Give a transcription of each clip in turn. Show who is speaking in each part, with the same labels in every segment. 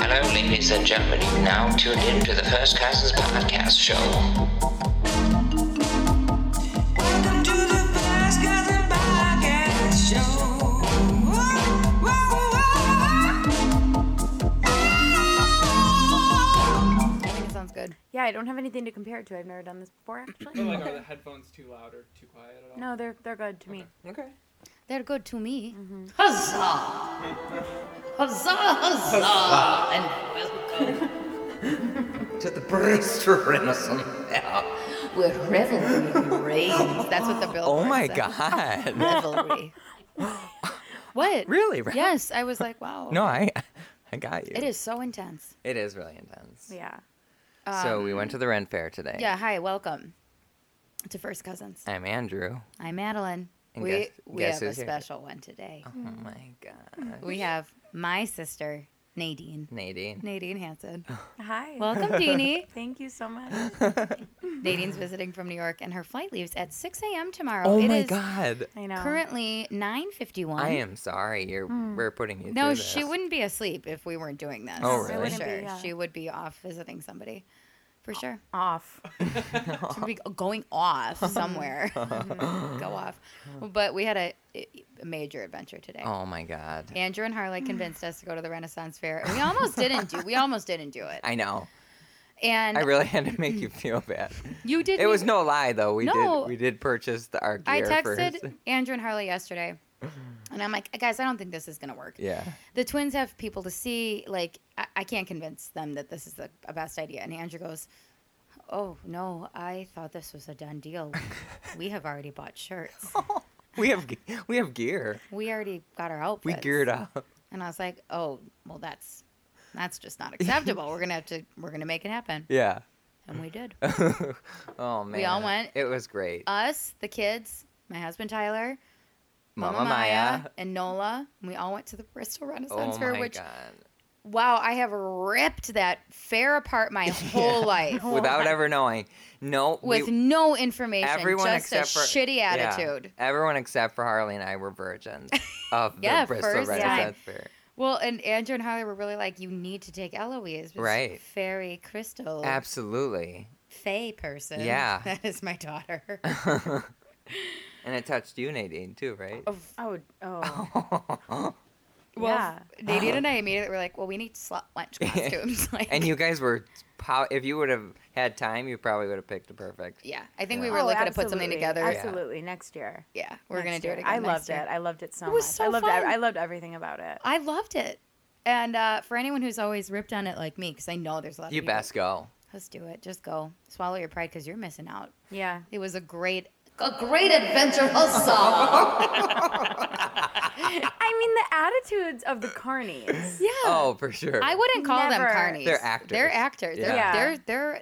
Speaker 1: Ladies and gentlemen, you now tune in to the First Cousins Podcast Show.
Speaker 2: Welcome to the First Cousin Podcast Show. Whoa, whoa, whoa.
Speaker 3: I think it sounds good. Yeah, I don't have anything to compare it to. I've never done this before, actually.
Speaker 4: But like, are the headphones too loud or too quiet at all?
Speaker 3: No, they're they're good to me.
Speaker 4: Okay.
Speaker 5: They're good to me. Mm-hmm. Huzzah! Huzzah, huzzah! And welcome
Speaker 6: to the barista renaissance.
Speaker 5: where revelry reigns. That's what the bill
Speaker 6: Oh my
Speaker 5: said.
Speaker 6: god.
Speaker 5: Revelry. what?
Speaker 6: really? Right?
Speaker 5: Yes, I was like, wow.
Speaker 6: No, I I got you.
Speaker 5: It is so intense.
Speaker 6: It is really intense.
Speaker 3: Yeah.
Speaker 6: so we went to the Ren Fair today.
Speaker 5: Yeah, hi, welcome to First Cousins.
Speaker 6: I'm Andrew.
Speaker 5: I'm Madeline.
Speaker 6: And
Speaker 5: we
Speaker 6: guess-
Speaker 5: we
Speaker 6: guess
Speaker 5: have a
Speaker 6: who's here?
Speaker 5: special one today.
Speaker 6: Oh my god.
Speaker 5: We have my sister, Nadine.
Speaker 6: Nadine.
Speaker 5: Nadine Hanson.
Speaker 3: Hi.
Speaker 5: Welcome, Deanie.
Speaker 3: Thank you so much.
Speaker 5: Nadine's visiting from New York, and her flight leaves at 6 a.m. tomorrow.
Speaker 6: Oh
Speaker 5: It
Speaker 6: my
Speaker 5: is
Speaker 6: god.
Speaker 3: I know.
Speaker 5: Currently 9:51.
Speaker 6: I am sorry. You're we're putting you
Speaker 5: No,
Speaker 6: through
Speaker 5: she
Speaker 6: this.
Speaker 5: wouldn't be asleep if we weren't doing this.
Speaker 6: Oh,
Speaker 5: for
Speaker 6: really?
Speaker 3: She
Speaker 5: Sure.
Speaker 3: wouldn't be, yeah.
Speaker 5: She would be off visiting somebody.
Speaker 6: Uh,
Speaker 5: For sure.
Speaker 3: Off.
Speaker 5: She would be going off somewhere.
Speaker 6: Mm-hmm. Uh-huh.
Speaker 5: Go off. But we had a, a major adventure today.
Speaker 6: Oh my god.
Speaker 5: Andrew and Harley convinced us to go to the Renaissance Fair. We almost didn't do. We almost didn't do it.
Speaker 6: I know.
Speaker 5: And
Speaker 6: I really had to make you feel bad.
Speaker 5: you did.
Speaker 6: It was
Speaker 5: make-
Speaker 6: no lie though. We
Speaker 5: No.
Speaker 6: did we did purchase the our
Speaker 5: I
Speaker 6: gear
Speaker 5: texted
Speaker 6: first.
Speaker 5: Andrew and Harley yesterday, and I'm like, guys, I don't think this is gonna work.
Speaker 6: Yeah.
Speaker 5: the twins have people to see. Like, I, I can't convince them that this is the a best idea. And Andrew goes, Oh, no, I thought this was a done deal. We have already bought shirts.
Speaker 6: We have ge- we have gear.
Speaker 5: We already got our outfits.
Speaker 6: Oh. We geared up.
Speaker 5: And I was like, Oh, well, that's. That's just not acceptable. We're gonna have to. We're gonna make it happen,
Speaker 6: Yeah.
Speaker 5: and we did.
Speaker 6: Oh man.
Speaker 5: all went. Uh,
Speaker 6: It was great.
Speaker 5: Us, the kids, my husband Tyler, Mama, Maya, and Nola. and we all went to the Bristol Renaissance
Speaker 6: Oh
Speaker 5: Fair,
Speaker 6: my
Speaker 5: which
Speaker 6: god.
Speaker 5: wow, I have ripped that fair apart my whole life.
Speaker 6: without ever knowing. No,
Speaker 5: Oh, with
Speaker 6: we-
Speaker 5: no information,
Speaker 6: everyone
Speaker 5: just
Speaker 6: except
Speaker 5: a
Speaker 6: for
Speaker 5: shitty
Speaker 6: yeah,
Speaker 5: attitude.
Speaker 6: everyone except for Harley and I were virgins of
Speaker 5: Yeah,
Speaker 6: the Bristol
Speaker 5: first time.
Speaker 6: Renaissance Fair.
Speaker 5: Well, and Andrew and Harley were really like, you need to take Eloise, this
Speaker 6: Right.
Speaker 5: Fairy crystal,
Speaker 6: Absolutely,
Speaker 5: fey person.
Speaker 6: Yeah.
Speaker 5: that is my daughter.
Speaker 6: and it touched you, Nadine, too, right?
Speaker 3: Oh, oh.
Speaker 5: well,
Speaker 3: Yeah.
Speaker 5: Nadine and I immediately were like, well, we need slot lunch costumes. like,
Speaker 6: and you guys were, pow- if you would have had time, you probably would have picked the perfect.
Speaker 5: yeah, I think we
Speaker 6: Yeah.
Speaker 5: were looking to put something
Speaker 3: Oh, absolutely.
Speaker 5: together.
Speaker 6: Abs-
Speaker 3: Absolutely. Next year.
Speaker 5: Yeah, we're gonna
Speaker 3: Next
Speaker 5: do it
Speaker 3: year.
Speaker 5: again.
Speaker 3: I
Speaker 5: next
Speaker 3: loved
Speaker 5: year.
Speaker 3: it. I loved it so
Speaker 5: It was
Speaker 3: much.
Speaker 5: so
Speaker 3: I loved
Speaker 5: fun.
Speaker 3: I loved everything about it.
Speaker 5: I loved it. And uh, for anyone who's always ripped on it like me, because I know there's a lot
Speaker 6: You
Speaker 5: of people.
Speaker 6: best go.
Speaker 5: Let's do it. Just go. Swallow your pride because you're missing out.
Speaker 3: Yeah.
Speaker 5: It was a great, a great adventure. Huzzah!
Speaker 3: I mean the attitudes of the carnies.
Speaker 5: yeah.
Speaker 6: Oh, for sure.
Speaker 5: I wouldn't call them
Speaker 3: Never.
Speaker 5: carnies.
Speaker 6: They're actors.
Speaker 5: They're actors. They're,
Speaker 3: Yeah.
Speaker 5: they're, they're,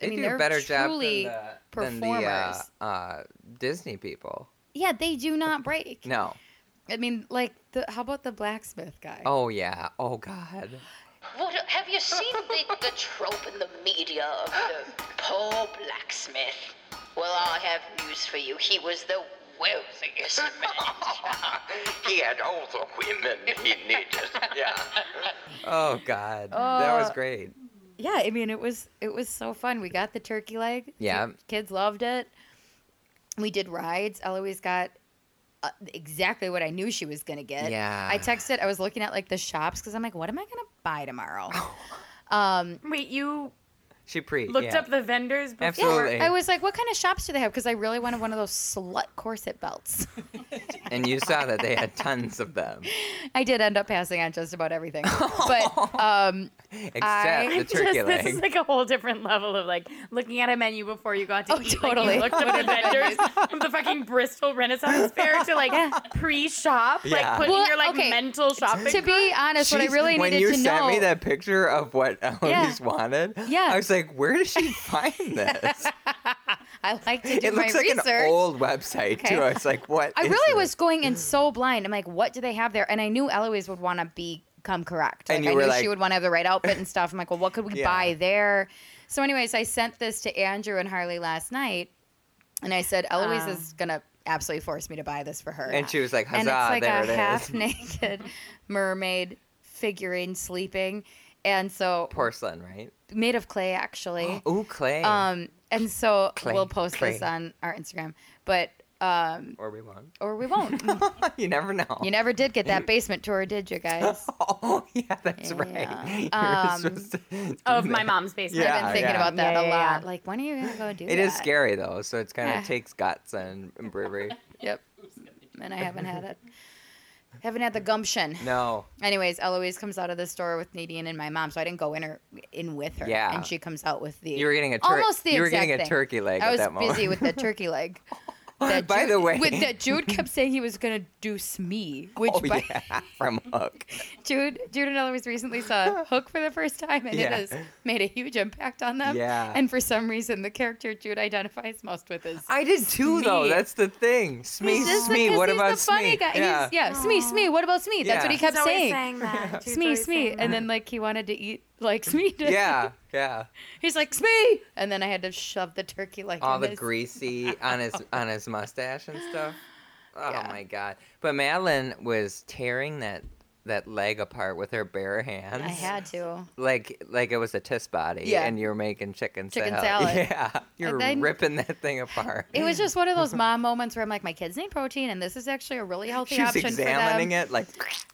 Speaker 6: They
Speaker 5: mean,
Speaker 6: do a
Speaker 5: they're
Speaker 6: better job than
Speaker 5: truly
Speaker 6: the, than the, uh,
Speaker 5: performers.
Speaker 6: uh, Disney people.
Speaker 5: yeah, they do not break.
Speaker 6: No.
Speaker 5: I mean, like, the, how about the blacksmith guy?
Speaker 6: Oh yeah. Oh god.
Speaker 7: What, have you seen the, the trope in the media of the poor blacksmith? Well, I have news for you. He was the wealthiest man.
Speaker 8: He had all the women he needed. Yeah.
Speaker 6: Oh god. that
Speaker 5: Uh,
Speaker 6: was great.
Speaker 5: Yeah, I mean, it was, it was so fun. We got the turkey leg.
Speaker 6: Yeah.
Speaker 5: Kids loved it. We did rides. Eloise got uh, exactly what I knew she was gonna get.
Speaker 6: Yeah.
Speaker 5: I texted. I was looking at like the shops because I'm like, what am I gonna buy tomorrow?
Speaker 3: Wait, you
Speaker 6: She pre
Speaker 3: looked
Speaker 6: yeah.
Speaker 3: up the vendors before
Speaker 6: Absolutely.
Speaker 5: I was like, what kind of shops do they have? Because I really wanted one of those slut corset belts.
Speaker 6: and you saw that they had tons of them,
Speaker 5: I did end up passing on just about everything, but um,
Speaker 6: except
Speaker 5: I-
Speaker 6: the turkey
Speaker 3: Just-
Speaker 6: leg.
Speaker 3: This is like a whole different level of like looking at a menu before you got to
Speaker 5: Oh,
Speaker 3: eat. Like
Speaker 5: totally.
Speaker 3: you looked up the vendors from the fucking Bristol Renaissance Fair to like pre-shop,
Speaker 6: Yeah.
Speaker 3: like putting
Speaker 5: Well,
Speaker 3: your like
Speaker 5: okay.
Speaker 3: mental shopping.
Speaker 5: to be honest, what I
Speaker 6: Oh She's-
Speaker 5: really
Speaker 6: when
Speaker 5: needed
Speaker 6: you
Speaker 5: to
Speaker 6: sent
Speaker 5: know.
Speaker 6: me that picture of what Eloise
Speaker 5: Yeah.
Speaker 6: wanted,
Speaker 5: Yeah.
Speaker 6: I was like, where does she find this?
Speaker 5: I like to do
Speaker 6: it
Speaker 5: my
Speaker 6: looks like
Speaker 5: research.
Speaker 6: an old website
Speaker 5: Okay.
Speaker 6: too. I was like, what?
Speaker 5: I
Speaker 6: is
Speaker 5: really
Speaker 6: this?
Speaker 5: was going in so blind. I'm like, what do they have there? And I knew Eloise would want to be come correct. Like,
Speaker 6: And you
Speaker 5: I
Speaker 6: were
Speaker 5: knew
Speaker 6: like-
Speaker 5: she would want to have the right outfit and stuff. I'm like, well, what could we
Speaker 6: Yeah.
Speaker 5: buy there? So, anyways, I sent this to Andrew and Harley last night, and I said, Eloise is gonna absolutely force me to buy this for her.
Speaker 6: Ah. And she was like,
Speaker 5: and it's
Speaker 6: "Huzzah,
Speaker 5: like
Speaker 6: there
Speaker 5: a
Speaker 6: it is."
Speaker 5: half naked mermaid figurine sleeping. And so
Speaker 6: Porcelain, right?
Speaker 5: made of clay actually.
Speaker 6: Ooh, clay.
Speaker 5: Um and so
Speaker 6: Clay,
Speaker 5: we'll post this
Speaker 6: clay.
Speaker 5: on our Instagram. But um
Speaker 6: or we won.
Speaker 5: or we won't.
Speaker 6: you never know.
Speaker 5: hmm. you never did get that basement tour, did you guys?
Speaker 6: Oh yeah, that's
Speaker 5: Yeah.
Speaker 6: right. You were
Speaker 5: Um,
Speaker 6: supposed to
Speaker 3: Of
Speaker 6: do
Speaker 3: my
Speaker 6: that.
Speaker 3: mom's basement.
Speaker 5: I've been
Speaker 6: Yeah,
Speaker 5: thinking
Speaker 6: yeah.
Speaker 5: about that
Speaker 3: Yeah,
Speaker 5: a
Speaker 3: yeah,
Speaker 5: lot.
Speaker 3: yeah.
Speaker 5: Like when are you gonna go do
Speaker 6: It
Speaker 5: that?
Speaker 6: is scary though, so it's kind
Speaker 5: Yeah.
Speaker 6: of takes guts and bravery.
Speaker 5: Yep. And I haven't had it. Haven't had the gumption.
Speaker 6: No,
Speaker 5: Anyways, Eloise comes out of the store with Nadine and my mom, so I didn't go in her in with her.
Speaker 6: Yeah.
Speaker 5: And she comes out with the
Speaker 6: you were getting a tur-
Speaker 5: almost the
Speaker 6: you were
Speaker 5: exact
Speaker 6: getting a
Speaker 5: thing.
Speaker 6: turkey leg
Speaker 5: I was
Speaker 6: at that moment.
Speaker 5: busy with the turkey leg. That
Speaker 6: By
Speaker 5: Jude-
Speaker 6: the way-
Speaker 5: with that Jude kept saying he was gonna deuce me, which
Speaker 6: oh,
Speaker 5: by,
Speaker 6: yeah, from Hook.
Speaker 5: Jude Jude and Eloise recently saw Hook for the first time, and
Speaker 6: Yeah.
Speaker 5: it has made a huge impact on them.
Speaker 6: Yeah.
Speaker 5: And for some reason, the character Jude identifies most with is
Speaker 6: I did too, though.
Speaker 5: Smee.
Speaker 6: That's the thing. Smee,
Speaker 5: just
Speaker 6: Smee.
Speaker 5: because
Speaker 6: What
Speaker 5: he's
Speaker 6: about
Speaker 5: the funny
Speaker 6: Smee?
Speaker 5: guy.
Speaker 6: Yeah.
Speaker 5: He's, yeah, Smee, Smee. What about Smee? That's what
Speaker 6: Yeah.
Speaker 5: he kept
Speaker 3: He's always
Speaker 5: saying.
Speaker 3: saying that. Jude's
Speaker 5: Smee,
Speaker 3: always
Speaker 5: Smee.
Speaker 3: saying
Speaker 5: And
Speaker 3: that.
Speaker 5: then like he wanted to eat like Smee did.
Speaker 6: yeah, yeah.
Speaker 5: He's like Smee, and then I had to shove the turkey like
Speaker 6: All
Speaker 5: in
Speaker 6: the
Speaker 5: his-
Speaker 6: greasy on his on his mustache and stuff. Oh
Speaker 5: Yeah.
Speaker 6: my god! But Madeline was tearing that that leg apart with her bare hands.
Speaker 5: I had to.
Speaker 6: like like it was a test body
Speaker 5: Yeah.
Speaker 6: and you were making chicken,
Speaker 5: Chicken
Speaker 6: salad.
Speaker 5: salad.
Speaker 6: Yeah. You were
Speaker 5: then-
Speaker 6: ripping that thing apart.
Speaker 5: It was just one of those mom moments where I'm like, my kids need protein, and this is actually a really healthy
Speaker 6: She was
Speaker 5: option
Speaker 6: examining
Speaker 5: for them.
Speaker 6: it like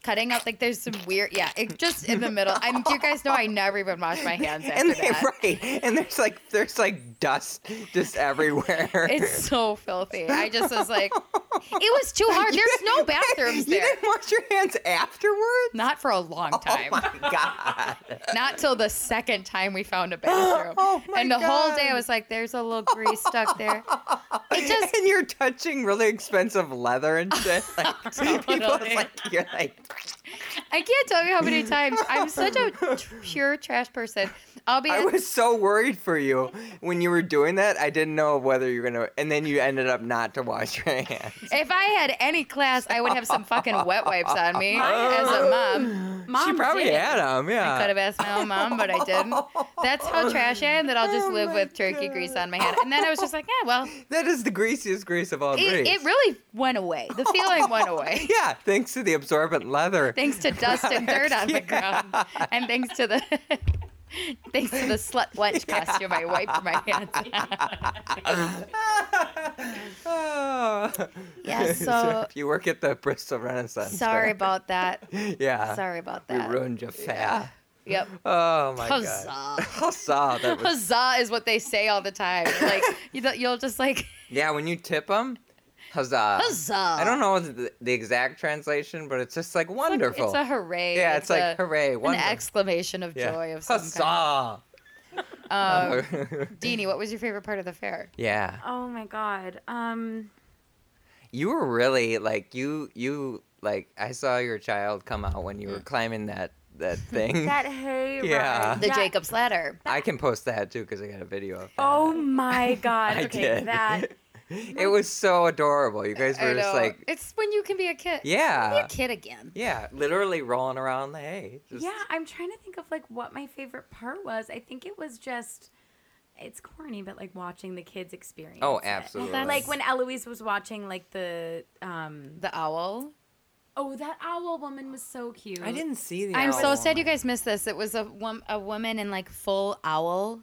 Speaker 5: Cutting up like there's some weird, yeah, it, just in the middle. I'm, you guys know I never even wash my hands after
Speaker 6: and they,
Speaker 5: that.
Speaker 6: right. And there's like there's like dust just everywhere.
Speaker 5: It's so filthy. I just was like, it was too hard. There's no bathrooms
Speaker 6: You
Speaker 5: there.
Speaker 6: didn't wash your hands afterwards?
Speaker 5: Not for a long
Speaker 6: Oh
Speaker 5: time.
Speaker 6: my god.
Speaker 5: Not till the second time we found a bathroom.
Speaker 6: Oh my
Speaker 5: and the whole day
Speaker 6: God.
Speaker 5: I was like, there's a little grease stuck there. It just
Speaker 6: and you're touching really expensive leather and shit. Like, people, it's
Speaker 5: Totally.
Speaker 6: like you're like
Speaker 5: I can't tell you how many times I'm such a tr- pure trash person. I'll be
Speaker 6: I
Speaker 5: at-
Speaker 6: was so worried for you when you were doing that. I didn't know whether you were gonna, and then you ended up not to wash your hands.
Speaker 5: if I had any class, I would have some fucking wet wipes on me as a mom.
Speaker 3: Mom
Speaker 6: she probably
Speaker 3: did.
Speaker 6: had them, yeah.
Speaker 5: I could have asked my own mom, but I didn't. That's how trash I am that I'll
Speaker 6: Oh
Speaker 5: just live with turkey grease on my head. And then I was just like, yeah, well,
Speaker 6: That is the greasiest grease of all
Speaker 5: it,
Speaker 6: grease.
Speaker 5: it really went away. The feeling went away.
Speaker 6: yeah, thanks to the absorbent leather.
Speaker 5: Thanks to dust and dirt on the ground. And thanks to the. Thanks to the slut wench costume, I wiped my hands.
Speaker 6: Oh.
Speaker 5: Yeah, so-
Speaker 6: if you work at the Bristol Renaissance.
Speaker 5: Sorry
Speaker 6: Fair.
Speaker 5: about that.
Speaker 6: Yeah.
Speaker 5: Sorry about
Speaker 6: Uh, We
Speaker 5: that.
Speaker 6: ruined your fair.
Speaker 5: Yep.
Speaker 6: Oh my god.
Speaker 5: Huzzah.
Speaker 6: Huzzah. That was
Speaker 5: Huzzah is what they say all the time. Like you know, you'll just like
Speaker 6: Yeah, when you tip them, huzzah.
Speaker 5: huzzah.
Speaker 6: I don't know the, the exact translation, but it's just like wonderful.
Speaker 5: It's a hooray.
Speaker 6: yeah, it's, like
Speaker 5: a-
Speaker 6: hooray,
Speaker 5: An
Speaker 6: wonderful.
Speaker 5: exclamation of
Speaker 6: yeah.
Speaker 5: joy of some
Speaker 6: huzzah.
Speaker 5: kind. Um, Deanie, what was your favorite part of the fair?
Speaker 6: yeah,
Speaker 3: Oh my god. Um.
Speaker 6: you were really like you you like I saw your child come out when you
Speaker 5: Mm.
Speaker 6: were climbing that that thing.
Speaker 3: That hay.
Speaker 6: Yeah.
Speaker 3: ride.
Speaker 5: The
Speaker 3: That-
Speaker 5: Jacob's Ladder.
Speaker 6: I can post that too because I got a video of that.
Speaker 3: Oh my god.
Speaker 6: I
Speaker 3: okay,
Speaker 6: did.
Speaker 3: that.
Speaker 6: it was so adorable. You guys
Speaker 5: I
Speaker 6: were just
Speaker 5: know.
Speaker 6: like,
Speaker 5: it's when you can be a kid. Be
Speaker 6: yeah,
Speaker 5: a kid again.
Speaker 6: yeah, literally rolling around the hay. Just-
Speaker 3: Yeah, I'm trying to think of like what my favorite part was. I think it was just it's corny, but like watching the kids experience.
Speaker 6: Oh,
Speaker 3: it.
Speaker 6: absolutely.
Speaker 5: that's-
Speaker 3: Like when Eloise was watching like the um
Speaker 5: The owl.
Speaker 3: oh that owl woman was so cute.
Speaker 6: I didn't see the.
Speaker 5: I'm so
Speaker 6: owl.
Speaker 5: sad you guys missed this. It was a wom- a woman in like full owl.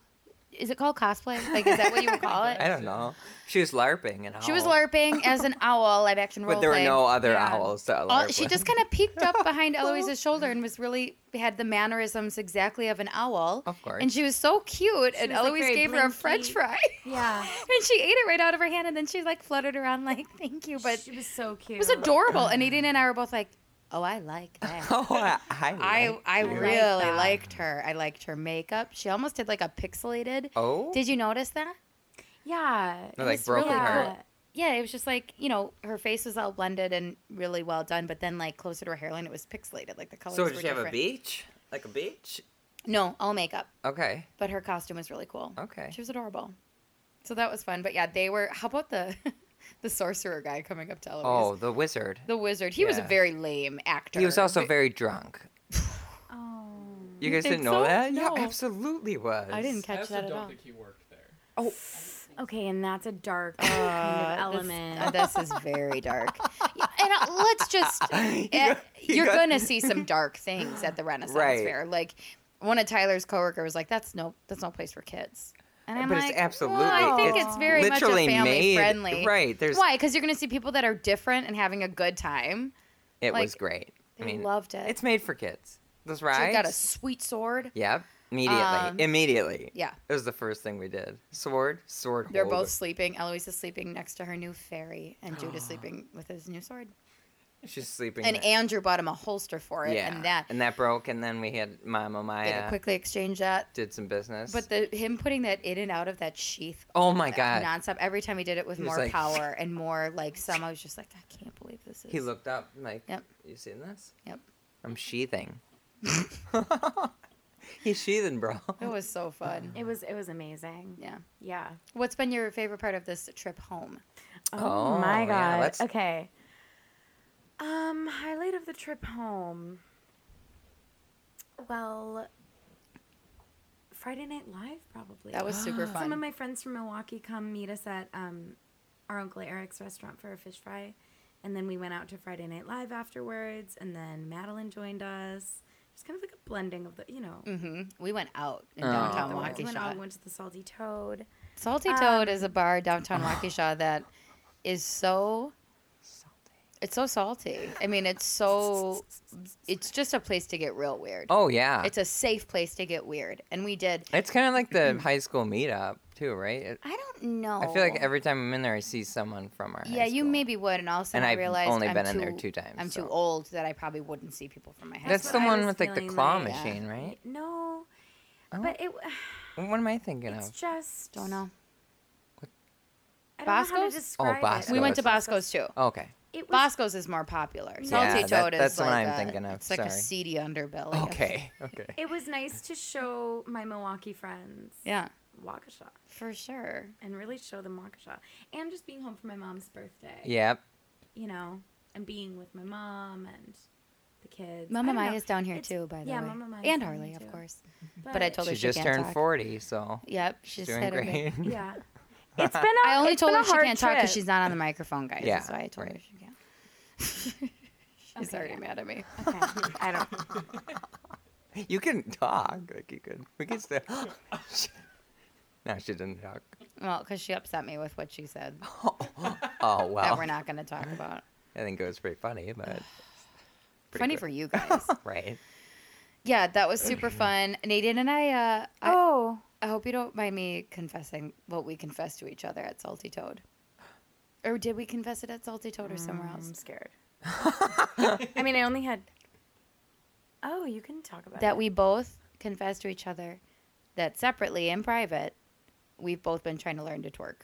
Speaker 5: Is it called cosplay? Like is that what you would call it?
Speaker 6: I don't know. She was larping and
Speaker 5: She was larping as an owl live action role
Speaker 6: but there were
Speaker 5: play.
Speaker 6: no other
Speaker 3: Yeah.
Speaker 6: owls to larp.
Speaker 5: All, she
Speaker 6: with.
Speaker 5: just kind of peeked up behind Eloise's shoulder and was really had the mannerisms exactly of an owl.
Speaker 6: Of course.
Speaker 5: And she was so cute. and
Speaker 3: was, like,
Speaker 5: Eloise
Speaker 3: very
Speaker 5: gave her a French
Speaker 3: blinky.
Speaker 5: fry,
Speaker 3: Yeah.
Speaker 5: and she ate it right out of her hand. And then she like fluttered around like, "Thank you," but
Speaker 3: But she was so cute.
Speaker 5: it was adorable. And Aiden and I were both like, "Oh, I like that."
Speaker 6: Oh, I I,
Speaker 5: I
Speaker 6: like-
Speaker 5: I
Speaker 3: like
Speaker 5: really
Speaker 3: that.
Speaker 5: liked her. I liked her makeup. She almost did like a pixelated.
Speaker 6: oh
Speaker 5: Did you notice that?
Speaker 3: Yeah. it
Speaker 6: like
Speaker 3: was
Speaker 6: broke
Speaker 3: really
Speaker 6: her.
Speaker 3: cool.
Speaker 5: Yeah, it was just like you know her face was all blended and really well done, but then like closer to her hairline, it was pixelated. Like the colors.
Speaker 6: so
Speaker 5: were
Speaker 6: did she have a
Speaker 5: different.
Speaker 6: beach? Like a beach?
Speaker 5: No, all makeup.
Speaker 6: Okay.
Speaker 5: But her costume was really cool.
Speaker 6: Okay.
Speaker 5: She was adorable. So that was fun. But yeah, they were how about the the sorcerer guy coming up to Eloise?
Speaker 6: Oh, the wizard.
Speaker 5: The wizard. He was a
Speaker 6: yeah.
Speaker 5: very lame actor.
Speaker 6: He was also
Speaker 5: But
Speaker 6: very drunk.
Speaker 3: Oh.
Speaker 6: You guys
Speaker 5: think
Speaker 6: didn't
Speaker 5: so?
Speaker 6: know that? Yeah,
Speaker 5: No.
Speaker 6: absolutely was.
Speaker 5: I didn't
Speaker 4: I
Speaker 5: catch
Speaker 4: also
Speaker 5: that at
Speaker 4: don't
Speaker 5: all.
Speaker 4: think he worked there.
Speaker 3: Okay, and that's a dark kind of
Speaker 5: Uh, this-
Speaker 3: element.
Speaker 5: uh, This, is very dark. Yeah, and uh, let's just,
Speaker 6: You
Speaker 5: eh,
Speaker 6: got- you
Speaker 5: you're
Speaker 6: got-
Speaker 5: going to see some dark things at the Renaissance
Speaker 6: Right.
Speaker 5: Fair. Like, one of Tyler's coworkers was like, "That's no, that's no place for kids." And I'm
Speaker 6: But it's
Speaker 5: like,
Speaker 6: absolutely-
Speaker 5: Well, I think
Speaker 6: it's
Speaker 5: it's, very much a
Speaker 6: literally
Speaker 5: family
Speaker 6: made-
Speaker 5: friendly,
Speaker 6: right, there's-
Speaker 5: why? Because you're going to see people that are different and having a good time.
Speaker 6: It
Speaker 5: Like,
Speaker 6: was great. I
Speaker 5: I
Speaker 6: mean,
Speaker 5: loved it.
Speaker 6: it's made for kids. Those
Speaker 5: She
Speaker 6: rides.
Speaker 5: got a sweet sword.
Speaker 6: Yep. Immediately.
Speaker 5: Um,
Speaker 6: Immediately.
Speaker 5: yeah.
Speaker 6: It was the first thing we did. Sword. Sword.
Speaker 5: They're
Speaker 6: holder.
Speaker 5: both sleeping. Eloise is sleeping next to her new fairy, and Jude is sleeping with his new sword.
Speaker 6: She's sleeping.
Speaker 5: And
Speaker 6: there.
Speaker 5: Andrew bought him a holster for it,
Speaker 6: yeah.
Speaker 5: and that
Speaker 6: and that broke, and then we had Mama
Speaker 5: they had to
Speaker 6: Maya
Speaker 5: quickly exchange that.
Speaker 6: did some business.
Speaker 5: But the him putting that in and out of that sheath
Speaker 6: oh my god,
Speaker 5: nonstop every time he did it with
Speaker 6: He was
Speaker 5: more
Speaker 6: like-
Speaker 5: power and more like some. I was just like, I can't believe this is.
Speaker 6: he looked up like,
Speaker 5: Yep.
Speaker 6: "You seen this?
Speaker 5: Yep.
Speaker 6: I'm sheathing." He's sheathing, bro.
Speaker 5: It was so
Speaker 6: Mm.
Speaker 5: fun.
Speaker 3: It was it was amazing.
Speaker 5: Yeah.
Speaker 3: Yeah.
Speaker 5: What's been your favorite part of this trip home?
Speaker 3: Oh,
Speaker 6: Oh,
Speaker 3: my
Speaker 6: yeah,
Speaker 3: god.
Speaker 6: let's-
Speaker 3: okay. Um, highlight of the trip home. Well, Friday Night Live probably.
Speaker 5: That was super fun.
Speaker 3: Some of my friends from Milwaukee come meet us at um, our Uncle Eric's restaurant for a fish fry. And then we went out to Friday Night Live afterwards. And then Madeline joined us. It's kind of like a blending of the, you know,
Speaker 5: hmm We went out in
Speaker 6: Oh.
Speaker 5: downtown
Speaker 3: the ones. we went out, Um,
Speaker 5: Waukesha.
Speaker 3: we went to the Salty Toad.
Speaker 5: Salty Toad is a bar downtown Waukesha that is so. It's so salty. I mean, it's so. It's just a place to get real weird.
Speaker 6: Oh yeah,
Speaker 5: It's
Speaker 6: it's,
Speaker 5: a safe place to get weird, and we did.
Speaker 6: kind of like the high school meetup too, right? It-
Speaker 5: I don't know.
Speaker 6: I feel like every time I'm in there, I see someone from our. high
Speaker 5: Yeah, you
Speaker 6: school.
Speaker 5: maybe would, and also
Speaker 6: And
Speaker 5: I
Speaker 6: I've
Speaker 5: realized
Speaker 6: only
Speaker 5: I'm
Speaker 6: been
Speaker 5: too,
Speaker 6: in there two times,
Speaker 5: I'm
Speaker 6: so.
Speaker 5: too old that I probably wouldn't see people from my house.
Speaker 6: That's,
Speaker 3: That's
Speaker 6: the
Speaker 3: what I
Speaker 6: one
Speaker 3: was
Speaker 6: with like the
Speaker 3: feeling
Speaker 6: claw
Speaker 3: like. Yeah.
Speaker 6: machine, right? Oh,
Speaker 3: No. But it,
Speaker 6: What am I thinking
Speaker 3: it's
Speaker 6: of?
Speaker 3: just.
Speaker 5: don't know.
Speaker 3: I don't know how
Speaker 5: Bosco's?
Speaker 3: to
Speaker 5: Oh,
Speaker 3: describe
Speaker 6: Bosco's.
Speaker 3: it.
Speaker 5: We went to Bosco's
Speaker 6: Bosco's.
Speaker 5: too.
Speaker 6: Oh, Okay.
Speaker 3: It was
Speaker 5: Bosco's is more popular. Salty
Speaker 6: Yeah, that-
Speaker 5: Toad is
Speaker 6: that's the one
Speaker 5: like
Speaker 6: I'm
Speaker 5: a-
Speaker 6: thinking of,
Speaker 5: It's like
Speaker 6: sorry.
Speaker 5: a seedy underbelly. of-
Speaker 6: Okay. Okay.
Speaker 3: it was nice to show my Milwaukee friends
Speaker 5: Yeah,
Speaker 3: Waukesha
Speaker 5: for sure.
Speaker 3: and really show them Waukesha and just being home for my mom's birthday.
Speaker 6: Yep.
Speaker 3: You know, and being with my mom and the kids. I
Speaker 5: Mama
Speaker 3: don't know.
Speaker 5: Maya's down here
Speaker 3: It's-
Speaker 5: too, by the
Speaker 3: yeah,
Speaker 5: way.
Speaker 3: Mama Maya's
Speaker 5: and
Speaker 3: down
Speaker 5: Harley,
Speaker 3: here, too.
Speaker 5: of course. But I told her
Speaker 6: She
Speaker 5: she
Speaker 6: just
Speaker 5: can't
Speaker 6: turned
Speaker 5: talk.
Speaker 6: forty, so
Speaker 5: Yep, she's
Speaker 6: she's doing
Speaker 5: had her ba-
Speaker 6: great.
Speaker 3: Yeah. It's been a
Speaker 5: I only
Speaker 3: it's
Speaker 5: told
Speaker 3: been
Speaker 5: her
Speaker 3: a
Speaker 5: she
Speaker 3: hard
Speaker 5: can't talk
Speaker 3: trip.
Speaker 5: because she's not on the microphone, guys.
Speaker 6: Yeah,
Speaker 5: That's why I told her
Speaker 6: right.
Speaker 5: she can't. she's
Speaker 3: Okay,
Speaker 5: already
Speaker 3: yeah.
Speaker 5: mad at me.
Speaker 3: Okay. I don't
Speaker 6: You can talk. Like you could. We could still. Oh, no, she didn't talk.
Speaker 5: Well, because she upset me with what she said
Speaker 6: Oh
Speaker 5: that
Speaker 6: well.
Speaker 5: we're not going to talk about.
Speaker 6: I think it was pretty funny, but pretty
Speaker 5: Funny
Speaker 6: good.
Speaker 5: for you guys.
Speaker 6: right.
Speaker 5: yeah, that was super fun. Nadine and I, uh, I,
Speaker 3: Oh.
Speaker 5: I hope you don't mind me confessing what we confessed to each other at Salty Toad. Or did we confess it at Salty Toad or somewhere
Speaker 3: Mm, I'm
Speaker 5: else?
Speaker 3: scared. I mean I only had Oh, you can talk about
Speaker 5: That
Speaker 3: it.
Speaker 5: we both confessed to each other that separately in private, we've both been trying to learn to twerk.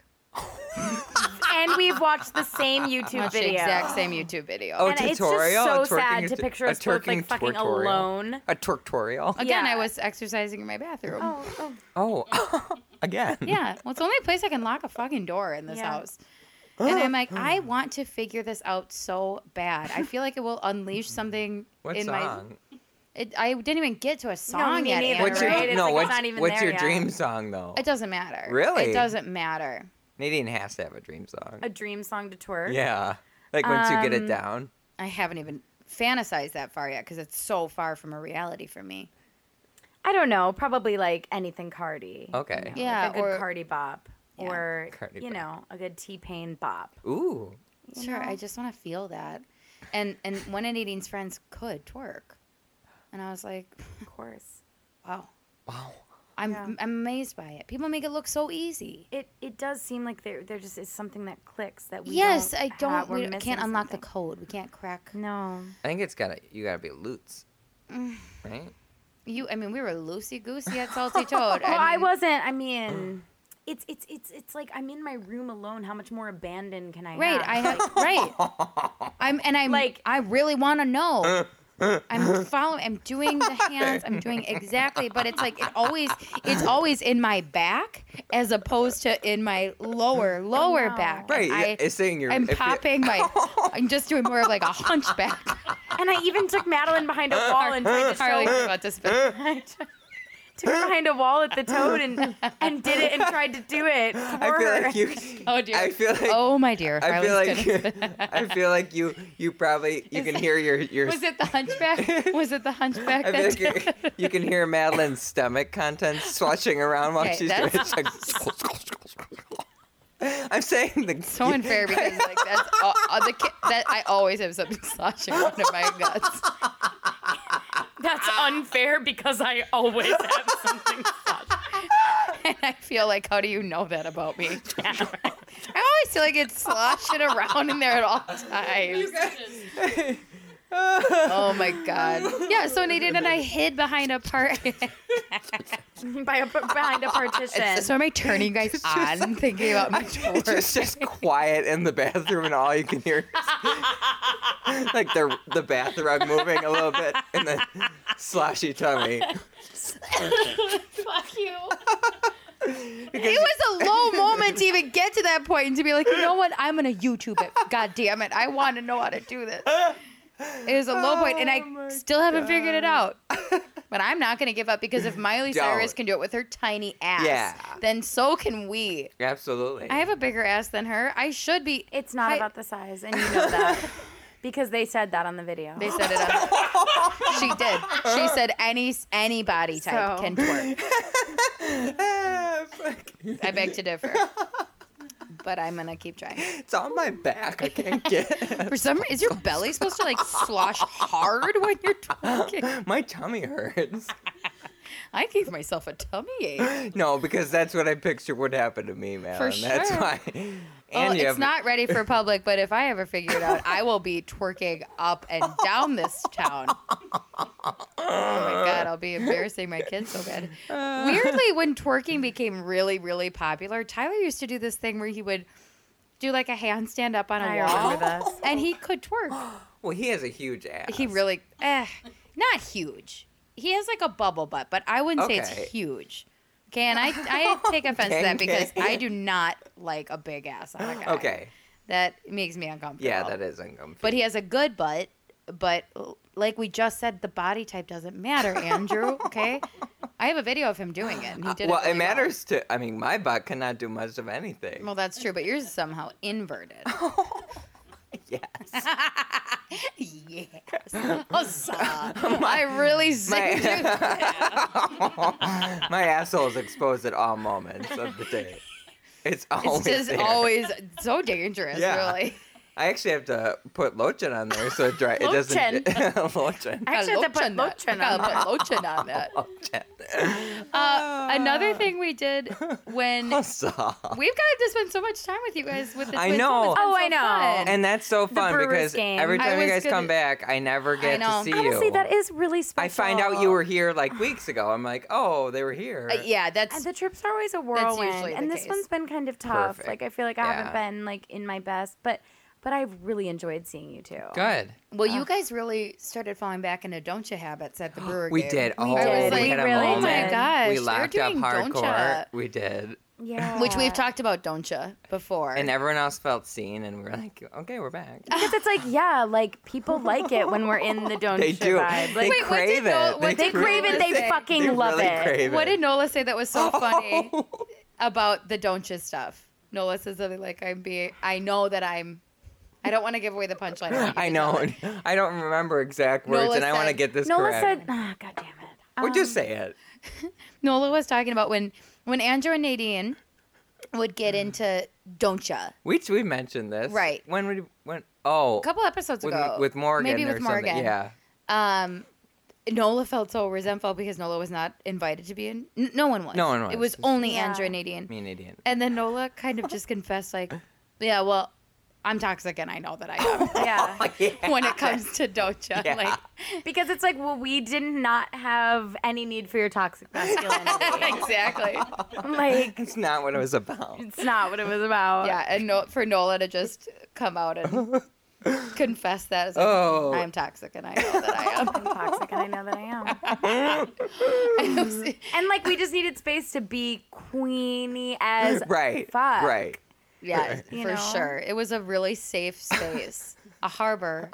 Speaker 3: and we've watched the same YouTube
Speaker 5: Watched the
Speaker 3: video.
Speaker 5: exact same YouTube video.
Speaker 6: Oh,
Speaker 3: and
Speaker 6: tutorial, a
Speaker 3: it's just so
Speaker 6: twerking
Speaker 3: sad to
Speaker 6: tut-
Speaker 3: picture
Speaker 6: a
Speaker 3: us both
Speaker 6: twerking
Speaker 3: like fucking
Speaker 6: tutorial.
Speaker 3: alone.
Speaker 6: A tutorial.
Speaker 5: Again,
Speaker 3: yeah.
Speaker 5: I was exercising in my bathroom.
Speaker 3: Oh, oh.
Speaker 6: Oh, again.
Speaker 5: Yeah. Well, it's the only place I can lock a fucking door in this
Speaker 3: Yeah.
Speaker 5: house. And I'm like, I want to figure this out so bad. I feel like it will unleash something
Speaker 6: What
Speaker 5: in
Speaker 6: song?
Speaker 5: my. It, I didn't even get to a song
Speaker 3: me
Speaker 5: yet.
Speaker 3: neither,
Speaker 5: Anna,
Speaker 6: What's your
Speaker 3: right? It's
Speaker 6: no?
Speaker 3: like it's
Speaker 6: what's
Speaker 3: not even
Speaker 6: what's
Speaker 3: there
Speaker 6: your
Speaker 3: yet.
Speaker 6: dream song though?
Speaker 5: It doesn't matter.
Speaker 6: Really?
Speaker 5: It doesn't matter.
Speaker 6: Nadine has to have a dream song.
Speaker 3: a dream song to twerk.
Speaker 6: Yeah, like once you get it
Speaker 3: Um,
Speaker 6: down.
Speaker 5: I haven't even fantasized that far yet because it's so far from a reality for me.
Speaker 3: I don't know. Probably like anything Cardi.
Speaker 6: Okay.
Speaker 3: You know,
Speaker 5: Yeah,
Speaker 3: Like a good
Speaker 5: or-
Speaker 3: Cardi bop.
Speaker 5: Yeah.
Speaker 3: Or,
Speaker 6: Cardi
Speaker 3: you
Speaker 6: bop.
Speaker 3: know, a good T Pain bop.
Speaker 6: Ooh,
Speaker 5: Sure, I just want to feel that. And and one of Nadine's friends could twerk, and I was like,
Speaker 3: Of course.
Speaker 5: wow,
Speaker 6: wow.
Speaker 5: I'm
Speaker 3: Yeah.
Speaker 5: I'm amazed by it. People make it look so easy.
Speaker 3: It it does seem like there there just is something that clicks that we
Speaker 5: yes,
Speaker 3: don't
Speaker 5: I don't.
Speaker 3: have. We're
Speaker 5: we
Speaker 3: missing
Speaker 5: can't unlock the
Speaker 3: something.
Speaker 5: code. We can't crack.
Speaker 3: No.
Speaker 6: I think it's gotta you gotta be Lutz, right?
Speaker 5: You, I mean, we were loosey goosey at Salty Toad.
Speaker 3: Well, I
Speaker 5: mean,
Speaker 3: wasn't. I
Speaker 6: Mm.
Speaker 3: mean, it's it's it's it's like I'm in my room alone. How much more abandoned can I
Speaker 5: Right,
Speaker 3: have?
Speaker 5: I have right. I'm and I'm like
Speaker 3: Like-
Speaker 5: I really want to
Speaker 6: Uh,
Speaker 5: know. I'm following. I'm doing the hands. I'm doing exactly, but it's like it always. It's always in my back as opposed to in my lower lower
Speaker 3: know.
Speaker 5: back.
Speaker 6: Right.
Speaker 5: And
Speaker 6: yeah, it's saying you're.
Speaker 5: I, am
Speaker 6: if you-
Speaker 5: popping my. I'm just doing more of like a hunchback.
Speaker 3: and I even took Madeline behind a wall and tried to show
Speaker 6: uh,
Speaker 5: Harley's about to spit.
Speaker 3: I tr- took her behind a wall at the toad and and did it and tried to do it for
Speaker 6: I feel
Speaker 3: her.
Speaker 6: like you.
Speaker 5: Oh dear.
Speaker 6: I feel like.
Speaker 5: oh my dear.
Speaker 6: I feel
Speaker 5: Harlan's goodness.
Speaker 6: like I feel like you. You probably you
Speaker 5: Is
Speaker 6: can
Speaker 5: that-
Speaker 6: hear your your.
Speaker 5: was it the hunchback? Was it the hunchback?
Speaker 6: I feel
Speaker 5: that
Speaker 6: like
Speaker 5: did-
Speaker 6: you, you can hear Madeline's stomach contents swashing around while
Speaker 5: Okay,
Speaker 6: she's doing it.
Speaker 5: that's-
Speaker 6: It's like- I'm saying the
Speaker 5: so unfair because like that's all, all the ki- that I always have something sloshing out of my guts.
Speaker 9: That's unfair because I always have something such.
Speaker 5: And I feel like, how do you know that about me? I always feel like it's sloshing around in there at all times. Oh my god. Yeah, so Nadine and I hid behind a part.
Speaker 3: by a, behind a partition.
Speaker 5: so am I turning you guys on thinking about my
Speaker 6: It's just, just quiet in the bathroom and all you can hear is, like the the bathroom moving a little bit and then sloshy tummy.
Speaker 9: Fuck you.
Speaker 5: It was a low moment to even get to that point and to be like, you know what? I'm gonna YouTube it. God damn it! I want to know how to do this. It was a low point, and I still haven't figured it out. But I'm not gonna give up because if Miley Cyrus
Speaker 6: Don't.
Speaker 5: can do it with her tiny ass,
Speaker 6: Yeah.
Speaker 5: then so can we.
Speaker 6: Absolutely.
Speaker 5: I have a bigger ass than her. I should be.
Speaker 3: it's not
Speaker 5: I-
Speaker 3: about the size, and you know that because they said that on the video.
Speaker 5: They said it. On, she did. She said any any body type
Speaker 3: So.
Speaker 5: can twerk.
Speaker 6: Ah, fuck.
Speaker 5: I beg to differ. But I'm gonna keep trying.
Speaker 6: It's on my back. I can't get it.
Speaker 5: For some, is your belly supposed to like slosh hard when you're twerking?
Speaker 6: My tummy hurts.
Speaker 5: I gave myself a tummy ache.
Speaker 6: No, because that's what I picture would happen to me, man.
Speaker 5: For
Speaker 6: That's
Speaker 5: sure.
Speaker 6: why.
Speaker 5: Well,
Speaker 6: And you
Speaker 5: it's
Speaker 6: have-
Speaker 5: not ready for public, but if I ever figure it out, I will be twerking up and down this town. Oh my god, I'll be embarrassing my kids so bad. Weirdly, when twerking became really, really popular, Tyler used to do this thing where he would do like a handstand up on a
Speaker 3: I
Speaker 5: wall,
Speaker 3: remember this.
Speaker 5: and he could twerk.
Speaker 6: Well, he has a huge ass.
Speaker 5: He really, eh, not huge. He has like a bubble butt, but I wouldn't say
Speaker 6: Okay.
Speaker 5: it's huge. Okay, and I, I take offense to that because
Speaker 6: Okay.
Speaker 5: I do not like a big ass on a guy.
Speaker 6: Okay.
Speaker 5: That makes me uncomfortable.
Speaker 6: Yeah, that is uncomfortable.
Speaker 5: But he has a good butt, but like we just said, the body type doesn't matter, Andrew. Okay, I have a video of him doing it. And he did
Speaker 6: Uh, well,
Speaker 5: it, really
Speaker 6: it matters to. I mean, my butt cannot do much of anything.
Speaker 5: Well. well, that's true, but yours is somehow inverted.
Speaker 6: yes.
Speaker 5: yes, Huzzah. I really zigged you.
Speaker 6: My asshole is exposed at all moments of the day. It's always
Speaker 5: It's just
Speaker 6: there.
Speaker 5: always so dangerous,
Speaker 6: Yeah.
Speaker 5: really.
Speaker 6: I actually have to put lotion on there so it dry. It doesn't lotion.
Speaker 3: I actually have to put
Speaker 5: Gotta
Speaker 3: lotion
Speaker 5: that.
Speaker 3: on that.
Speaker 5: Gotta put lotion on that.
Speaker 6: Lotion.
Speaker 5: Uh, another thing we did when we've
Speaker 6: Huzzah.
Speaker 5: got to spend so much time with you guys with the
Speaker 6: Oh, I
Speaker 5: twins.
Speaker 6: know.
Speaker 5: It's been
Speaker 3: Oh, I
Speaker 5: so
Speaker 3: know.
Speaker 5: fun. uh,
Speaker 6: And that's so fun
Speaker 3: Brewers
Speaker 6: because
Speaker 3: game.
Speaker 6: every
Speaker 3: I
Speaker 6: time you
Speaker 5: was
Speaker 6: guys
Speaker 5: good
Speaker 6: come
Speaker 5: at-
Speaker 6: back, I never get
Speaker 5: know.
Speaker 6: to see you.
Speaker 3: Honestly, that is really special.
Speaker 6: I find out you were here like weeks ago. I'm like, oh, they were here.
Speaker 5: Uh, yeah, that's
Speaker 3: And the trips are always a whirlwind,
Speaker 5: usually the
Speaker 3: and this
Speaker 5: case.
Speaker 3: one's been kind of tough.
Speaker 6: Perfect.
Speaker 3: Like I feel like I haven't
Speaker 6: Yeah.
Speaker 3: been like in my best, but but I've really enjoyed seeing you two.
Speaker 6: Good.
Speaker 5: well.
Speaker 3: uh,
Speaker 5: You guys really started falling back into don't you habits at the brewer.
Speaker 6: We
Speaker 5: game.
Speaker 6: did. Oh,
Speaker 5: I was
Speaker 3: did.
Speaker 5: like,
Speaker 6: we had a
Speaker 3: We really
Speaker 5: oh
Speaker 6: moment.
Speaker 5: my
Speaker 3: did.
Speaker 5: gosh,
Speaker 6: we
Speaker 5: they're
Speaker 6: locked up
Speaker 5: doing don't ya,
Speaker 6: hardcore. We did.
Speaker 3: Yeah,
Speaker 5: which we've talked about don't ya before.
Speaker 6: And everyone else felt seen, and we're like, okay, we're back.
Speaker 3: because it's like yeah, like people like it when we're in the don't
Speaker 6: They
Speaker 3: shit
Speaker 6: do.
Speaker 3: vibe.
Speaker 6: They
Speaker 5: Wait,
Speaker 3: Like
Speaker 5: what did
Speaker 6: crave
Speaker 5: Noel-
Speaker 6: it.
Speaker 5: what
Speaker 3: they
Speaker 5: did
Speaker 3: crave it, they
Speaker 5: They
Speaker 3: fucking
Speaker 6: they
Speaker 3: love
Speaker 6: really
Speaker 3: it.
Speaker 6: Crave
Speaker 5: what
Speaker 6: it.
Speaker 5: did Nola say that was so
Speaker 6: Oh,
Speaker 5: funny about the don't ya stuff? Nola says something like, "I'm be. I know that I'm. I don't want to give away the punchline. want you to
Speaker 6: I
Speaker 5: tell
Speaker 6: know.
Speaker 5: it."
Speaker 6: I don't remember exact words,
Speaker 5: Nola
Speaker 6: and I want to
Speaker 5: said-
Speaker 6: get this
Speaker 3: Nola
Speaker 6: correct.
Speaker 3: said, um, ah, "God damn it."
Speaker 6: or just say it.
Speaker 5: Nola was talking about when when Andrew and Nadine would get into don't ya
Speaker 6: Which we mentioned this.
Speaker 5: Right.
Speaker 6: When we when oh
Speaker 5: a couple episodes
Speaker 6: with,
Speaker 5: ago
Speaker 6: with Morgan
Speaker 5: maybe with
Speaker 6: or
Speaker 5: Morgan.
Speaker 6: something. Yeah.
Speaker 5: Um, Nola felt so resentful because Nola was not invited to be in. N- no one was.
Speaker 6: No one was.
Speaker 5: It was only
Speaker 3: Yeah.
Speaker 5: Andrew and Nadine.
Speaker 6: Me and Nadine.
Speaker 5: And then Nola kind of just confessed, like, yeah, well, I'm toxic and I know that I am
Speaker 3: Yeah,
Speaker 5: when it comes to Docha. Like,
Speaker 3: because it's like, well, we did not have any need for your toxic masculinity.
Speaker 5: exactly.
Speaker 3: like,
Speaker 6: It's not what it was about.
Speaker 3: it's not what it was about.
Speaker 5: Yeah. And no, for Nola to just come out and confess that, it's like,
Speaker 6: Oh.
Speaker 5: I'm toxic and I know that I am.
Speaker 3: I'm toxic, and I know that I am.
Speaker 5: And it was-
Speaker 3: And like we just needed space to be queeny as
Speaker 6: Right.
Speaker 3: fuck.
Speaker 6: Right.
Speaker 5: yeah,
Speaker 3: You
Speaker 5: for
Speaker 3: know? Oh.
Speaker 5: sure. It was a really safe space, a harbor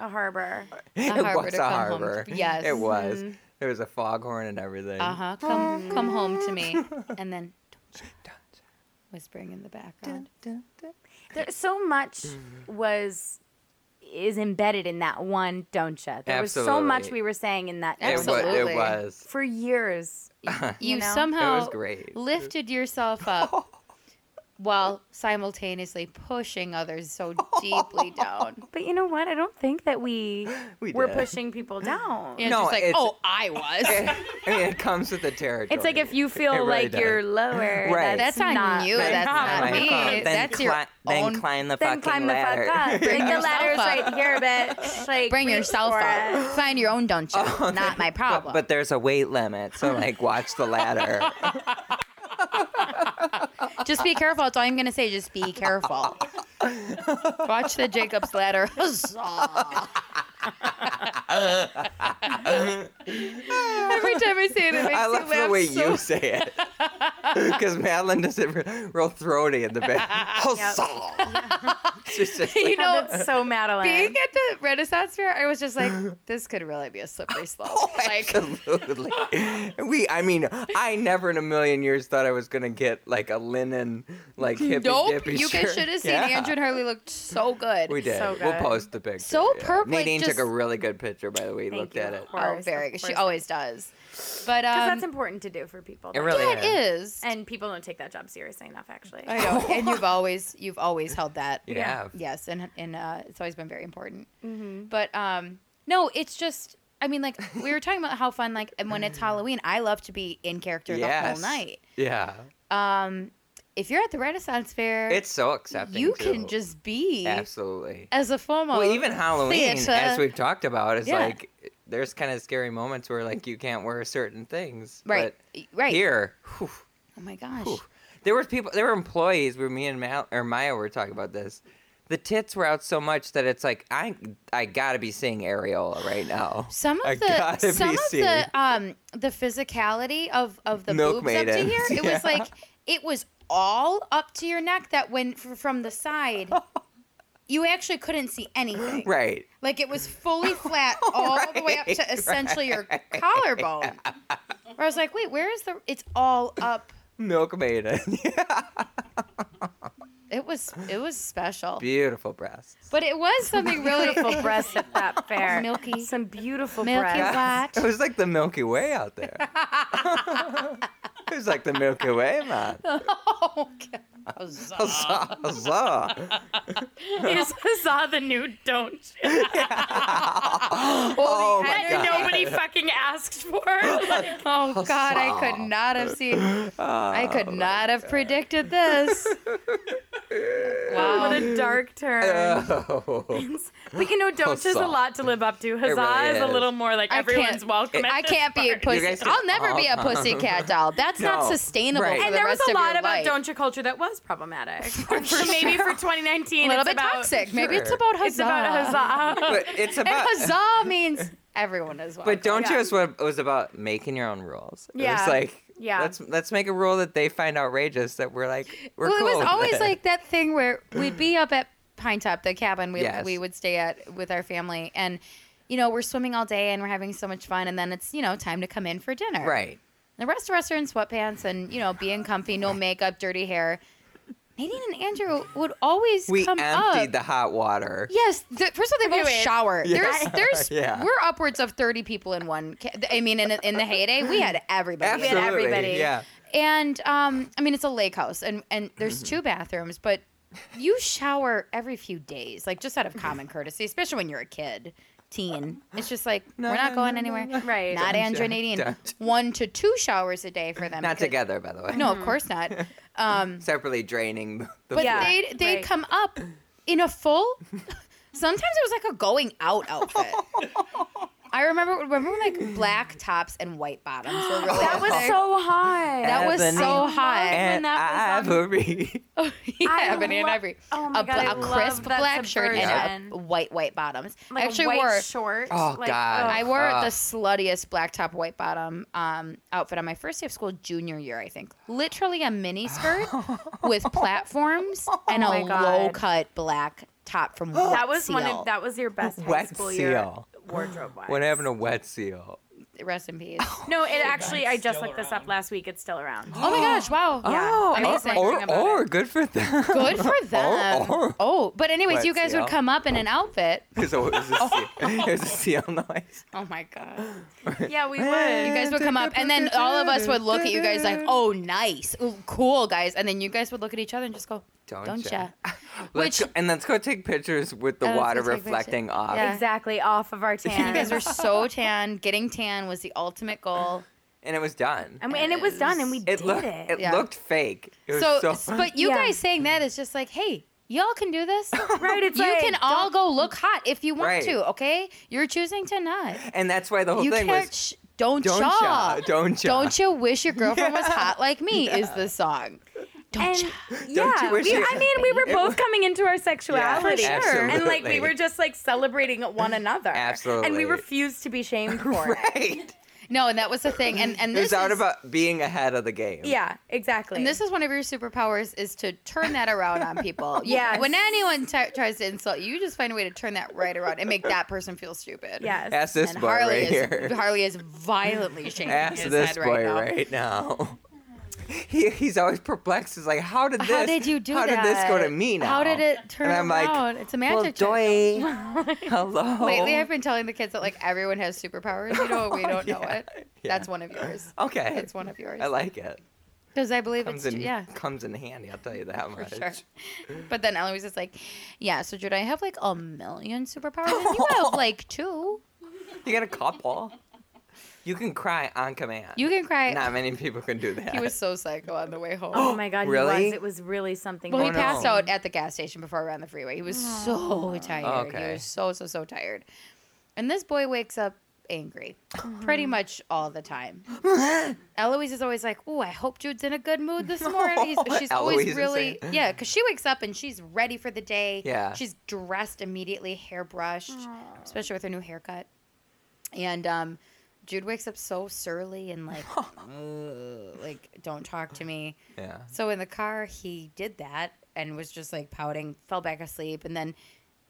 Speaker 3: a harbor.
Speaker 6: it
Speaker 5: harbor
Speaker 6: was
Speaker 5: to
Speaker 6: a
Speaker 5: come home to-
Speaker 6: harbor.
Speaker 5: yes. Mm-hmm.
Speaker 6: It was. There was a foghorn and everything.
Speaker 5: Uh huh. Come, come home to me, and then whispering in the background.
Speaker 3: There, so much was is embedded in that one, don't you? There was so much
Speaker 6: Absolutely.
Speaker 3: we were saying in that
Speaker 6: It, wa-
Speaker 3: episode.
Speaker 5: Absolutely.
Speaker 6: it was.
Speaker 3: for years.
Speaker 5: You,
Speaker 3: know?
Speaker 5: somehow
Speaker 6: Uh-huh. It was great.
Speaker 5: lifted yourself up while simultaneously pushing others so deeply down.
Speaker 3: But you know what? I don't think that we,
Speaker 6: We
Speaker 3: were
Speaker 6: did.
Speaker 3: pushing people down.
Speaker 5: And
Speaker 6: No,
Speaker 5: just like,
Speaker 6: it's-
Speaker 5: oh, I was.
Speaker 6: I mean, it comes with the territory.
Speaker 3: It's like if you feel
Speaker 6: really
Speaker 3: like
Speaker 6: does.
Speaker 3: you're lower,
Speaker 6: Right.
Speaker 5: That's
Speaker 3: that's,
Speaker 5: on
Speaker 3: not
Speaker 5: you.
Speaker 3: Right.
Speaker 5: That's
Speaker 6: Oh
Speaker 5: not
Speaker 6: my
Speaker 5: me.
Speaker 6: God. Then
Speaker 5: That's your
Speaker 6: cli- then
Speaker 5: own-
Speaker 6: climb the
Speaker 3: Then
Speaker 6: fucking
Speaker 3: climb the
Speaker 6: ladder.
Speaker 3: fuck up. like the
Speaker 5: yourself
Speaker 3: ladder's
Speaker 5: up.
Speaker 3: right here, bitch. Like
Speaker 5: Bring
Speaker 3: reach
Speaker 5: yourself
Speaker 3: for
Speaker 5: up.
Speaker 3: it.
Speaker 5: Find your own dungeon. Not my problem.
Speaker 6: Oh, But, but there's a weight limit, so like watch the ladder.
Speaker 5: Just be careful. That's all I'm gonna say. Just be careful. Watch the Jacob's ladder. Huzzah. Every time I say it, it makes
Speaker 6: I
Speaker 5: you
Speaker 6: love
Speaker 5: laugh
Speaker 6: the way
Speaker 5: so
Speaker 6: you say it because Madeline does it re- real throaty in the back. She's just like,
Speaker 5: you know,
Speaker 3: That's so Madeline.
Speaker 5: being at the Renaissance fair, I was just like, this could really be a
Speaker 6: Oh,
Speaker 5: slippery slope. Like,
Speaker 6: Absolutely. We, I mean, I never in a million years thought I was gonna get like a linen, like hippy
Speaker 5: nope.
Speaker 6: dippy
Speaker 5: You
Speaker 6: shirt.
Speaker 5: guys should have seen
Speaker 6: Yeah.
Speaker 5: Andrew and Harley looked so good.
Speaker 6: We did.
Speaker 3: So
Speaker 6: we'll
Speaker 3: good.
Speaker 6: post the picture.
Speaker 5: So perfect,
Speaker 6: Nadine
Speaker 5: just-
Speaker 6: took a really good picture, by the way. You
Speaker 3: Thank
Speaker 6: looked
Speaker 3: you,
Speaker 6: at
Speaker 3: of
Speaker 6: it.
Speaker 3: course,
Speaker 5: Oh,
Speaker 3: of
Speaker 5: very. She
Speaker 3: course.
Speaker 5: always does. But um,
Speaker 3: 'Cause that's important to do for people.
Speaker 6: It
Speaker 3: that-
Speaker 6: really
Speaker 5: yeah, it
Speaker 6: is.
Speaker 5: is.
Speaker 3: And people don't take that job seriously enough, actually.
Speaker 5: I know. and you've always you've always held that.
Speaker 6: Yeah.
Speaker 5: Yes, and and uh, it's always been very important.
Speaker 3: Mm-hmm.
Speaker 5: But um, no, it's just. I mean, like we were talking about how fun, like, and when it's Halloween, I love to be in character
Speaker 6: Yes.
Speaker 5: the whole night.
Speaker 6: Yeah.
Speaker 5: Um, if you're at the Renaissance Fair,
Speaker 6: It's so accepting.
Speaker 5: you can
Speaker 6: too.
Speaker 5: just be
Speaker 6: absolutely.
Speaker 5: as a form of
Speaker 6: Well, even Halloween,
Speaker 5: theater.
Speaker 6: as we've talked about, is
Speaker 5: Yeah.
Speaker 6: like there's kind of scary moments where like you can't wear certain things.
Speaker 5: right,
Speaker 6: But
Speaker 5: right
Speaker 6: Here, whew,
Speaker 5: Oh my gosh,
Speaker 6: whew. there were people, there were employees where me and Mal or Maya were talking about this. The tits were out so much that it's like I I gotta be seeing areola right now.
Speaker 5: some of
Speaker 6: I gotta
Speaker 5: the
Speaker 6: be
Speaker 5: some of
Speaker 6: seeing-
Speaker 5: the um the physicality of of the
Speaker 6: Milk
Speaker 5: boobs up to
Speaker 6: maidens,
Speaker 5: here, it
Speaker 6: yeah.
Speaker 5: was like it was all up to your neck. That when f- from the side, you actually couldn't see anything.
Speaker 6: Right.
Speaker 5: Like it was fully flat all the way up
Speaker 6: Right,
Speaker 5: to essentially your collarbone. Where I was like, wait, where is the? It's all up.
Speaker 6: Milk maiden. yeah.
Speaker 5: It was it was special,
Speaker 6: Beautiful breasts.
Speaker 5: but it was something really
Speaker 3: Beautiful breasts at that fair.
Speaker 5: Milky.
Speaker 3: Some beautiful
Speaker 5: Milky
Speaker 3: breasts.
Speaker 5: White.
Speaker 6: It was like the Milky Way out there. it was like the Milky Way, man.
Speaker 5: Oh, God.
Speaker 6: Huzzah, huzzah.
Speaker 9: You saw the new don't you?
Speaker 6: Oh my
Speaker 9: that
Speaker 6: god.
Speaker 9: nobody fucking asked for. Like,
Speaker 5: Oh God, I could not have seen.
Speaker 6: Oh,
Speaker 5: I could not have predicted this.
Speaker 3: What
Speaker 5: Wow.
Speaker 3: a dark turn.
Speaker 6: Oh.
Speaker 9: but you know, don't is a
Speaker 6: Huzzah.
Speaker 9: lot to live up to. Huzzah
Speaker 6: really
Speaker 9: is a
Speaker 6: is.
Speaker 9: little more like
Speaker 5: I
Speaker 9: everyone's
Speaker 5: can't-
Speaker 9: welcome. at
Speaker 5: I
Speaker 9: this
Speaker 5: can't be a
Speaker 9: party.
Speaker 5: pussy.
Speaker 6: guys can
Speaker 5: I'll never be a
Speaker 6: all-
Speaker 5: pussycat doll. That's not
Speaker 6: No.
Speaker 5: sustainable
Speaker 6: Right.
Speaker 5: for
Speaker 3: And
Speaker 5: the
Speaker 3: there was
Speaker 5: rest
Speaker 3: a
Speaker 5: of
Speaker 3: lot
Speaker 5: your
Speaker 3: about
Speaker 5: life.
Speaker 3: don't you culture that was problematic. For maybe for 2019,
Speaker 5: a little
Speaker 3: it's
Speaker 5: bit
Speaker 3: about,
Speaker 5: toxic. Maybe it's
Speaker 6: Sure.
Speaker 5: about huzzah.
Speaker 9: It's about a huzzah.
Speaker 6: But it's
Speaker 5: And
Speaker 6: about
Speaker 5: huzzah means everyone is welcome.
Speaker 6: But don't
Speaker 3: Yeah.
Speaker 6: you is what it was about making your own rules. It
Speaker 3: Yeah.
Speaker 6: was like
Speaker 3: Yeah.
Speaker 6: let's let's make a rule that they find outrageous that we're like we're
Speaker 5: well,
Speaker 6: cool
Speaker 5: it was
Speaker 6: with
Speaker 5: always
Speaker 6: it.
Speaker 5: like that thing where we'd be up at Pine Top, the cabin we
Speaker 6: Yes.
Speaker 5: we would stay at with our family, and you know we're swimming all day and we're having so much fun, and then it's you know time to come in for dinner.
Speaker 6: Right.
Speaker 5: The rest of us are in sweatpants and you know being comfy, no makeup, dirty hair. Nadine and Andrew would always
Speaker 6: We
Speaker 5: come
Speaker 6: emptied
Speaker 5: up.
Speaker 6: the hot water.
Speaker 5: Yes, the, first of all, they both
Speaker 9: Wait.
Speaker 5: shower.
Speaker 6: Yeah.
Speaker 5: There's, there's,
Speaker 6: Yeah.
Speaker 5: we're upwards of thirty people in one. Ca- I mean, in, in the heyday, we had everybody. in
Speaker 6: Absolutely.
Speaker 3: everybody.
Speaker 6: Yeah.
Speaker 5: and um, I mean, it's a lake house, and and there's
Speaker 6: Mm-hmm.
Speaker 5: two bathrooms, but you shower every few days, like just out of common courtesy, especially when you're a kid, teen. It's just like we're not
Speaker 6: no,
Speaker 5: going
Speaker 6: no,
Speaker 5: anywhere.
Speaker 3: Right.
Speaker 5: Not Andrew and
Speaker 6: don't,
Speaker 5: Nadine.
Speaker 6: don't.
Speaker 5: One to two showers a day for them.
Speaker 6: Not
Speaker 5: because-
Speaker 6: together, Mm-hmm. by the way.
Speaker 5: No, of course not. Um,
Speaker 6: Separately draining the
Speaker 5: but
Speaker 3: Yeah,
Speaker 5: they'd they'd
Speaker 3: right.
Speaker 5: come up in a full. Sometimes it was like a going out outfit. I remember remember when like black tops and white bottoms were really
Speaker 3: That was
Speaker 5: a thing?
Speaker 3: so hot.
Speaker 5: that was
Speaker 6: Ebony
Speaker 5: so hot.
Speaker 6: and
Speaker 3: that was on-
Speaker 6: ivory.
Speaker 5: yeah,
Speaker 3: I
Speaker 5: Ebony and
Speaker 3: lo-
Speaker 5: Ivory.
Speaker 3: Oh my
Speaker 5: a,
Speaker 3: God,
Speaker 5: bla-
Speaker 3: I
Speaker 5: a crisp
Speaker 3: love that
Speaker 5: black shirt and a
Speaker 3: subversion.
Speaker 5: white white bottoms.
Speaker 3: like
Speaker 5: I actually
Speaker 3: a white
Speaker 5: wore
Speaker 3: short.
Speaker 6: Oh,
Speaker 3: like,
Speaker 6: God.
Speaker 5: I wore
Speaker 6: Ah.
Speaker 5: the sluttiest black top white bottom um, outfit on my first day of school junior year, I think. Literally a mini skirt with platforms and
Speaker 3: Oh my
Speaker 5: a
Speaker 3: God.
Speaker 5: low cut black top from Wet
Speaker 3: That was one
Speaker 5: Seal.
Speaker 3: of that was your best high
Speaker 6: Wet
Speaker 3: school
Speaker 6: Seal.
Speaker 3: year wardrobe wise.
Speaker 6: What happened to Wet Seal?
Speaker 5: Rest in peace.
Speaker 3: No, it actually I just
Speaker 4: still
Speaker 3: looked this up
Speaker 4: around.
Speaker 3: last week. It's still around.
Speaker 5: Oh my gosh! Wow.
Speaker 3: Yeah.
Speaker 5: Amazing.
Speaker 6: Oh, Or, or good for them.
Speaker 5: Good for them.
Speaker 6: Or, or.
Speaker 5: Oh, but anyways,
Speaker 6: Oh. Wet
Speaker 5: you guys
Speaker 6: Seal.
Speaker 5: would come up in an outfit.
Speaker 6: There's a, there's a seal, there's a seal noise.
Speaker 5: Oh my god.
Speaker 3: Yeah, we
Speaker 5: You
Speaker 3: would.
Speaker 5: guys would come up, and then all of us would look at you guys like, "Oh, nice, Ooh, cool, guys," and then you guys would look at each other and just go,
Speaker 6: Don't
Speaker 5: "Don't,
Speaker 6: ya."
Speaker 5: ya?" Which-
Speaker 6: Let's go, and let's go take pictures with the
Speaker 5: Yeah, let's
Speaker 6: water
Speaker 5: go take pictures.
Speaker 6: reflecting off.
Speaker 5: Yeah.
Speaker 3: Exactly off of our
Speaker 5: You
Speaker 3: tan.
Speaker 5: guys were so tan. Getting tan was the ultimate goal.
Speaker 6: And it was done.
Speaker 3: and, we, and it was done and we
Speaker 6: it
Speaker 3: did
Speaker 6: looked
Speaker 3: it.
Speaker 6: it
Speaker 5: Yeah.
Speaker 6: looked fake. It was
Speaker 5: So,
Speaker 6: so,
Speaker 5: but you
Speaker 3: Yeah.
Speaker 5: guys saying that is just like, "Hey, y'all can do this."
Speaker 3: Right, it's
Speaker 5: You
Speaker 3: like,
Speaker 5: can all go look hot if you want
Speaker 6: Right.
Speaker 5: to, okay? You're choosing to not.
Speaker 6: and that's why the whole
Speaker 5: you
Speaker 6: thing
Speaker 5: can't.
Speaker 6: was
Speaker 5: Sh- don't,
Speaker 6: Don't
Speaker 5: ya.
Speaker 6: ya, don't ya.
Speaker 5: Don't you wish your girlfriend was hot like me? Is the song? Don't
Speaker 3: And
Speaker 5: ya.
Speaker 6: Don't
Speaker 3: yeah,
Speaker 6: you wish
Speaker 3: we,
Speaker 6: you-
Speaker 3: I mean, we were
Speaker 6: It
Speaker 3: both coming into our sexuality,
Speaker 6: Yeah, For sure.
Speaker 3: and like we
Speaker 6: absolutely.
Speaker 3: were just like celebrating one another, and
Speaker 6: Absolutely.
Speaker 3: we refused to be shamed for it.
Speaker 6: right.
Speaker 5: No, and that was the thing. And and
Speaker 6: It
Speaker 5: this
Speaker 6: was out
Speaker 5: is-
Speaker 6: about being ahead of the game.
Speaker 3: Yeah, exactly.
Speaker 5: And this is one of your superpowers is to turn that around on people. You-
Speaker 3: Yes.
Speaker 5: When anyone t- tries to insult you, you just find a way to turn that right around and make that person feel stupid.
Speaker 3: yes,
Speaker 6: Ask this
Speaker 5: And
Speaker 6: boy
Speaker 5: Harley
Speaker 6: right
Speaker 5: is
Speaker 6: here.
Speaker 5: Harley is violently shaking
Speaker 6: Ask
Speaker 5: his
Speaker 6: this
Speaker 5: head
Speaker 6: boy
Speaker 5: right now.
Speaker 6: right now. He, he's always perplexed. He's like, how did this?
Speaker 5: How did you do
Speaker 6: How
Speaker 5: that?
Speaker 6: did this go to me now?
Speaker 5: How did it turn
Speaker 6: And I'm like,
Speaker 5: around? it's a
Speaker 6: Well,
Speaker 5: magic trick.
Speaker 6: doy. Hello.
Speaker 5: Lately, I've been telling the kids that like everyone has superpowers. You know, we don't know
Speaker 6: Oh, Yeah.
Speaker 5: it.
Speaker 6: Yeah.
Speaker 5: That's one of yours.
Speaker 6: Okay.
Speaker 5: That's one of yours.
Speaker 6: I like it.
Speaker 5: Because I believe
Speaker 6: Comes
Speaker 5: it's
Speaker 6: in,
Speaker 5: true. yeah.
Speaker 6: comes in handy. I'll tell you that much.
Speaker 5: sure. But then Ellie was just like, "Yeah, so Jude, I have like a million superpowers. and You have like two.
Speaker 6: You got a couple. You can cry on command.
Speaker 5: You can cry."
Speaker 6: Not many people can do that.
Speaker 5: He was so psycho on the way home.
Speaker 3: oh my god, he
Speaker 6: Really?
Speaker 3: was. It was really something.
Speaker 5: well, he
Speaker 6: oh, no.
Speaker 5: passed out at the gas station before we were on the freeway. He was so tired. He
Speaker 6: Okay.
Speaker 5: was so so so tired. And this boy wakes up angry, pretty much all the time. Eloise is always like, "Oh, I hope Jude's in a good mood this morning." He's- she's
Speaker 6: Eloise
Speaker 5: always
Speaker 6: is
Speaker 5: really
Speaker 6: saying-
Speaker 5: yeah, because she wakes up and she's ready for the day.
Speaker 6: Yeah.
Speaker 5: she's dressed immediately, hairbrushed, especially with her new haircut. And um, Jude wakes up so surly and like, "Ugh," like don't talk to me.
Speaker 6: yeah.
Speaker 5: So in the car, he did that and was just like pouting, fell back asleep, and then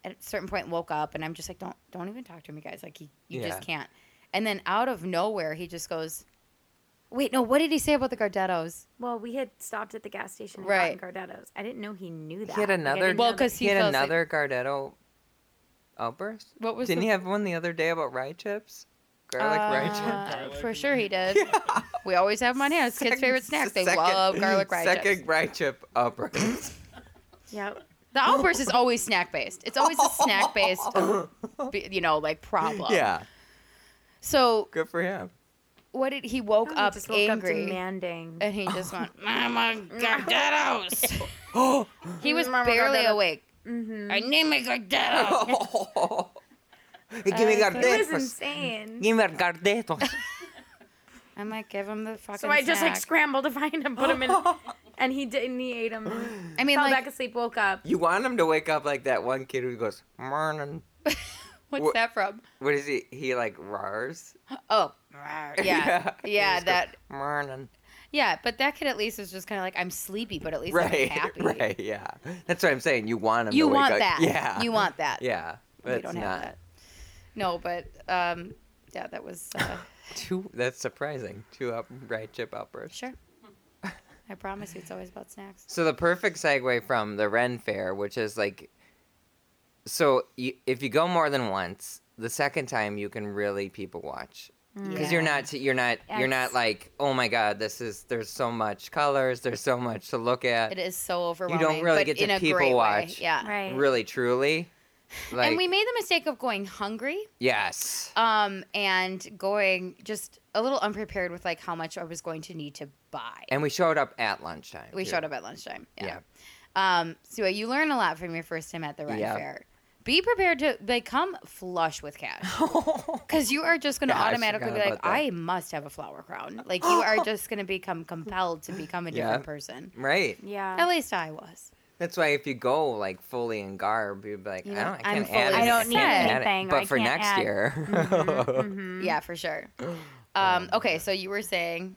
Speaker 5: at a certain point woke up, and I'm just like, don't don't even talk to him, you guys. Like he, you
Speaker 6: Yeah.
Speaker 5: just can't. And then out of nowhere, he just goes, wait, no, what did he say about the Gardettos?
Speaker 3: well, we had stopped at the gas station and
Speaker 5: Right.
Speaker 3: gotten Gardettos. I didn't know he knew that.
Speaker 6: He had
Speaker 3: Like, I
Speaker 6: another.
Speaker 3: didn't
Speaker 5: Well,
Speaker 3: know
Speaker 5: because
Speaker 6: he,
Speaker 5: he,
Speaker 6: had
Speaker 5: feels like-
Speaker 6: another Gardetto outburst.
Speaker 5: What was
Speaker 6: Didn't
Speaker 5: the-
Speaker 6: he have one the other day about rye chips? Garlic rye
Speaker 5: Uh,
Speaker 6: chips.
Speaker 5: for sure he did. We always have them on hand. It's kids' favorite snack. They
Speaker 6: Second-
Speaker 5: love garlic rice.
Speaker 6: Second rye chip outburst.
Speaker 3: that. Yep.
Speaker 5: The outburst is always snack based. It's always a snack based, you know, like problem.
Speaker 6: yeah.
Speaker 5: So
Speaker 6: Good for him.
Speaker 5: what did he woke
Speaker 3: Oh, He
Speaker 5: up
Speaker 3: just woke
Speaker 5: angry?
Speaker 3: up demanding.
Speaker 5: and he just went, Mama Gardettos. Oh. he was
Speaker 3: Mama
Speaker 5: barely
Speaker 3: Gardetto.
Speaker 5: awake. I need my Gardettos.
Speaker 6: Hey, give me
Speaker 3: it was
Speaker 6: Gardettos.
Speaker 3: insane.
Speaker 6: Give me Gardettos.
Speaker 5: I might give him the fucking.
Speaker 3: So I just like
Speaker 5: snack.
Speaker 3: scrambled to find him, put him in, and he did, and he ate him. Fell
Speaker 5: I mean,
Speaker 3: back
Speaker 5: like,
Speaker 3: asleep, woke up.
Speaker 6: You want him to wake up like that one kid who goes, morning.
Speaker 5: what's
Speaker 6: Wha-
Speaker 5: that from?
Speaker 6: What is he? He like roars.
Speaker 5: Oh,
Speaker 6: Yeah.
Speaker 5: yeah, yeah,
Speaker 6: Just go,
Speaker 5: that,
Speaker 6: Morning.
Speaker 5: yeah. But that kid at least was just kind of like, I'm sleepy, but at least I'm
Speaker 6: Right.
Speaker 5: happy.
Speaker 6: Right. Yeah. That's what I'm saying. You want him
Speaker 5: You
Speaker 6: to wake
Speaker 5: want
Speaker 6: up.
Speaker 5: that?
Speaker 6: Yeah.
Speaker 5: You want that?
Speaker 6: Yeah. But
Speaker 5: We
Speaker 6: it's
Speaker 5: don't
Speaker 6: not
Speaker 5: have that. No, but um, yeah, that was uh,
Speaker 6: two. That's surprising. Two up right chip outbursts.
Speaker 5: sure. I promise you, it's always about snacks.
Speaker 6: So the perfect segue from the Ren Fair, which is like, so you, if you go more than once, the second time you can really people watch
Speaker 5: Mm.
Speaker 6: because you're
Speaker 5: Yeah.
Speaker 6: not you're not you're not
Speaker 3: Yes.
Speaker 6: like oh my god this is there's so much colors there's so much to look at
Speaker 5: It is so overwhelming.
Speaker 6: really
Speaker 5: but
Speaker 6: get to
Speaker 5: in a
Speaker 6: people
Speaker 5: great way.
Speaker 6: watch.
Speaker 5: Yeah.
Speaker 3: Right.
Speaker 6: really truly like
Speaker 5: and we made the mistake of going hungry
Speaker 6: yes
Speaker 5: um and going just a little unprepared with like how much i was going to need to buy
Speaker 6: and we showed up at lunchtime
Speaker 5: we
Speaker 6: too.
Speaker 5: showed up at lunchtime yeah,
Speaker 6: Yeah.
Speaker 5: um so you learn a lot from your first time at the rent
Speaker 6: Yeah.
Speaker 5: fair be prepared to become flush with cash because you are just going to
Speaker 6: Yeah, I
Speaker 5: automatically be
Speaker 6: forgot
Speaker 5: like
Speaker 6: about that.
Speaker 5: i must have a flower crown like you are just going to become compelled to become a different
Speaker 6: Yeah.
Speaker 5: person
Speaker 6: right
Speaker 5: at
Speaker 3: Yeah.
Speaker 5: least i was
Speaker 6: That's why if you go like fully in garb, you'd be like,
Speaker 5: You
Speaker 6: I
Speaker 5: know,
Speaker 6: don't, I
Speaker 5: I'm
Speaker 6: can't add.
Speaker 5: fully
Speaker 6: it.
Speaker 5: I don't need
Speaker 6: Add it.
Speaker 3: anything, or
Speaker 6: But
Speaker 3: I
Speaker 6: for
Speaker 3: can't
Speaker 6: next
Speaker 3: add-
Speaker 6: year,
Speaker 5: Mm-hmm,
Speaker 6: Mm-hmm.
Speaker 5: yeah for sure um okay so you were saying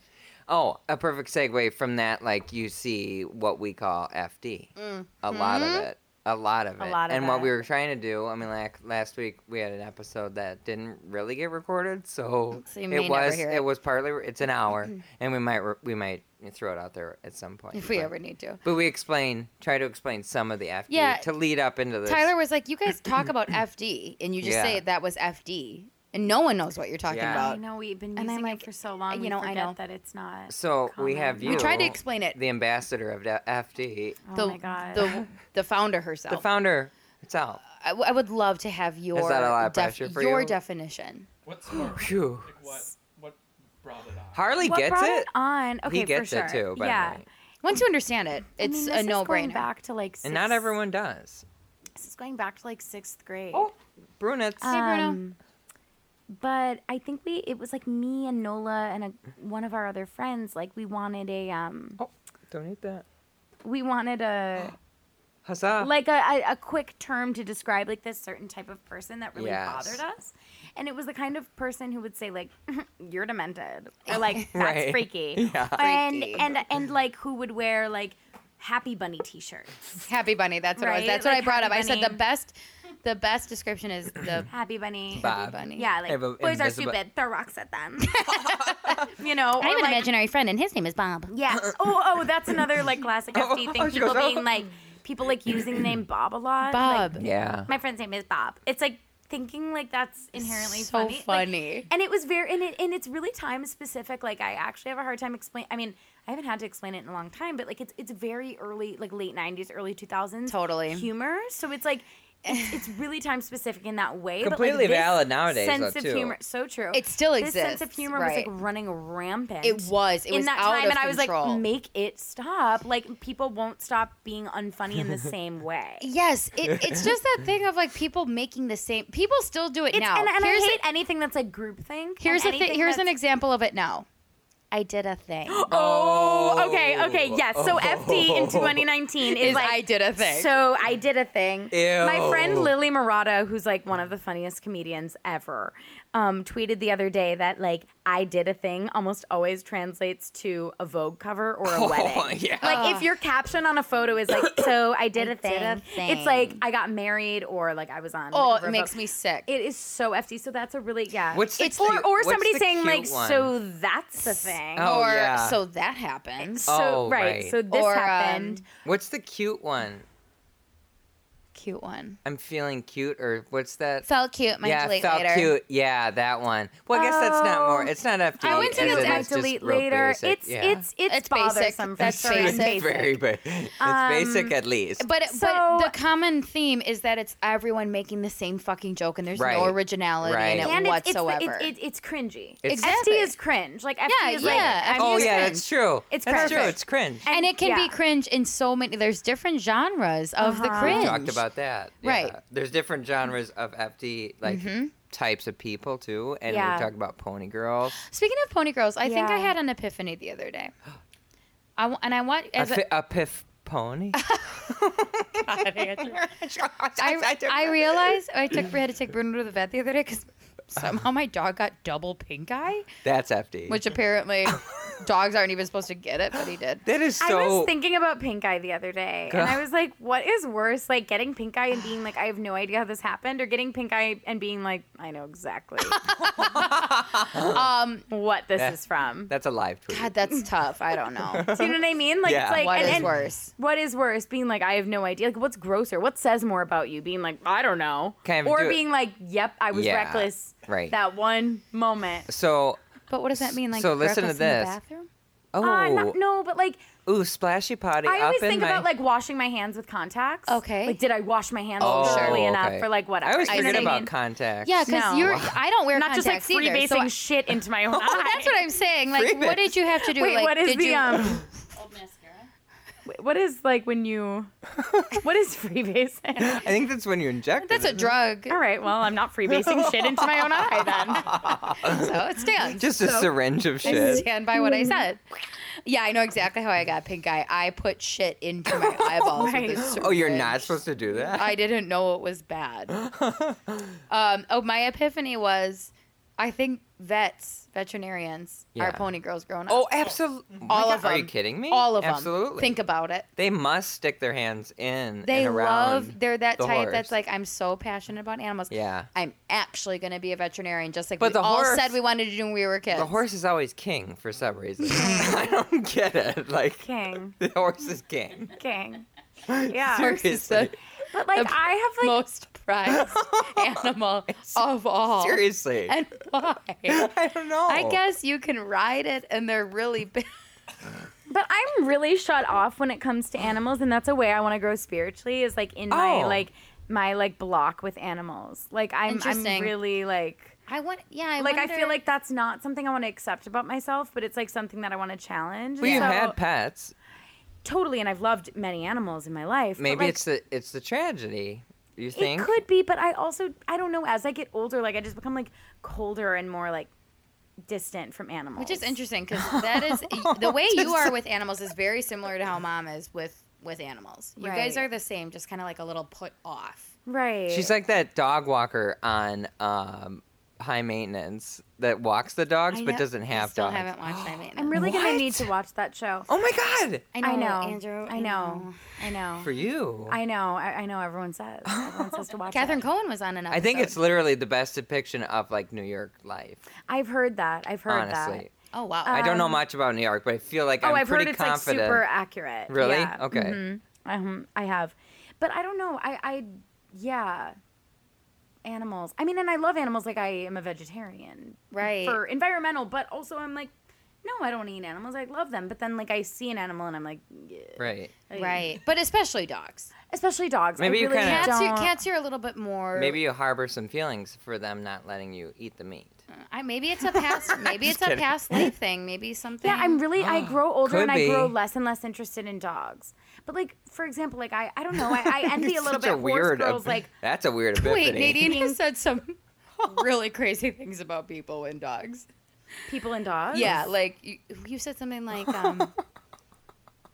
Speaker 6: oh, a perfect segue from that. Like you see what we call FD, a lot of it, a lot of it.
Speaker 9: A lot of
Speaker 6: and what we
Speaker 9: it.
Speaker 6: were trying to do, I mean, like last week we had an episode that didn't really get recorded, so,
Speaker 5: So you may
Speaker 6: it
Speaker 5: never
Speaker 6: was
Speaker 5: hear
Speaker 6: it.
Speaker 5: it.
Speaker 6: was partly it's an hour, and we might re- we might throw it out there at some point
Speaker 5: if we
Speaker 6: but-
Speaker 5: ever need to.
Speaker 6: But we explain, try to explain some of the after
Speaker 5: Yeah,
Speaker 6: to lead up into this.
Speaker 5: Tyler was like, "You guys talk about FD, and you just
Speaker 6: Yeah.
Speaker 5: say that was FD, and no one knows what you're talking
Speaker 6: Yeah.
Speaker 3: I
Speaker 5: about."
Speaker 3: know we've been
Speaker 5: And I'm
Speaker 3: using
Speaker 5: like,
Speaker 3: it for so long.
Speaker 5: you
Speaker 3: we
Speaker 5: know, I
Speaker 3: forget
Speaker 5: know.
Speaker 3: that it's not.
Speaker 6: So we
Speaker 3: common.
Speaker 6: have you.
Speaker 5: We tried to explain it.
Speaker 6: the ambassador of the FD,
Speaker 3: Oh
Speaker 5: the,
Speaker 3: my god.
Speaker 5: the the founder herself.
Speaker 6: the founder herself.
Speaker 5: I, w- I would love to have your
Speaker 6: that a lot of
Speaker 5: def-
Speaker 6: pressure for
Speaker 5: your
Speaker 6: you?
Speaker 5: definition.
Speaker 4: What sparked? it?
Speaker 6: Phew.
Speaker 4: Like what? What brought it on?
Speaker 6: Harley
Speaker 3: what
Speaker 6: gets
Speaker 3: brought it?
Speaker 6: it.
Speaker 3: on? Okay,
Speaker 6: he gets
Speaker 3: for sure.
Speaker 6: it too. By
Speaker 3: yeah.
Speaker 6: the way.
Speaker 5: Once you understand it,
Speaker 3: I
Speaker 5: it's
Speaker 3: mean, this
Speaker 5: a
Speaker 3: is
Speaker 5: no
Speaker 3: going
Speaker 5: brainer.
Speaker 3: Back to like,
Speaker 6: and not
Speaker 3: sixth-
Speaker 6: everyone does.
Speaker 3: This is going back to like sixth grade.
Speaker 6: Oh, brunettes.
Speaker 5: Bruno.
Speaker 3: Um, but I think we it was like me and Nola and a, one of our other friends like we wanted a um
Speaker 6: oh, don't eat that.
Speaker 3: we wanted a
Speaker 6: Huzzah!
Speaker 3: like a, a, a quick term to describe like this certain type of person that really
Speaker 6: Yes.
Speaker 3: bothered us and it was the kind of person who would say like you're demented or like that's
Speaker 6: Right.
Speaker 3: freaky
Speaker 6: Yeah.
Speaker 3: and
Speaker 5: Freaky.
Speaker 3: and and like who would wear like happy bunny t-shirts
Speaker 5: Happy Bunny, that's what I was.
Speaker 3: Right?
Speaker 5: That's what
Speaker 3: Like
Speaker 5: I brought up.
Speaker 3: Happy
Speaker 5: I said the
Speaker 3: Bunny.
Speaker 5: best, the best description is the
Speaker 3: happy bunny
Speaker 6: Bob.
Speaker 5: Bunny.
Speaker 3: yeah like
Speaker 6: Have a
Speaker 3: boys are
Speaker 6: invisible-
Speaker 3: stupid throw rocks at them you know
Speaker 5: I
Speaker 3: or,
Speaker 5: have an
Speaker 3: like,
Speaker 5: imaginary friend, and his name is Bob.
Speaker 3: Yeah. Oh, oh, that's another like classic
Speaker 6: Uh-uh. Oh,
Speaker 3: FD
Speaker 6: oh,
Speaker 3: thing.
Speaker 6: she
Speaker 3: People
Speaker 6: goes, oh.
Speaker 3: being like, people like using the name Bob a lot. Like,
Speaker 5: Bob.
Speaker 6: Yeah.
Speaker 3: my friend's name is Bob. It's like thinking like that's inherently
Speaker 5: So
Speaker 3: funny. Like,
Speaker 5: funny.
Speaker 3: and it was very and it and it's really time specific. Like I actually have a hard time explain. I mean, I haven't had to explain it in a long time, but like it's it's very early, like late '90s, early 2000s.
Speaker 5: Totally.
Speaker 3: humor. So it's like. It's, it's really time specific in that way. but
Speaker 6: Completely
Speaker 3: like this
Speaker 6: valid nowadays, though,
Speaker 3: Sense of
Speaker 6: too.
Speaker 3: humor, so true.
Speaker 5: It still
Speaker 3: This sense of
Speaker 5: exists,
Speaker 3: humor was
Speaker 5: right.
Speaker 3: like running rampant.
Speaker 5: It was. It
Speaker 3: in
Speaker 5: was
Speaker 3: that
Speaker 5: out
Speaker 3: time,
Speaker 5: of
Speaker 3: and I was
Speaker 5: control.
Speaker 3: like, make it stop. Like people won't stop being unfunny in the same way.
Speaker 5: Yes, it, it's just that thing of like people making the same. People still do it
Speaker 3: It's,
Speaker 5: now.
Speaker 3: and and
Speaker 5: here's
Speaker 3: I hate anything that's like groupthink.
Speaker 5: here's a
Speaker 3: and
Speaker 5: thi-
Speaker 3: anything
Speaker 5: here's an
Speaker 3: that's-
Speaker 5: example of it now. I did a thing.
Speaker 3: Oh, okay, okay, yes. So FD in 2019 is,
Speaker 5: Is
Speaker 3: like
Speaker 5: I did a thing.
Speaker 3: So I did a thing. My friend
Speaker 6: Ew.
Speaker 3: Lily Murata, who's like one of the funniest comedians ever, um, tweeted the other day that like I did a thing almost always translates to a Vogue cover or a wedding.
Speaker 6: Oh, yeah.
Speaker 3: Like if your caption on a photo is like, "So I did a thing,"
Speaker 5: a
Speaker 3: it's like
Speaker 5: thing.
Speaker 3: I got married or like I was on.
Speaker 5: oh,
Speaker 3: like, a
Speaker 5: it makes
Speaker 3: Vogue.
Speaker 5: me sick.
Speaker 3: It is so FD. So that's a really yeah.
Speaker 6: What's the
Speaker 5: It's-
Speaker 3: or
Speaker 6: cute-
Speaker 3: or
Speaker 6: what's
Speaker 3: somebody
Speaker 6: the
Speaker 3: saying
Speaker 6: cute
Speaker 3: like,
Speaker 6: one?
Speaker 3: "So that's the thing."
Speaker 6: Oh,
Speaker 5: or
Speaker 6: yeah.
Speaker 5: so that happens.
Speaker 3: So
Speaker 6: Oh,
Speaker 3: right.
Speaker 6: right.
Speaker 3: So this
Speaker 5: Or, um,
Speaker 3: happened.
Speaker 6: What's the cute one?
Speaker 5: Cute one.
Speaker 6: I'm feeling cute, or what's that?
Speaker 5: Felt cute. My
Speaker 6: yeah,
Speaker 5: delete
Speaker 6: felt
Speaker 5: later.
Speaker 6: cute. Yeah, that one. Well, I guess that's not
Speaker 3: Oh.
Speaker 6: more. It's not FD.
Speaker 5: I wouldn't say
Speaker 6: as
Speaker 5: that's
Speaker 6: in
Speaker 5: act
Speaker 6: it's just
Speaker 3: delete
Speaker 6: real
Speaker 3: later.
Speaker 6: basic,
Speaker 3: It's,
Speaker 6: yeah.
Speaker 3: it's it's
Speaker 5: It's basic.
Speaker 3: bothersome
Speaker 5: That's
Speaker 3: for sure. It's
Speaker 5: basic.
Speaker 6: very ba- It's basic
Speaker 3: Um,
Speaker 6: at least.
Speaker 5: But
Speaker 3: So-
Speaker 5: but the common theme is that it's everyone making the same fucking joke, and there's no
Speaker 6: Right.
Speaker 5: originality
Speaker 6: Right.
Speaker 5: in it
Speaker 3: and it's-
Speaker 5: whatsoever.
Speaker 3: It's, it's, it's, it's cringy.
Speaker 6: It's-
Speaker 5: Exactly.
Speaker 3: FD is cringe. Like FD
Speaker 5: Yeah,
Speaker 3: is
Speaker 5: yeah,
Speaker 3: Like,
Speaker 5: FD
Speaker 6: oh
Speaker 5: is
Speaker 6: yeah,
Speaker 5: cringe.
Speaker 6: that's true.
Speaker 3: It's
Speaker 6: that's true.
Speaker 3: perfect.
Speaker 6: It's cringe.
Speaker 5: and it can
Speaker 3: yeah.
Speaker 5: be cringe in so many. There's different genres of the
Speaker 3: Uh-huh.
Speaker 5: cringe.
Speaker 6: We talked about that. Yeah.
Speaker 5: Right. Mm-hmm.
Speaker 6: There's different genres of FD like types of people too, and
Speaker 3: Yeah.
Speaker 6: we talked about pony girls.
Speaker 5: Speaking of pony girls, I think I
Speaker 3: Yeah.
Speaker 5: had an epiphany the other day. I w- and I want
Speaker 6: A,
Speaker 5: as a-
Speaker 6: fi- a piff pony.
Speaker 5: I, I realized I took we had to take Bruno to the vet the other day because somehow my dog got double pink eye,
Speaker 6: that's FD.
Speaker 5: which apparently dogs aren't even supposed to get it, but he did.
Speaker 6: that is so.
Speaker 3: I was thinking about pink eye the other day, and I was like, "What is worse, like getting pink eye and being like, I have no idea how this happened, or getting pink eye and being like, I know exactly
Speaker 5: Um,
Speaker 3: what this is from."
Speaker 6: that's a live tweet.
Speaker 5: God, that's tough. I don't know.
Speaker 3: Do you know what I mean? Like,
Speaker 6: Yeah.
Speaker 3: it's like
Speaker 5: What
Speaker 3: and,
Speaker 5: is
Speaker 3: and
Speaker 5: worse?
Speaker 3: What is worse, being like, I have no idea. Like, what's grosser? What says more about you? Being like, I don't know,
Speaker 6: Kind of
Speaker 3: or
Speaker 6: do-
Speaker 3: being like, Yep, I was
Speaker 6: Yeah,
Speaker 3: reckless.
Speaker 6: right.
Speaker 3: That one moment.
Speaker 6: so,
Speaker 5: But what does that mean? Like,
Speaker 6: So listen to
Speaker 5: reckless in the
Speaker 6: this.
Speaker 5: bathroom?
Speaker 6: oh,
Speaker 5: Ah,
Speaker 3: Uh, no, no, but like
Speaker 6: ooh, splashy potty
Speaker 3: I
Speaker 6: up
Speaker 3: always
Speaker 6: in
Speaker 3: think
Speaker 6: my.
Speaker 3: about like washing my hands with contacts.
Speaker 5: Okay.
Speaker 3: Like, did I wash my hands
Speaker 6: Oh,
Speaker 3: thoroughly
Speaker 6: okay.
Speaker 3: enough for like whatever?
Speaker 6: I always
Speaker 3: you know
Speaker 6: forget
Speaker 3: what
Speaker 6: about
Speaker 3: mean?
Speaker 6: contacts.
Speaker 5: Yeah, because
Speaker 3: No.
Speaker 5: you're. I don't wear
Speaker 3: not just like
Speaker 5: contacts
Speaker 3: free
Speaker 5: either, so
Speaker 3: basing
Speaker 5: I-
Speaker 3: shit into my own
Speaker 5: Well, that's what I'm saying. Like,
Speaker 6: Freebase.
Speaker 5: what did you have to do?
Speaker 3: Wait,
Speaker 5: like,
Speaker 3: what is
Speaker 5: did
Speaker 3: the
Speaker 5: you,
Speaker 3: um? Wait, What is like when you? What is freebasing?
Speaker 6: I think that's when you inject.
Speaker 5: That's
Speaker 6: it,
Speaker 5: a
Speaker 6: isn't it?
Speaker 5: drug.
Speaker 3: All right, well, I'm not freebasing shit into my own eye
Speaker 5: So it stands.
Speaker 6: Just a syringe of
Speaker 5: I
Speaker 6: shit.
Speaker 5: stand by what I said. Yeah, I know exactly how I got pink eye. I put shit into my eyeballs. with a
Speaker 6: Oh, you're
Speaker 5: syringe.
Speaker 6: not supposed to do that.
Speaker 5: I didn't know it was bad. Um, oh, my epiphany was I think vets, veterinarians,
Speaker 6: Yeah.
Speaker 5: are pony girls growing up.
Speaker 6: Oh, absolutely.
Speaker 5: all of them.
Speaker 6: Are you kidding me?
Speaker 5: All of them.
Speaker 6: Absolutely.
Speaker 5: Think about it.
Speaker 6: They must stick their hands in.
Speaker 5: They
Speaker 6: and around
Speaker 5: love. They're that
Speaker 6: the
Speaker 5: type
Speaker 6: horse.
Speaker 5: that's like, I'm so passionate about animals.
Speaker 6: Yeah.
Speaker 5: I'm actually going to be a veterinarian, just like
Speaker 6: But
Speaker 5: we
Speaker 6: the
Speaker 5: all
Speaker 6: horse-
Speaker 5: said we wanted to do when we were kids.
Speaker 6: The horse is always king for some reason. I don't get it. Like
Speaker 3: King,
Speaker 6: the horse is king.
Speaker 3: king. Yeah,
Speaker 5: Horse is the
Speaker 6: Seriously.
Speaker 3: but like I have like
Speaker 5: most prized animal of all.
Speaker 6: Seriously.
Speaker 5: And why?
Speaker 6: I don't know.
Speaker 5: I guess you can ride it, and they're really big.
Speaker 3: But I'm really shut off when it comes to animals, and that's a way I want to grow spiritually. Is like in my
Speaker 6: Oh.
Speaker 3: like my like block with animals. Like I'm I'm
Speaker 5: Interesting.
Speaker 3: really like
Speaker 5: I want. Yeah. I
Speaker 3: like I feel
Speaker 5: wonder-
Speaker 3: like that's not something I want to accept about myself, but it's like something that I want to challenge.
Speaker 6: Well,
Speaker 3: And
Speaker 6: you
Speaker 3: so-
Speaker 6: had pets.
Speaker 3: totally, and I've loved many animals in my life. but,
Speaker 6: Maybe
Speaker 3: like,
Speaker 6: it's the it's the tragedy. You
Speaker 3: it
Speaker 6: think?
Speaker 3: could be, but I also I don't know. As I get older, like I just become like colder and more like distant from animals,
Speaker 5: Which is interesting because that is the way you are with animals is very similar to how mom is with with animals. You guys
Speaker 3: Right.
Speaker 5: are the same, just kind of like a little put off.
Speaker 3: right?
Speaker 6: She's like that dog walker on um, High Maintenance that walks the dogs
Speaker 5: I
Speaker 6: but
Speaker 5: know-
Speaker 6: doesn't
Speaker 5: I
Speaker 6: have
Speaker 5: Still
Speaker 6: dogs.
Speaker 5: haven't watched my maintenance.
Speaker 3: I'm really gonna need to
Speaker 6: What?
Speaker 3: watch that show.
Speaker 6: Oh my god!
Speaker 5: I know,
Speaker 3: I know,
Speaker 5: Andrew.
Speaker 3: I know, I know.
Speaker 6: For you.
Speaker 3: I know. I, I know. Everyone says. Everyone says to watch.
Speaker 5: Catherine
Speaker 3: it.
Speaker 5: Cohen was on an episode.
Speaker 6: I think it's literally the best depiction of like New York life.
Speaker 3: I've heard that. I've heard
Speaker 6: honestly,
Speaker 5: Oh wow.
Speaker 6: I
Speaker 3: Uh,
Speaker 6: don't know much about New York, but I feel like
Speaker 3: that.
Speaker 6: I'm
Speaker 3: Um, oh, I've heard
Speaker 6: pretty
Speaker 3: it's
Speaker 6: confident.
Speaker 3: like super accurate.
Speaker 6: really?
Speaker 3: Yeah.
Speaker 6: Okay.
Speaker 3: Um, I have, but I don't know. I, I, yeah. Animals. I mean, and I love animals. Like I am a vegetarian
Speaker 5: right.
Speaker 3: for environmental, but also I'm like, no, I don't eat animals. I love them, but then like I see an animal and I'm like, yeah.
Speaker 6: Right.
Speaker 5: right. But especially dogs.
Speaker 3: especially dogs.
Speaker 6: Maybe
Speaker 3: I
Speaker 6: you
Speaker 3: really
Speaker 6: kinda-
Speaker 5: Cats,
Speaker 3: don't.
Speaker 5: you're, cats, you're a little bit more.
Speaker 6: Maybe you harbor some feelings for them not letting you eat the meat.
Speaker 5: I, maybe it's a past. Maybe it's a
Speaker 6: kidding.
Speaker 5: past life thing. Maybe something.
Speaker 3: Yeah, I'm really. I grow older
Speaker 6: Could
Speaker 3: and I grow
Speaker 6: be.
Speaker 3: less and less interested in dogs. But like, for example, like I, I don't know. I, I envy
Speaker 6: You're
Speaker 3: a little
Speaker 6: such
Speaker 3: bit horse
Speaker 6: weird
Speaker 3: girls.
Speaker 6: ep-
Speaker 3: like,
Speaker 6: that's a weird epiphany.
Speaker 5: Wait, Nadine has said some really crazy things about people and dogs.
Speaker 3: people and dogs.
Speaker 5: Yeah, like you, you said something like um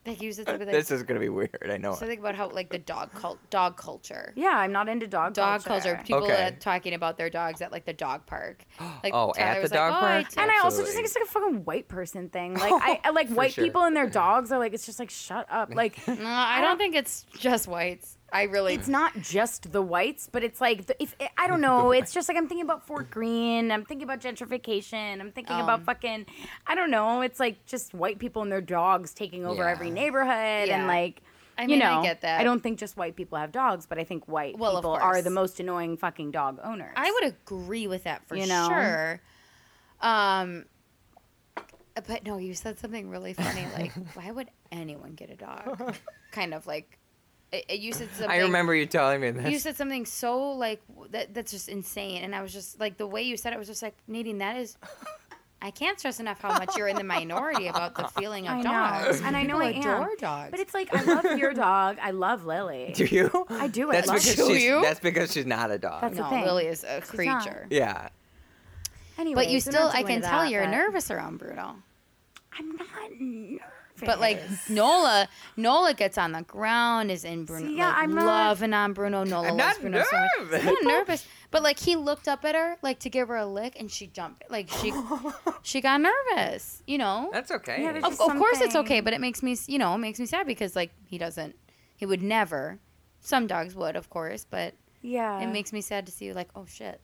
Speaker 5: like you said something like
Speaker 6: This is gonna be weird. I know. it.
Speaker 5: something about how like the dog cult dog culture.
Speaker 3: Yeah, I'm not into dog
Speaker 5: Dog culture.
Speaker 3: culture.
Speaker 5: People
Speaker 6: Okay.
Speaker 5: are talking about their dogs at like the dog park. Like
Speaker 6: Oh,
Speaker 5: Tyler
Speaker 6: at the
Speaker 5: was
Speaker 6: dog
Speaker 5: "Oh,
Speaker 6: park?
Speaker 5: I took
Speaker 3: And I also just think
Speaker 6: Absolutely.
Speaker 3: it's like a fucking white person thing. Like I, I like
Speaker 6: For
Speaker 3: white
Speaker 6: sure.
Speaker 3: people and their dogs are like it's just like shut up. Like
Speaker 5: No, uh, I don't think it's just whites. I really
Speaker 3: it's not just the whites, but it's like the, if I don't know, it's just like I'm thinking about Fort Greene, I'm thinking about gentrification, I'm thinking about
Speaker 5: Um.
Speaker 3: fucking I don't know, it's like just white people and their dogs taking over
Speaker 6: Yeah.
Speaker 3: every neighborhood
Speaker 5: Yeah.
Speaker 3: and like
Speaker 5: I
Speaker 3: you
Speaker 5: mean, I
Speaker 3: know,
Speaker 5: get that.
Speaker 3: I don't think just white people have dogs, but I think white
Speaker 5: Well, of
Speaker 3: people are
Speaker 5: course.
Speaker 3: the most annoying fucking dog owners.
Speaker 5: I would agree with that for
Speaker 3: You know?
Speaker 5: sure. Um but no, you said something really funny like why would anyone get a dog? kind of like it- it- you said something
Speaker 6: I remember you telling me this.
Speaker 5: you said something so like w- that that's just insane and i was just like the way you said it was just like nadine that is i can't stress enough how much you're in the minority about the feeling of
Speaker 3: I know.
Speaker 5: dogs
Speaker 3: And I know
Speaker 5: People
Speaker 3: I am.
Speaker 5: adore dogs
Speaker 3: But it's like I love your dog, I love Lily.
Speaker 6: do you?
Speaker 3: I do, I
Speaker 6: That's
Speaker 3: love
Speaker 6: because
Speaker 5: it. Do
Speaker 6: she's.
Speaker 5: you?
Speaker 6: That's because she's not a dog.
Speaker 3: That's- the
Speaker 5: no
Speaker 3: thing.
Speaker 5: lily is a
Speaker 3: not.
Speaker 5: creature
Speaker 6: yeah.
Speaker 3: Anyway,
Speaker 5: but you still i can tell you're nervous around bruno
Speaker 3: I'm not nervous.
Speaker 5: but like Nola, Nola gets on the ground, is in Bruno,
Speaker 3: See, yeah,
Speaker 5: like,
Speaker 3: I'm not-
Speaker 5: loving on Bruno. Nola
Speaker 6: I'm
Speaker 5: loves
Speaker 6: not
Speaker 5: Bruno so much.
Speaker 6: nervous.
Speaker 5: She's not nervous, but like he looked up at her, like to give her a lick, and she jumped. Like she, she got nervous. You know,
Speaker 6: That's okay.
Speaker 3: Yeah, there's
Speaker 5: of,
Speaker 3: just
Speaker 5: of course it's
Speaker 3: something-
Speaker 5: okay, but it makes me, s- you know, it makes me sad because like he doesn't, he would never. Some dogs would, of course, but
Speaker 3: yeah.
Speaker 5: it makes me sad to see you like, oh shit.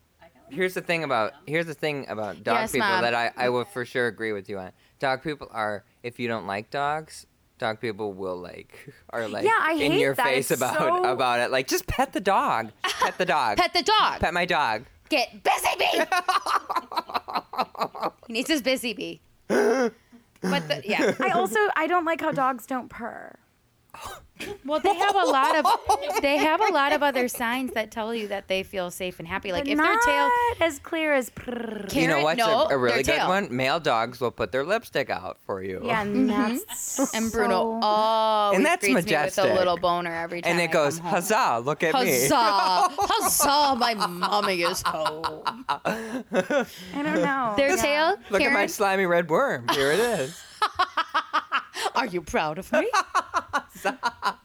Speaker 6: here's the thing about here's the thing about dog
Speaker 5: Yes,
Speaker 6: people
Speaker 5: Mom.
Speaker 6: that I, I will for sure agree with you on. Dog people are if you don't like dogs, dog people will like are like
Speaker 3: Yeah, I
Speaker 6: in
Speaker 3: hate
Speaker 6: your
Speaker 3: that.
Speaker 6: face
Speaker 3: It's
Speaker 6: about
Speaker 3: so-
Speaker 6: about it. Like just pet the dog. Pet the dog.
Speaker 5: Pet the dog.
Speaker 6: Pet my dog.
Speaker 5: Get busy bee. he needs his busy bee. But the, yeah.
Speaker 3: I also I don't like how dogs don't purr.
Speaker 5: Well, they have a lot of they have a lot of other signs that tell you that they feel safe and happy. Like
Speaker 3: But
Speaker 5: if
Speaker 3: not
Speaker 5: their tail,
Speaker 3: as clear as prrr.
Speaker 5: Carrot,
Speaker 6: you know what's a-
Speaker 5: no,
Speaker 6: a, really
Speaker 5: their
Speaker 6: good
Speaker 5: tail.
Speaker 6: one? Male dogs will put their lipstick out for you.
Speaker 3: Yeah, and that's
Speaker 5: Mm-hmm. and Bruno always
Speaker 6: And that's
Speaker 5: greets me with
Speaker 6: majestic.
Speaker 5: a little boner every time.
Speaker 6: And
Speaker 5: I
Speaker 6: it goes,
Speaker 5: come home.
Speaker 6: huzzah, look at me.
Speaker 5: huzzah, huzzah! My mommy is home.
Speaker 3: so, I don't know.
Speaker 5: Their
Speaker 3: Yeah.
Speaker 5: tail,
Speaker 6: Look at my
Speaker 5: Karen,
Speaker 6: slimy red worm. Here it is.
Speaker 5: Are you proud of me?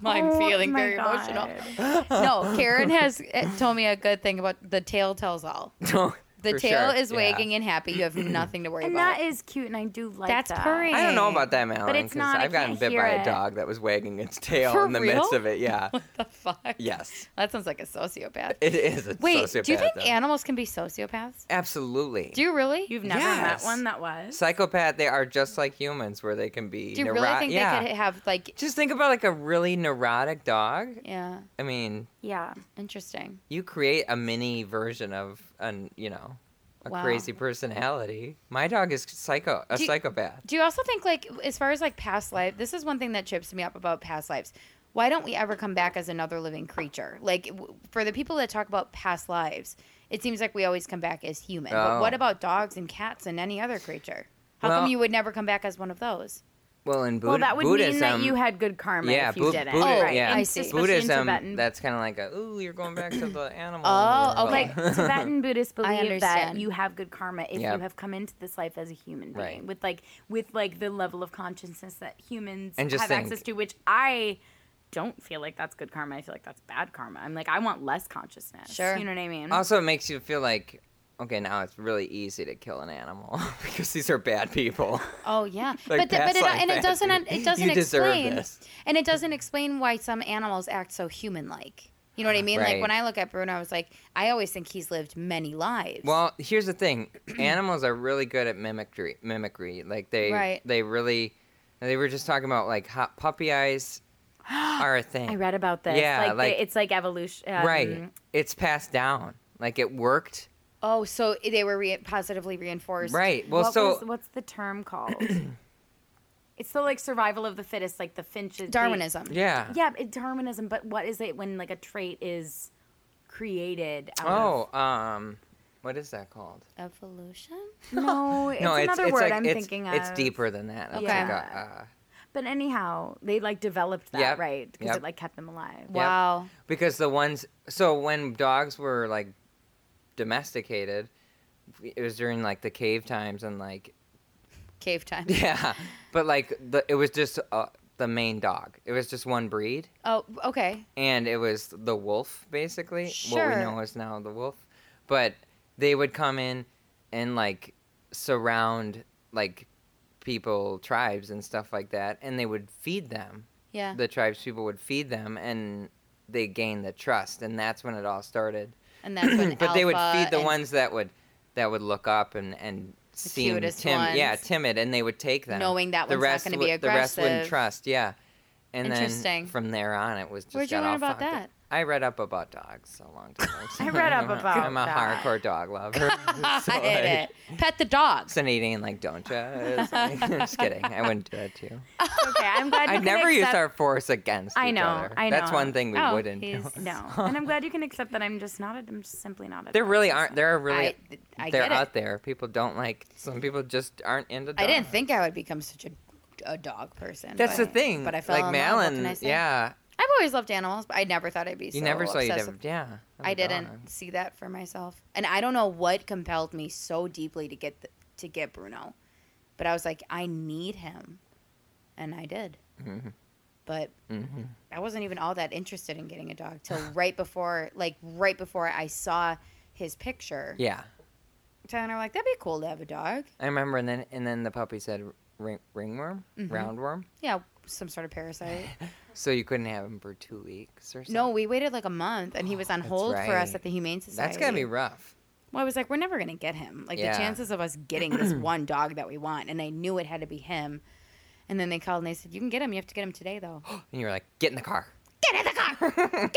Speaker 5: I'm
Speaker 3: Oh
Speaker 5: feeling
Speaker 3: my
Speaker 5: very
Speaker 3: God.
Speaker 5: emotional. No, Karen has eh, told me a good thing about the tail tells all.
Speaker 6: No,
Speaker 5: The
Speaker 6: For
Speaker 5: tail
Speaker 6: sure,
Speaker 5: is
Speaker 6: yeah.
Speaker 5: wagging and happy. You have nothing to worry
Speaker 3: And
Speaker 5: about.
Speaker 3: that is cute, and I do like
Speaker 5: That's
Speaker 3: that.
Speaker 5: purring.
Speaker 6: I don't know about that, Malin,
Speaker 3: it's
Speaker 6: because
Speaker 3: not, I
Speaker 6: I've gotten
Speaker 3: can't
Speaker 6: bit
Speaker 3: hear
Speaker 6: by
Speaker 3: it.
Speaker 6: a dog that was wagging its tail
Speaker 5: For
Speaker 6: in the
Speaker 5: real?
Speaker 6: midst of it. Yeah,
Speaker 5: the fuck.
Speaker 6: yes,
Speaker 5: That sounds like a sociopath.
Speaker 6: it is. A
Speaker 5: Wait,
Speaker 6: sociopath,
Speaker 5: do you think
Speaker 6: though.
Speaker 5: animals can be sociopaths?
Speaker 6: Absolutely.
Speaker 5: Do you really?
Speaker 3: You've never
Speaker 6: Yes.
Speaker 3: met one that was.
Speaker 6: Psychopath, they are just like humans, where they can be.
Speaker 5: Do you
Speaker 6: neuro-
Speaker 5: really think
Speaker 6: yeah.
Speaker 5: they could have like?
Speaker 6: Just think about like a really neurotic dog.
Speaker 5: Yeah,
Speaker 6: I mean,
Speaker 3: yeah.
Speaker 5: interesting.
Speaker 6: you create a mini version of an, you know, a
Speaker 5: Wow.
Speaker 6: crazy personality. My dog is psycho, a
Speaker 5: Do you-
Speaker 6: psychopath.
Speaker 5: Do you also think like as far as like past life? This is one thing that chips me up about past lives. Why don't we ever come back as another living creature? Like w- for the people that talk about past lives, it seems like we always come back as human. But
Speaker 6: Oh.
Speaker 5: what about dogs and cats and any other creature? How
Speaker 6: Well-
Speaker 5: come you would never come back as one of those?
Speaker 6: Well, in Buddh-
Speaker 3: Well, that would
Speaker 6: Buddhism,
Speaker 3: mean that you had good karma
Speaker 6: yeah,
Speaker 3: if you
Speaker 6: Bud-
Speaker 3: didn't.
Speaker 6: Buddha-
Speaker 5: Oh,
Speaker 3: right.
Speaker 6: yeah.
Speaker 5: I
Speaker 3: And
Speaker 5: see.
Speaker 3: especially in
Speaker 6: Buddhism.
Speaker 3: Tibetan,
Speaker 6: That's kind of like a ooh, you're going back to the animal.
Speaker 5: Oh,
Speaker 6: world.
Speaker 5: okay.
Speaker 3: like Tibetan Buddhists
Speaker 5: I
Speaker 3: believe that
Speaker 5: understand.
Speaker 3: you have good karma if
Speaker 6: Yeah.
Speaker 3: you have come into this life as a human being
Speaker 6: Right.
Speaker 3: with like with like the level of consciousness that humans
Speaker 6: And just
Speaker 3: have
Speaker 6: think-
Speaker 3: access to, which I don't feel like that's good karma. I feel like that's bad karma. I'm like I want less consciousness.
Speaker 5: Sure.
Speaker 3: you know what I mean.
Speaker 6: Also, it makes you feel like okay, now it's really easy to kill an animal because these are bad people.
Speaker 5: Oh yeah,
Speaker 6: Like,
Speaker 5: but the, but
Speaker 6: that's
Speaker 5: it,
Speaker 6: like
Speaker 5: and it
Speaker 6: that,
Speaker 5: doesn't
Speaker 6: dude.
Speaker 5: it doesn't
Speaker 6: You deserve
Speaker 5: explain
Speaker 6: this.
Speaker 5: and it doesn't explain why some animals act so human like. You know what I mean? Like
Speaker 6: Right.
Speaker 5: when I look at Bruno, I was like, I always think he's lived many lives.
Speaker 6: Well, here's the thing: animals are really good at mimicry. Mimicry, like they
Speaker 5: Right.
Speaker 6: they really. They were just talking about like hot puppy eyes are a thing.
Speaker 3: I read about this.
Speaker 6: Yeah,
Speaker 3: like,
Speaker 6: like-
Speaker 3: the, it's like evolution. um,
Speaker 6: Right. It's passed down. Like it worked.
Speaker 5: oh, so they were re- positively reinforced.
Speaker 6: Right. Well,
Speaker 3: what
Speaker 6: so
Speaker 3: was- what's the term called? it's the like survival of the fittest, like the finches. the-
Speaker 5: Darwinism.
Speaker 6: yeah.
Speaker 3: Yeah, it, Darwinism. But what is it when like a trait is created? Out of-
Speaker 6: Oh, um, what is that called?
Speaker 5: Evolution.
Speaker 3: no, it's another word I'm
Speaker 6: it's,
Speaker 3: thinking of.
Speaker 6: It's deeper than that. It's
Speaker 5: Okay.
Speaker 6: like a, uh,
Speaker 3: But anyhow, they like developed that,
Speaker 6: Yep,
Speaker 3: right? Because
Speaker 6: yep.
Speaker 3: it like kept them alive.
Speaker 5: Wow.
Speaker 6: because the ones so when dogs were like domesticated, it was during like the cave times and like
Speaker 5: Cave time.
Speaker 6: yeah, but like the it was just uh, the main dog. It was just one breed.
Speaker 5: Oh, okay.
Speaker 6: and it was the wolf basically what
Speaker 5: Sure.
Speaker 6: we know is now the wolf but they would come in and like surround like people tribes and stuff like that and they would feed them
Speaker 5: Yeah.
Speaker 6: the tribes people would feed them and they gained the trust and that's when it all started
Speaker 5: and that's when.
Speaker 6: but they would
Speaker 5: alpha
Speaker 6: feed the
Speaker 5: and-
Speaker 6: ones that would that would look up and and seem
Speaker 5: cutest
Speaker 6: tim- yeah
Speaker 5: ones.
Speaker 6: timid and they would take them
Speaker 5: Knowing that
Speaker 6: the
Speaker 5: one's not
Speaker 6: rest
Speaker 5: gonna
Speaker 6: would-
Speaker 5: be
Speaker 6: the rest wouldn't
Speaker 5: aggressive.
Speaker 6: trust yeah and
Speaker 5: Interesting.
Speaker 6: then from there on it was just
Speaker 5: Where'd you
Speaker 6: got
Speaker 5: learn
Speaker 6: all
Speaker 5: about
Speaker 6: fucked up.
Speaker 5: that?
Speaker 6: I read up about dogs a long time ago.
Speaker 3: I read up
Speaker 6: I'm a-
Speaker 3: about
Speaker 6: I'm a
Speaker 3: that.
Speaker 6: hardcore dog lover. so
Speaker 5: I
Speaker 6: like,
Speaker 5: hate it. Pet the dog.
Speaker 6: Fascinating, like, don't you? I'm just kidding. I wouldn't do that to you.
Speaker 3: Okay, I'm glad. you
Speaker 6: I'd
Speaker 3: can
Speaker 6: never
Speaker 3: accept-
Speaker 6: use our force against
Speaker 3: I
Speaker 6: each
Speaker 3: know,
Speaker 6: other.
Speaker 3: I
Speaker 6: That's
Speaker 3: know.
Speaker 6: one thing we
Speaker 5: Oh,
Speaker 6: wouldn't do.
Speaker 5: he's-
Speaker 3: No, and I'm glad you can accept that I'm just not. A, I'm just simply not. A
Speaker 6: There
Speaker 3: dog
Speaker 6: really
Speaker 3: person.
Speaker 6: aren't. There are really.
Speaker 5: I, I
Speaker 6: they're
Speaker 5: get it.
Speaker 6: out there. People don't like. Some people just aren't into dogs.
Speaker 5: I didn't think I would become such a, a dog person.
Speaker 6: That's
Speaker 5: but-
Speaker 6: the thing.
Speaker 5: But I felt
Speaker 6: like
Speaker 5: Love, what can I say?
Speaker 6: Yeah,
Speaker 5: I've always loved animals, but I never thought I'd be.
Speaker 6: you
Speaker 5: so
Speaker 6: never saw you.
Speaker 5: obsessed
Speaker 6: Never,
Speaker 5: with-
Speaker 6: yeah, have
Speaker 5: I
Speaker 6: a
Speaker 5: didn't
Speaker 6: dog.
Speaker 5: see that for myself, and I don't know what compelled me so deeply to get the, to get Bruno, but I was like, I need him, and I did.
Speaker 6: Mm-hmm.
Speaker 5: But I wasn't even all that interested in getting a dog till right before, like right before I saw his picture.
Speaker 6: Yeah,
Speaker 5: Tyler and I were like, that'd be cool to have a dog.
Speaker 6: I remember. And then and then the puppy said ring, ringworm,
Speaker 5: Mm-hmm.
Speaker 6: roundworm.
Speaker 5: Yeah, some sort of parasite.
Speaker 6: So you couldn't have him for two weeks or something.
Speaker 5: No, we waited like a month, and he was on hold for us
Speaker 6: right.
Speaker 5: at the Humane Society.
Speaker 6: that's gotta be rough.
Speaker 5: Well, I was like, we're never gonna get him. Like
Speaker 6: Yeah.
Speaker 5: the chances of us getting this one dog that we want, and I knew it had to be him. And then they called and they said, "You can get him. You have to get him today, though."
Speaker 6: And you were like, get in the car,
Speaker 5: get in the car.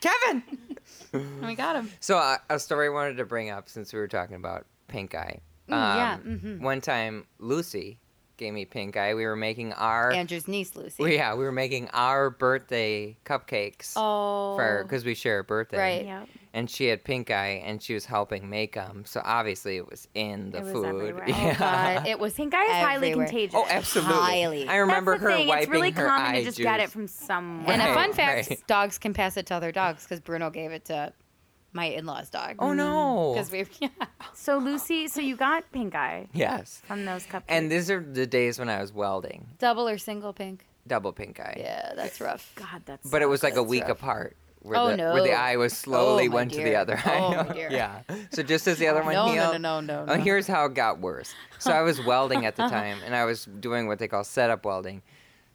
Speaker 6: Kevin.
Speaker 5: and we got him.
Speaker 6: So uh, a story I wanted to bring up since we were talking about pink eye.
Speaker 3: Mm,
Speaker 6: Um,
Speaker 5: yeah,
Speaker 3: mm-hmm.
Speaker 6: One time, Lucy gave me pink eye. We were making our
Speaker 5: Andrew's niece, Lucy.
Speaker 6: we- yeah, we were making our birthday cupcakes
Speaker 5: oh,
Speaker 6: for because we share a birthday.
Speaker 5: Right.
Speaker 3: Yep.
Speaker 6: and she had pink eye and she was helping make them so obviously it was in the
Speaker 3: It was
Speaker 6: food
Speaker 3: everywhere. Oh,
Speaker 6: yeah.
Speaker 5: God, it was
Speaker 3: Pink eye is highly
Speaker 5: Uh, everywhere.
Speaker 3: contagious.
Speaker 6: oh absolutely
Speaker 5: Highly.
Speaker 6: i remember
Speaker 3: That's the
Speaker 6: her
Speaker 3: thing.
Speaker 6: wiping
Speaker 3: It's really
Speaker 6: her
Speaker 3: common
Speaker 6: eye
Speaker 3: to just get it
Speaker 6: juice.
Speaker 3: from someone.
Speaker 5: And a
Speaker 6: Right,
Speaker 5: fun fact:
Speaker 6: right.
Speaker 5: dogs can pass it to other dogs because Bruno gave it to my in-laws' dog.
Speaker 6: oh no
Speaker 5: Because we, yeah.
Speaker 3: So Lucy, so you got pink eye
Speaker 6: yes
Speaker 3: from those cupcakes.
Speaker 6: and these are the days when i was welding
Speaker 5: double or single pink.
Speaker 6: double pink eye
Speaker 5: Yeah, that's rough.
Speaker 3: God, that's
Speaker 6: but it was like a
Speaker 5: That's
Speaker 6: week
Speaker 5: rough.
Speaker 6: apart where,
Speaker 5: Oh,
Speaker 6: the, where the
Speaker 5: no.
Speaker 6: eye was slowly
Speaker 5: my
Speaker 6: went to the
Speaker 5: dear.
Speaker 6: other eye.
Speaker 5: Oh, my dear.
Speaker 6: Yeah. So just as the other one
Speaker 5: No, no,
Speaker 6: healed,
Speaker 5: no, no, no,
Speaker 6: oh,
Speaker 5: no.
Speaker 6: here's how it got worse. So I was welding at the time, and I was doing what they call setup welding.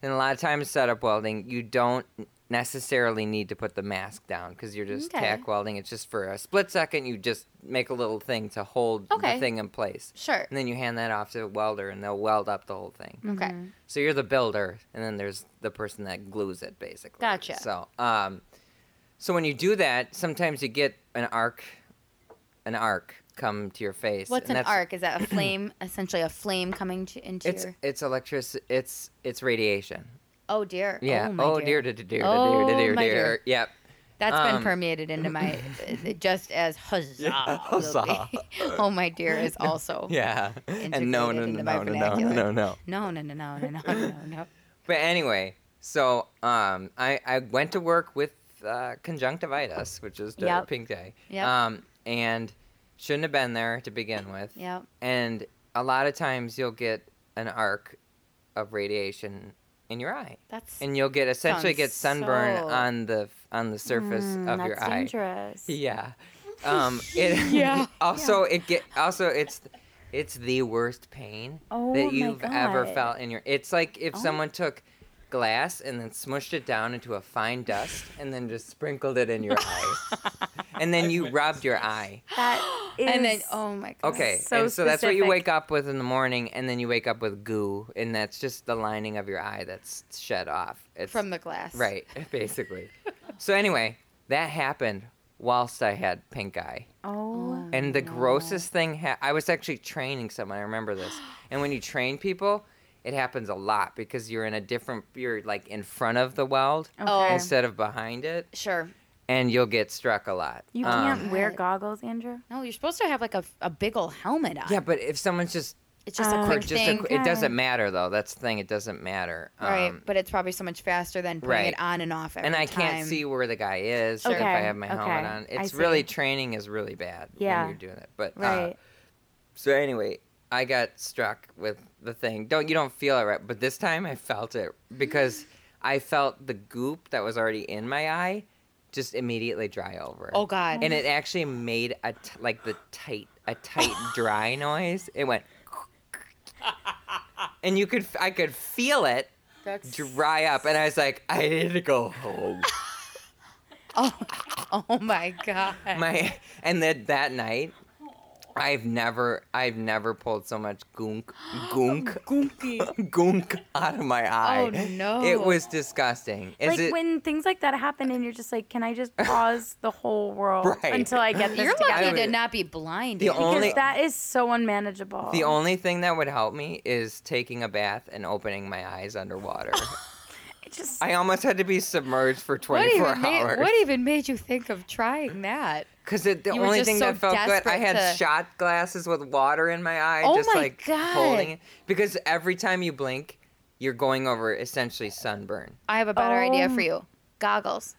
Speaker 6: And a lot of times, setup welding, you don't necessarily need to put the mask down because you're just
Speaker 5: Okay.
Speaker 6: tack welding. It's just for a split second, you just make a little thing to hold
Speaker 5: Okay.
Speaker 6: the thing in place.
Speaker 5: Sure.
Speaker 6: And then you hand that off to a welder, and they'll weld up the whole thing.
Speaker 5: Okay.
Speaker 6: So you're the builder, and then there's the person that glues it, basically.
Speaker 5: Gotcha.
Speaker 6: So, um, so when you do that, sometimes you get an arc, an arc come to your face.
Speaker 5: What's
Speaker 6: and
Speaker 5: an
Speaker 6: that's-
Speaker 5: arc? Is that a flame? essentially, a flame coming to, into
Speaker 6: It's
Speaker 5: your.
Speaker 6: it's electric. It's it's radiation.
Speaker 5: Oh dear.
Speaker 6: Yeah.
Speaker 5: Oh, my
Speaker 6: Oh,
Speaker 5: dear.
Speaker 6: dear, dear, dear, dear,
Speaker 5: Oh,
Speaker 6: dear, dear,
Speaker 5: my dear.
Speaker 6: dear. Yep.
Speaker 5: That's
Speaker 6: Um,
Speaker 5: been permeated into my uh, just as huzzah. will
Speaker 6: huzzah.
Speaker 5: be. oh my dear is also.
Speaker 6: Yeah. And no, no,
Speaker 5: Integrated
Speaker 6: no,
Speaker 5: into my
Speaker 6: no, no, no,
Speaker 5: vernacular.
Speaker 6: no, no.
Speaker 5: No no no no no no no no.
Speaker 6: But anyway, so um, I, I went to work with uh, conjunctivitis, which is the
Speaker 5: Yep.
Speaker 6: pink eye.
Speaker 5: Yep.
Speaker 6: Um, and shouldn't have been there to begin with.
Speaker 5: Yep.
Speaker 6: And a lot of times you'll get an arc of radiation in your eye.
Speaker 5: That's
Speaker 6: And you'll get essentially
Speaker 5: Sounds
Speaker 6: get sunburn
Speaker 5: so-
Speaker 6: on the on the surface of your
Speaker 3: Mm, That's
Speaker 6: eye.
Speaker 3: dangerous.
Speaker 6: Yeah. Um, it,
Speaker 5: Yeah.
Speaker 6: Also, it get also it's it's the worst pain
Speaker 3: Oh my
Speaker 6: that you've ever
Speaker 3: God.
Speaker 6: felt in your. It's like if someone took glass and then smushed it down into a fine dust and then just sprinkled it in your eye, and then you rubbed your eye.
Speaker 3: That is.
Speaker 5: And then oh my god.
Speaker 6: Okay,
Speaker 3: So
Speaker 6: and so that's what you
Speaker 3: specific.
Speaker 6: wake up with in the morning, and then you wake up with goo, and that's just the lining of your eye that's shed off. It's
Speaker 5: From the glass.
Speaker 6: right, basically. so anyway, that happened whilst I had pink eye.
Speaker 3: Oh.
Speaker 6: And the grossest thing, ha- I was actually training someone. I remember this. And when you train people, it happens a lot because you're in a different, you're like in front of the weld
Speaker 5: Oh.
Speaker 6: instead of behind it,
Speaker 5: Sure.
Speaker 6: and you'll get struck a lot.
Speaker 3: You
Speaker 6: Um,
Speaker 3: can't wear goggles, Andrew.
Speaker 5: No, you're supposed to have like a, a big ol' helmet on.
Speaker 6: yeah, but if someone's just
Speaker 5: It's just a
Speaker 3: Uh,
Speaker 5: quick
Speaker 6: just a,
Speaker 5: thing.
Speaker 6: qu- it doesn't matter though. That's the thing. It doesn't matter.
Speaker 5: right.
Speaker 6: Um,
Speaker 5: But it's probably so much faster than putting
Speaker 6: right.
Speaker 5: it on and off every
Speaker 6: and I
Speaker 5: time.
Speaker 6: can't see where the guy is if I
Speaker 3: Okay,
Speaker 6: have my helmet
Speaker 3: okay,
Speaker 6: on.
Speaker 3: I
Speaker 6: It's
Speaker 3: see.
Speaker 6: really training is really bad
Speaker 3: Yeah.
Speaker 6: when you're doing it. But uh,
Speaker 3: Right.
Speaker 6: So anyway, I got struck with the thing. Don't you don't feel it right, but this time I felt it because I felt the goop that was already in my eye just immediately dry over.
Speaker 5: Oh god.
Speaker 6: And it actually made a t- like the tight a tight dry noise. It went And you could f- I could feel it
Speaker 5: That's
Speaker 6: dry up and I was like I need to go home.
Speaker 5: oh my god.
Speaker 6: my and then that night I've never I've never pulled so much goonk goonk
Speaker 5: Goonky.
Speaker 6: goonk out of my eye.
Speaker 5: Oh, no.
Speaker 6: It was disgusting.
Speaker 3: Oh,
Speaker 6: Is
Speaker 3: like
Speaker 6: it
Speaker 3: when things like that happen, and you're just like, "Can I just pause the whole world
Speaker 6: Right.
Speaker 3: until I get this
Speaker 5: You're
Speaker 3: together?"
Speaker 5: lucky to
Speaker 6: would-
Speaker 5: not be blind.
Speaker 6: the
Speaker 3: Because
Speaker 6: only
Speaker 3: that is so unmanageable.
Speaker 6: the only thing that would help me is taking a bath and opening my eyes underwater.
Speaker 3: It just
Speaker 6: I almost had to be submerged for
Speaker 5: What
Speaker 6: 24
Speaker 5: even, made,
Speaker 6: hours.
Speaker 5: what even made you think of trying that?
Speaker 6: Because the
Speaker 5: You were
Speaker 6: only
Speaker 5: just
Speaker 6: thing
Speaker 5: so
Speaker 6: that felt good, I
Speaker 5: desperate
Speaker 6: had
Speaker 5: to-
Speaker 6: shot glasses with water in my eye,
Speaker 5: Oh
Speaker 6: just
Speaker 5: my
Speaker 6: like
Speaker 5: God.
Speaker 6: holding it. Because every time you blink, you're going over essentially sunburn.
Speaker 5: I have a better idea for
Speaker 3: Um,
Speaker 5: you. Goggles.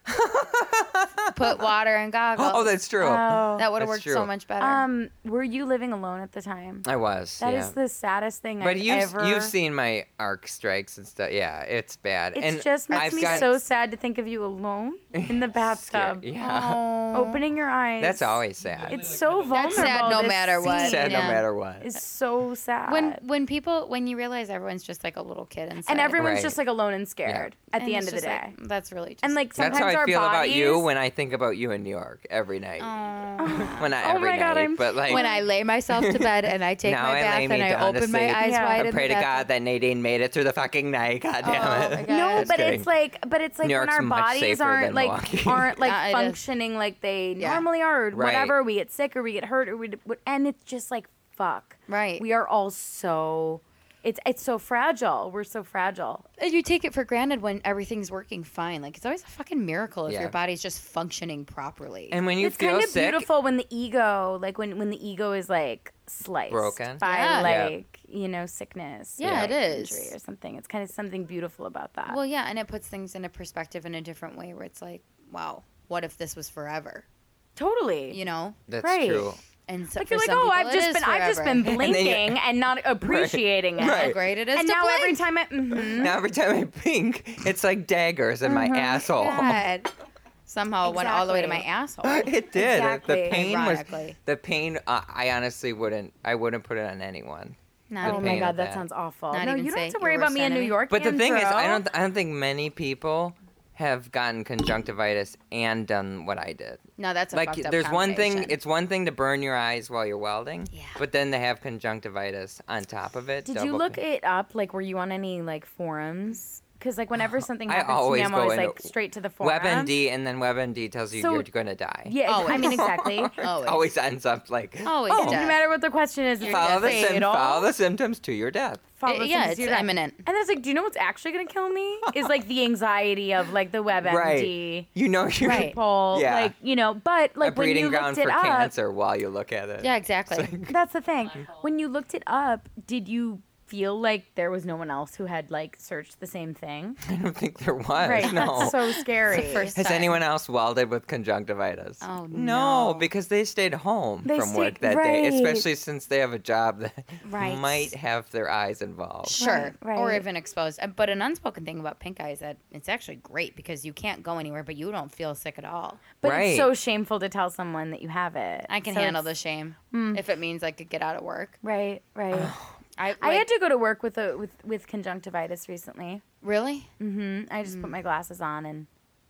Speaker 5: Put water in goggles.
Speaker 6: Oh, that's true.
Speaker 3: oh.
Speaker 5: that would have
Speaker 6: that's
Speaker 5: worked
Speaker 6: true.
Speaker 5: so much better.
Speaker 3: Um, were you living alone at the time?
Speaker 6: I was.
Speaker 3: That is
Speaker 6: Uh, yeah.
Speaker 3: the saddest thing
Speaker 6: But
Speaker 3: I've
Speaker 6: you've
Speaker 3: ever.
Speaker 6: you've seen my arc strikes and stuff. Yeah, it's bad.
Speaker 3: It
Speaker 6: and
Speaker 3: just makes
Speaker 6: I've
Speaker 3: me
Speaker 6: got-
Speaker 3: so sad to think of you alone in the
Speaker 6: Scared.
Speaker 3: bathtub,
Speaker 6: Yeah,
Speaker 5: Oh,
Speaker 3: opening your eyes.
Speaker 6: that's always sad.
Speaker 3: Oh, It's so vulnerable.
Speaker 5: That's sad no
Speaker 3: this
Speaker 5: matter what.
Speaker 3: scene
Speaker 6: sad no
Speaker 5: yeah.
Speaker 6: matter what.
Speaker 3: Is so sad.
Speaker 5: when when people when you realize everyone's just like a little kid inside,
Speaker 3: and everyone's
Speaker 6: Right.
Speaker 3: just like alone and scared at
Speaker 5: and
Speaker 3: the
Speaker 5: it's
Speaker 3: end of
Speaker 5: just
Speaker 3: the day.
Speaker 5: like, that's really just
Speaker 3: and like sometimes
Speaker 6: That's how I
Speaker 3: our
Speaker 6: feel
Speaker 3: bodies,
Speaker 6: about you when I think about you in New York every night. Well, not
Speaker 3: Oh
Speaker 6: every
Speaker 3: my God,
Speaker 6: night,
Speaker 3: I'm-
Speaker 6: but like
Speaker 5: when I lay myself to bed and I take
Speaker 6: Now
Speaker 5: my
Speaker 6: I
Speaker 5: bath
Speaker 6: lay
Speaker 5: and
Speaker 6: me
Speaker 5: I
Speaker 6: down to
Speaker 5: open my
Speaker 6: sleep.
Speaker 5: eyes
Speaker 3: Yeah.
Speaker 5: wide.
Speaker 6: I
Speaker 5: in
Speaker 6: pray
Speaker 5: the
Speaker 6: to God
Speaker 5: bathroom.
Speaker 6: that Nadine made it through the fucking night. God damn
Speaker 5: Oh my
Speaker 6: it.
Speaker 5: God.
Speaker 3: No,
Speaker 5: Just
Speaker 3: Oh, but
Speaker 6: kidding.
Speaker 3: it's like, but it's like
Speaker 6: New
Speaker 3: when
Speaker 6: York's
Speaker 3: our
Speaker 6: much
Speaker 3: bodies
Speaker 6: safer
Speaker 3: aren't
Speaker 6: than
Speaker 3: like
Speaker 6: Milwaukee.
Speaker 3: aren't like
Speaker 5: Yeah, it is.
Speaker 3: functioning like they
Speaker 5: Yeah.
Speaker 3: normally are, or
Speaker 6: Right.
Speaker 3: whatever. We get sick or we get hurt or we d- what- and it's just like fuck.
Speaker 5: Right.
Speaker 3: We are all so it's it's so fragile. We're so fragile.
Speaker 5: And you take it for granted when everything's working fine. Like it's always a fucking miracle if
Speaker 6: Yeah.
Speaker 5: your body's just functioning properly.
Speaker 6: And when you
Speaker 3: it's
Speaker 6: feel
Speaker 3: kind of
Speaker 6: sick,
Speaker 3: beautiful when the ego, like when when the ego is like sliced
Speaker 6: Broken.
Speaker 3: by
Speaker 5: Yeah.
Speaker 6: Yeah.
Speaker 3: like you know sickness. or,
Speaker 5: Yeah, it
Speaker 3: like,
Speaker 5: is.
Speaker 3: injury or something. It's kind of something beautiful about that.
Speaker 5: well, yeah, and it puts things into perspective in a different way where it's like, wow, what if this was forever?
Speaker 3: totally.
Speaker 5: You know?
Speaker 6: that's
Speaker 3: Right.
Speaker 6: true.
Speaker 5: And so
Speaker 3: Like
Speaker 5: for
Speaker 3: you're like,
Speaker 5: some
Speaker 3: oh,
Speaker 5: people,
Speaker 3: I've
Speaker 5: it
Speaker 3: just
Speaker 5: is
Speaker 3: been, I've just
Speaker 5: forever."
Speaker 3: been
Speaker 6: then you-
Speaker 3: blinking and not appreciating it.
Speaker 5: How
Speaker 6: Right.
Speaker 5: great it is
Speaker 3: And
Speaker 5: to
Speaker 3: now
Speaker 5: blink.
Speaker 3: every time I, mhm.
Speaker 6: Now every time I pink, it's like daggers in my asshole.
Speaker 5: God. It's somehow it went all the way to my
Speaker 3: Exactly.
Speaker 5: asshole.
Speaker 6: it did.
Speaker 3: Exactly.
Speaker 6: The pain was
Speaker 5: Ironically.
Speaker 6: the pain. Uh, I honestly wouldn't. I wouldn't put it on anyone.
Speaker 5: Not
Speaker 3: oh
Speaker 6: The
Speaker 3: my
Speaker 6: pain
Speaker 3: god,
Speaker 6: of
Speaker 3: that,
Speaker 6: that.
Speaker 3: sounds awful.
Speaker 5: Not
Speaker 3: no,
Speaker 5: even
Speaker 3: you don't
Speaker 5: say
Speaker 3: have to
Speaker 5: your
Speaker 3: worry about
Speaker 5: worst
Speaker 3: me in New
Speaker 5: enemy.
Speaker 3: York.
Speaker 6: But the thing is, I
Speaker 3: Andrew.
Speaker 6: don't. I don't think many people have gotten conjunctivitis and done what I did.
Speaker 5: No, that's a
Speaker 6: like,
Speaker 5: fucked up
Speaker 6: there's one thing.
Speaker 5: combination.
Speaker 6: It's one thing to burn your eyes while you're welding.
Speaker 5: Yeah.
Speaker 6: But then they have conjunctivitis on top of it.
Speaker 3: Did you
Speaker 6: double
Speaker 3: look
Speaker 6: pain.
Speaker 3: it up? Like, were you on any like forums? Because like whenever something
Speaker 6: I
Speaker 3: happens to me,
Speaker 6: always
Speaker 3: I'm
Speaker 6: go
Speaker 3: always
Speaker 6: into
Speaker 3: like straight to the forum.
Speaker 6: WebMD, and then WebMD tells you
Speaker 3: So-
Speaker 6: you're going to die.
Speaker 3: Yeah, I
Speaker 5: Always.
Speaker 3: mean exactly.
Speaker 6: Oh,
Speaker 5: Always.
Speaker 6: Always ends up like.
Speaker 5: Always
Speaker 6: oh,
Speaker 5: does.
Speaker 3: No matter what the question is, it's
Speaker 6: Follow the,
Speaker 3: fatal.
Speaker 6: sym- follow the symptoms to your death.
Speaker 3: Follow
Speaker 5: Uh,
Speaker 3: the
Speaker 5: yeah,
Speaker 3: symptoms
Speaker 5: it's
Speaker 3: you're at.
Speaker 5: imminent.
Speaker 3: And that's like, do you know what's actually gonna kill me? Is like the anxiety of like the WebMD
Speaker 6: Right. You know you're
Speaker 5: Right.
Speaker 3: people,
Speaker 6: Yeah.
Speaker 3: like you know. But
Speaker 6: a
Speaker 3: like when
Speaker 6: breeding
Speaker 3: you
Speaker 6: ground
Speaker 3: looked it
Speaker 6: for
Speaker 3: up,
Speaker 6: cancer while you look at it.
Speaker 5: Yeah, exactly.
Speaker 3: that's the thing. When you looked it up, did you feel like there was no one else who had like searched the same thing?
Speaker 6: I don't think there was.
Speaker 3: right.
Speaker 6: No.
Speaker 3: That's so scary.
Speaker 5: first
Speaker 6: Has
Speaker 5: time.
Speaker 6: anyone else welded with conjunctivitis?
Speaker 5: Oh,
Speaker 6: no,
Speaker 5: no.
Speaker 6: because they stayed home
Speaker 3: They
Speaker 6: from work
Speaker 3: stayed-
Speaker 6: that day,
Speaker 3: right.
Speaker 6: especially since they have a job that
Speaker 5: Right.
Speaker 6: might have their eyes involved.
Speaker 5: Sure.
Speaker 3: Right,
Speaker 5: Or
Speaker 3: right.
Speaker 5: even exposed. Uh, But an unspoken thing about pink eye is that it's actually great because you can't go anywhere, but you don't feel sick at all.
Speaker 3: But
Speaker 6: right.
Speaker 3: it's so shameful to tell someone that you have it.
Speaker 5: I can
Speaker 3: So
Speaker 5: handle the
Speaker 3: it's- Hmm.
Speaker 5: shame if it means I could get out of work.
Speaker 3: Right, right.
Speaker 5: I,
Speaker 3: I had
Speaker 5: like-
Speaker 3: to go to work with a with with conjunctivitis recently.
Speaker 5: really.
Speaker 3: Mm, I just put my glasses on and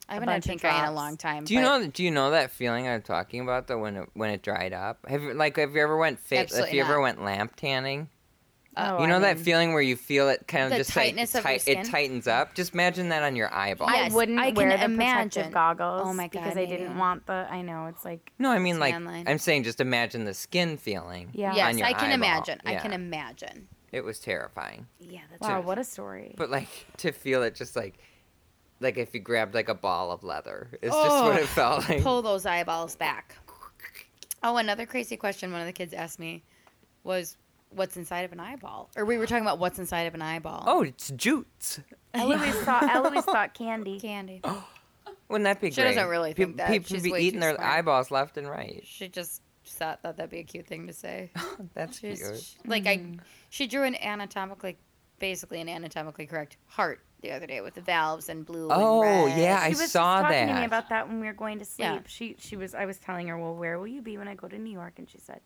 Speaker 5: I haven't had
Speaker 3: bunch of
Speaker 5: pink eye in a
Speaker 3: drops.
Speaker 5: long time.
Speaker 6: do you
Speaker 5: but
Speaker 6: know? Do you know that feeling I'm talking about though? When it, when it dried up, have you, like have you ever went fa- if
Speaker 5: Absolutely
Speaker 6: you ever
Speaker 5: not.
Speaker 6: went lamp tanning?
Speaker 3: oh,
Speaker 5: Uh,
Speaker 6: you
Speaker 3: I
Speaker 6: know that
Speaker 3: mean,
Speaker 6: feeling where you feel it kind of
Speaker 5: The
Speaker 6: just like,
Speaker 5: tightness of your
Speaker 6: tight-
Speaker 5: skin?
Speaker 6: it tightens up. Just imagine that on your eyeball.
Speaker 5: Yeah.
Speaker 3: I
Speaker 5: Yes,
Speaker 3: wouldn't
Speaker 5: I
Speaker 3: wear the
Speaker 5: can imagine.
Speaker 3: protective goggles.
Speaker 5: Oh my God,
Speaker 3: Because I didn't
Speaker 5: Nadine.
Speaker 3: want the. I know it's like
Speaker 6: No, I mean
Speaker 5: It's
Speaker 6: like
Speaker 5: manline.
Speaker 6: I'm saying just imagine the skin feeling.
Speaker 3: Yeah.
Speaker 5: Yes,
Speaker 6: on your
Speaker 5: I can
Speaker 6: eyeball.
Speaker 5: imagine. I
Speaker 6: Yeah.
Speaker 5: can imagine.
Speaker 6: It was terrifying.
Speaker 5: Yeah, that's
Speaker 3: wow,
Speaker 6: Dude.
Speaker 3: what a story.
Speaker 6: But like to feel it just like like if you grabbed like a ball of leather. It's just what
Speaker 5: Oh.
Speaker 6: it felt like.
Speaker 5: pull those eyeballs back. Oh, another crazy question one of the kids asked me was what's inside of an eyeball? Or we were talking about what's inside of an eyeball.
Speaker 6: Oh, it's jutes.
Speaker 3: Eloise thought Eloise thought candy.
Speaker 5: candy.
Speaker 6: Wouldn't that be
Speaker 5: She
Speaker 6: great?
Speaker 5: doesn't really
Speaker 6: Pe-
Speaker 5: think that.
Speaker 6: People
Speaker 5: She's
Speaker 6: be
Speaker 5: way
Speaker 6: eating
Speaker 5: too
Speaker 6: their
Speaker 5: smart.
Speaker 6: eyeballs left and right.
Speaker 5: She just thought, thought that'd be a cute thing to say.
Speaker 6: That's
Speaker 5: She was-
Speaker 6: cute.
Speaker 5: she- like
Speaker 3: Hmm.
Speaker 5: I, she drew an anatomically, basically an anatomically correct heart the other day with the valves and blue. and
Speaker 6: Oh,
Speaker 5: red.
Speaker 6: yeah, I
Speaker 3: She was just
Speaker 6: saw
Speaker 3: talking
Speaker 6: that.
Speaker 3: to me about that when we were going to sleep.
Speaker 5: Yeah.
Speaker 3: She she was I was telling her, Well, where will you be when I go to New York? And she said,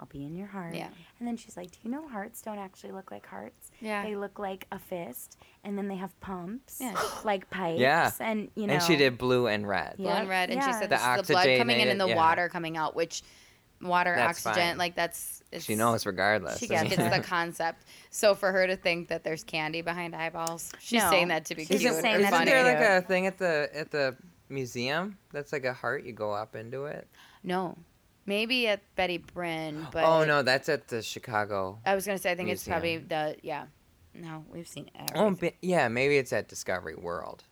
Speaker 3: I'll be in your heart.
Speaker 5: Yeah.
Speaker 3: And then she's like, Do you know hearts don't actually look like hearts?
Speaker 5: Yeah.
Speaker 3: They look like a fist and then they have pumps.
Speaker 5: Yeah.
Speaker 3: Like pipes.
Speaker 6: Yeah.
Speaker 3: And you know
Speaker 6: And she did blue and red.
Speaker 5: blue and
Speaker 3: Yep.
Speaker 5: red, and she said
Speaker 6: The
Speaker 5: this is the blood coming in
Speaker 6: oxygenated-
Speaker 5: and the
Speaker 6: yeah.
Speaker 5: water coming out, which water,
Speaker 6: That's
Speaker 5: oxygen,
Speaker 6: fine.
Speaker 5: like that's it's,
Speaker 6: She knows regardless.
Speaker 5: She
Speaker 6: I mean,
Speaker 5: gets the concept. So for her to think that there's candy behind eyeballs, she's
Speaker 3: No.
Speaker 5: saying that to be
Speaker 3: She's
Speaker 5: cute.
Speaker 3: just saying
Speaker 5: or
Speaker 3: that to
Speaker 6: Isn't
Speaker 5: funny.
Speaker 3: be
Speaker 6: there like
Speaker 3: Yeah.
Speaker 6: a thing at the at the museum that's like a heart? You go up into it.
Speaker 5: No, maybe at Betty Bryn, but
Speaker 6: oh no, that's at the Chicago.
Speaker 5: I was gonna say I think it's
Speaker 6: Museum.
Speaker 5: probably the yeah. No, we've seen it.
Speaker 6: Oh, ba- yeah, maybe it's at Discovery World.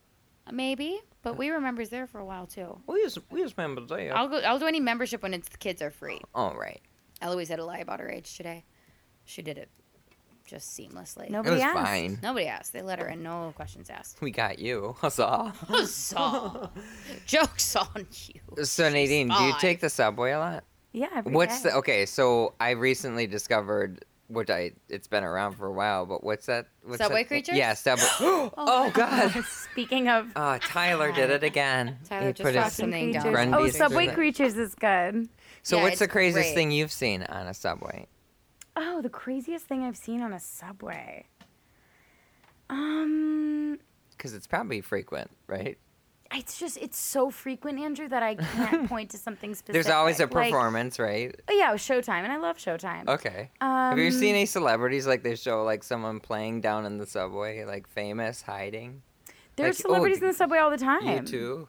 Speaker 5: Maybe, but we remembers there for a while too.
Speaker 6: We just we just remember there.
Speaker 5: I'll go. I'll do any membership when it's the kids are free.
Speaker 6: oh right,
Speaker 5: Eloise had a lie about her age today. She did it just seamlessly.
Speaker 3: Nobody
Speaker 6: it was
Speaker 3: asked.
Speaker 6: fine.
Speaker 5: Nobody asked. They let her in. No questions asked.
Speaker 6: We got you. That's all.
Speaker 5: Huzzah. Jokes on you.
Speaker 6: So Nadine, do you take the subway a lot?
Speaker 3: Yeah. every
Speaker 6: What's
Speaker 3: day.
Speaker 6: the okay? So I recently discovered, which I it's been around for a while, but what's that? What's that
Speaker 5: Subway
Speaker 6: thing?
Speaker 5: creatures?
Speaker 6: Yeah, subway. oh, God.
Speaker 3: Speaking of
Speaker 6: Oh, Tyler did it again.
Speaker 5: Tyler
Speaker 6: He
Speaker 5: just
Speaker 6: put
Speaker 5: saw
Speaker 6: his
Speaker 5: something
Speaker 3: creatures.
Speaker 5: down.
Speaker 6: Run
Speaker 3: Oh,
Speaker 6: Beast
Speaker 3: Subway
Speaker 6: Creatures.
Speaker 3: Creatures is good.
Speaker 6: So
Speaker 5: Yeah,
Speaker 6: what's the
Speaker 5: it's
Speaker 6: craziest
Speaker 5: great.
Speaker 6: thing you've seen on a subway?
Speaker 3: Oh, the craziest thing I've seen on a subway. Um
Speaker 6: Because it's probably frequent, right?
Speaker 3: it's just it's so frequent, Andrew, that I can't point to something specific.
Speaker 6: There's always a
Speaker 3: Like-
Speaker 6: performance, right?
Speaker 3: Oh, yeah, it was Showtime, and I love Showtime. Um,
Speaker 6: Okay. Have you ever seen any celebrities like they show like someone playing down in the subway, like famous hiding?
Speaker 3: There's
Speaker 6: Like, oh,
Speaker 3: celebrities
Speaker 6: the-
Speaker 3: in the subway all the time.
Speaker 6: You too.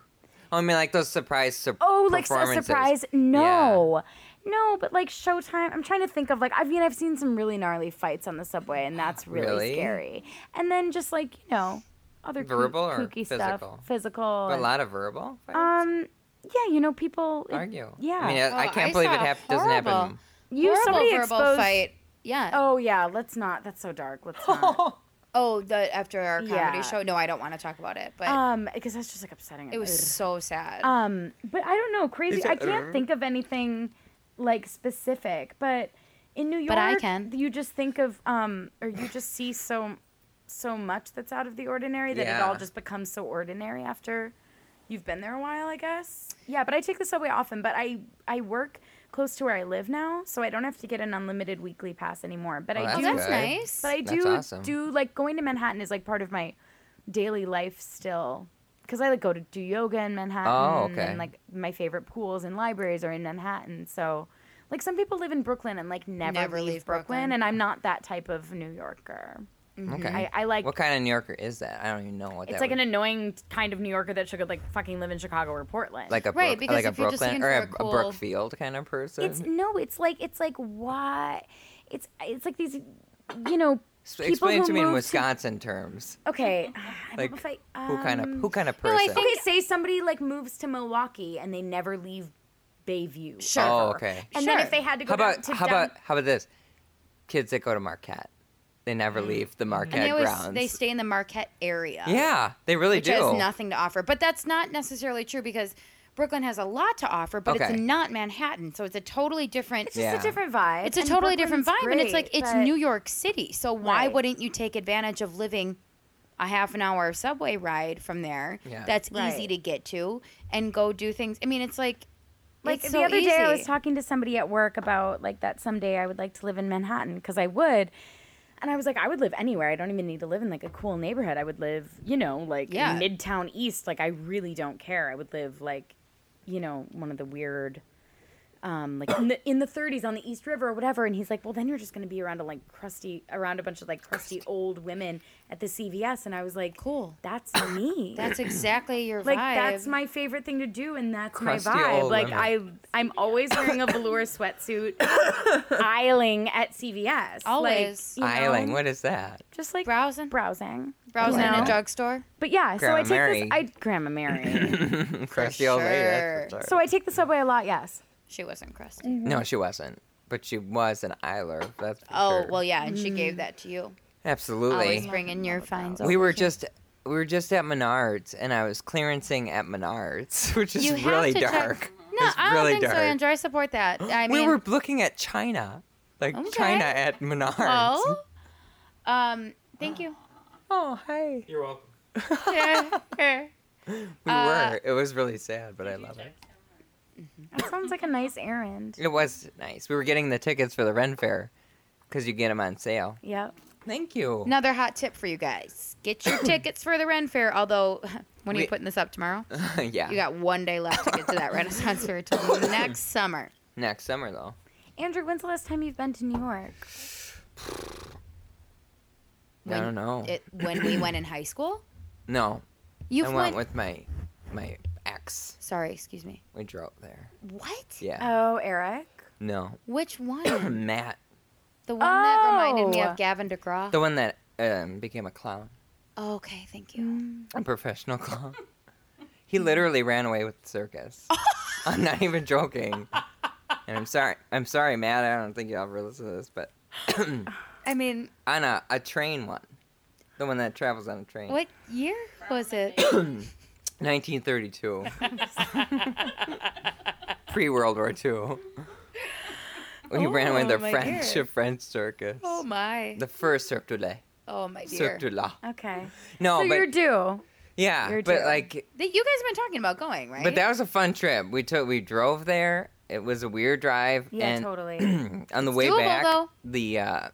Speaker 6: Oh, I mean, like those surprise sur-
Speaker 3: Oh, like a
Speaker 6: performances.
Speaker 3: surprise? No. No, but like Showtime, I'm trying to think of like I mean I've seen some really gnarly fights on the subway and that's really,
Speaker 6: Really?
Speaker 3: scary. And then just like, you know, other koo-
Speaker 6: Verbal or
Speaker 3: kooky
Speaker 6: physical?
Speaker 3: stuff, physical.
Speaker 6: But a
Speaker 3: and-
Speaker 6: lot of verbal. Fights?
Speaker 3: um yeah, you know people it-
Speaker 6: argue.
Speaker 3: Yeah.
Speaker 6: I mean, I, I
Speaker 5: Oh,
Speaker 6: can't
Speaker 5: I
Speaker 6: believe it
Speaker 5: saw a
Speaker 6: hap- doesn't happen.
Speaker 5: horrible-
Speaker 3: you
Speaker 5: Horrible
Speaker 3: somebody
Speaker 5: verbal
Speaker 3: exposed-
Speaker 5: fight. Yeah.
Speaker 3: Oh yeah, let's not. That's so dark. Let's not.
Speaker 5: Oh, the after our comedy
Speaker 3: Yeah.
Speaker 5: show. No, I don't want to talk about it. But
Speaker 3: um, because that's just like upsetting.
Speaker 5: it was
Speaker 3: Ugh.
Speaker 5: so sad.
Speaker 3: Um, but I don't know, crazy.
Speaker 6: It's
Speaker 3: I
Speaker 6: a-
Speaker 3: can't think of anything like specific, but in New York,
Speaker 5: But I can.
Speaker 3: You just think of um, or you just see so so much that's out of the ordinary that it
Speaker 6: Yeah.
Speaker 3: all just becomes so ordinary after you've been there a while, I guess. Yeah, but I take the subway often, but I I work close to where I live now, so I don't have to get an unlimited weekly pass anymore. But
Speaker 6: Oh,
Speaker 3: I
Speaker 6: that's
Speaker 3: do
Speaker 5: that's
Speaker 6: good.
Speaker 5: nice.
Speaker 3: but I
Speaker 6: That's
Speaker 3: do
Speaker 6: awesome.
Speaker 3: do like going to Manhattan is like part of my daily life still. Cause I like go to do yoga in Manhattan.
Speaker 6: Oh, okay.
Speaker 3: And like my favorite pools and libraries are in Manhattan. So, like some people live in Brooklyn and like never,
Speaker 5: Never
Speaker 3: leave,
Speaker 5: leave
Speaker 3: Brooklyn,
Speaker 5: Brooklyn.
Speaker 3: and I'm not that type of New Yorker.
Speaker 6: Okay.
Speaker 3: I, I like
Speaker 6: Mm-hmm. what kind of New Yorker is that? I don't even know what that.
Speaker 9: It's like
Speaker 6: would-
Speaker 9: an annoying kind of New Yorker that should go, like fucking live in Chicago or Portland.
Speaker 6: like a
Speaker 5: Right,
Speaker 6: Brook-
Speaker 5: because
Speaker 6: like a
Speaker 5: if you're just
Speaker 6: Brooklyn
Speaker 5: looking
Speaker 6: or
Speaker 5: for
Speaker 6: a,
Speaker 5: a cool-
Speaker 6: Brookfield kind of person.
Speaker 3: it's no, it's like it's like why it's it's like these you know
Speaker 6: S-
Speaker 3: people
Speaker 6: Explain
Speaker 3: who
Speaker 6: to me in
Speaker 3: move
Speaker 6: Wisconsin terms.
Speaker 3: okay. I
Speaker 6: Like,
Speaker 3: don't know if I,
Speaker 6: who kind of
Speaker 3: um,
Speaker 6: who kind of
Speaker 5: I
Speaker 6: person?
Speaker 5: think-
Speaker 3: Okay, say somebody like moves to Milwaukee and they never leave Bayview.
Speaker 5: Sure.
Speaker 6: Oh, okay.
Speaker 3: And then
Speaker 5: Sure.
Speaker 3: if they had to go
Speaker 6: how
Speaker 3: down
Speaker 6: about
Speaker 3: to
Speaker 6: how
Speaker 3: down-
Speaker 6: about how about this? Kids that go to Marquette, they never leave the Marquette
Speaker 5: Mm. And they always
Speaker 6: grounds.
Speaker 5: they stay in the Marquette area.
Speaker 6: yeah, they really
Speaker 5: which
Speaker 6: do.
Speaker 5: has nothing to offer. But that's not necessarily true because Brooklyn has a lot to offer, but
Speaker 6: Okay.
Speaker 5: it's not Manhattan, so it's a totally different.
Speaker 3: It's just
Speaker 6: Yeah.
Speaker 3: a different vibe.
Speaker 5: It's a
Speaker 3: and
Speaker 5: totally different vibe,
Speaker 3: Brooklyn's
Speaker 5: and it's like
Speaker 3: great,
Speaker 5: it's
Speaker 3: but-
Speaker 5: New York City. So why
Speaker 3: Right.
Speaker 5: wouldn't you take advantage of living a half an hour subway ride from there?
Speaker 6: Yeah.
Speaker 5: That's easy
Speaker 3: Right.
Speaker 5: to get to and go do things. I mean, it's like
Speaker 3: Like
Speaker 5: it's
Speaker 3: the
Speaker 5: so
Speaker 3: other day, I was
Speaker 5: easy.
Speaker 3: talking to somebody at work about like that someday I would like to live in Manhattan because I would. And I was like, I would live anywhere. I don't even need to live in like a cool neighborhood. I would live, you know, like
Speaker 5: Yeah.
Speaker 3: Midtown East. Like I really don't care. I would live like, you know, one of the weird, um, like in the in the 30s on the East River or whatever. And he's like, well, then you're just gonna be around a like crusty around a bunch of like crusty old women at the CVS. And I was like,
Speaker 5: Cool.
Speaker 3: That's me.
Speaker 5: That's exactly your
Speaker 3: Like
Speaker 5: vibe.
Speaker 3: that's my favorite thing to do, and that's
Speaker 6: Crusty
Speaker 3: my vibe.
Speaker 6: old
Speaker 3: Like
Speaker 6: women.
Speaker 3: I, I'm always wearing a velour sweatsuit, aisling at CVS.
Speaker 5: Always.
Speaker 3: like, you know,
Speaker 6: Isling, what is that?
Speaker 3: just like
Speaker 5: Browsing.
Speaker 3: browsing,
Speaker 5: browsing in
Speaker 6: Wow.
Speaker 5: a drugstore.
Speaker 3: But yeah, so I
Speaker 6: Grandma
Speaker 3: take
Speaker 6: Mary.
Speaker 3: this. I Grandma Mary.
Speaker 6: Crusty old lady. That's for
Speaker 5: sure.
Speaker 6: sure.
Speaker 3: so I take the subway a lot. Yes.
Speaker 5: She wasn't crusty.
Speaker 3: Mm.
Speaker 6: no, she wasn't, but she was an Eiler. That's for
Speaker 5: Oh
Speaker 6: sure.
Speaker 5: well, yeah, and she
Speaker 3: Mm.
Speaker 5: gave that to you. Always
Speaker 6: absolutely.
Speaker 5: bringing your finds.
Speaker 6: We
Speaker 5: over
Speaker 6: were
Speaker 5: here.
Speaker 6: just we were just at Menards, and I was clearancing at Menards, which is
Speaker 5: You have
Speaker 6: really
Speaker 5: to check-
Speaker 6: dark.
Speaker 5: No,
Speaker 6: It's
Speaker 5: I don't
Speaker 6: really
Speaker 5: think so.
Speaker 6: dark.
Speaker 5: Andrew, I support that. I mean,
Speaker 6: we were looking at China, like
Speaker 5: Okay.
Speaker 6: China at Menards.
Speaker 5: well, um, thank you.
Speaker 6: oh hey,
Speaker 4: You're welcome.
Speaker 6: we
Speaker 5: Uh,
Speaker 6: were. It was really sad, but I love it.
Speaker 3: That sounds like a nice errand.
Speaker 6: It was nice. We were getting the tickets for the Ren Fair because you get them on sale.
Speaker 3: Yep.
Speaker 6: Thank you.
Speaker 5: Another hot tip for you guys: get your tickets for the Ren Fair. Although, when are
Speaker 6: We-
Speaker 5: you putting this up tomorrow?
Speaker 6: yeah.
Speaker 5: You got one day left to get to that Renaissance Fair till next summer.
Speaker 6: Next summer though.
Speaker 3: Andrew, when's the last time you've been to New York?
Speaker 6: I don't know.
Speaker 5: It, when we went in high school,
Speaker 6: no,
Speaker 5: you
Speaker 6: I
Speaker 5: went.
Speaker 6: went with my my ex.
Speaker 5: Sorry, excuse me.
Speaker 6: We drove there.
Speaker 5: What?
Speaker 6: Yeah.
Speaker 3: Oh, Eric.
Speaker 6: No.
Speaker 5: Which one?
Speaker 6: Matt,
Speaker 5: The one that reminded me
Speaker 3: Oh.
Speaker 5: of Gavin DeGraw. Oh,
Speaker 6: the one that um, became a clown.
Speaker 5: okay, thank you.
Speaker 6: a professional clown. He literally ran away with the circus. I'm not even joking. And I'm sorry. I'm sorry, Matt. I don't think you'll ever listen to this, but
Speaker 5: I mean,
Speaker 6: on a, a train one, the one that travels on a train.
Speaker 5: what year was it?
Speaker 6: 1932. Pre World War II. When he ran away with
Speaker 5: Oh,
Speaker 6: the
Speaker 5: my
Speaker 6: French
Speaker 5: dear.
Speaker 6: French circus.
Speaker 5: Oh my.
Speaker 6: The first Cirque du Lay.
Speaker 5: Oh my dear.
Speaker 6: Cirque du La.
Speaker 3: Okay.
Speaker 6: No,
Speaker 3: so
Speaker 6: Oh, but
Speaker 3: you're due.
Speaker 6: yeah,
Speaker 3: you're
Speaker 6: but
Speaker 3: due.
Speaker 6: like
Speaker 5: That you guys have been talking about going, right?
Speaker 6: But that was a fun trip. We took we drove there. It was a weird drive.
Speaker 3: Yeah,
Speaker 6: and
Speaker 3: totally.
Speaker 6: On the way
Speaker 5: doable,
Speaker 6: back,
Speaker 5: though.
Speaker 6: the uh,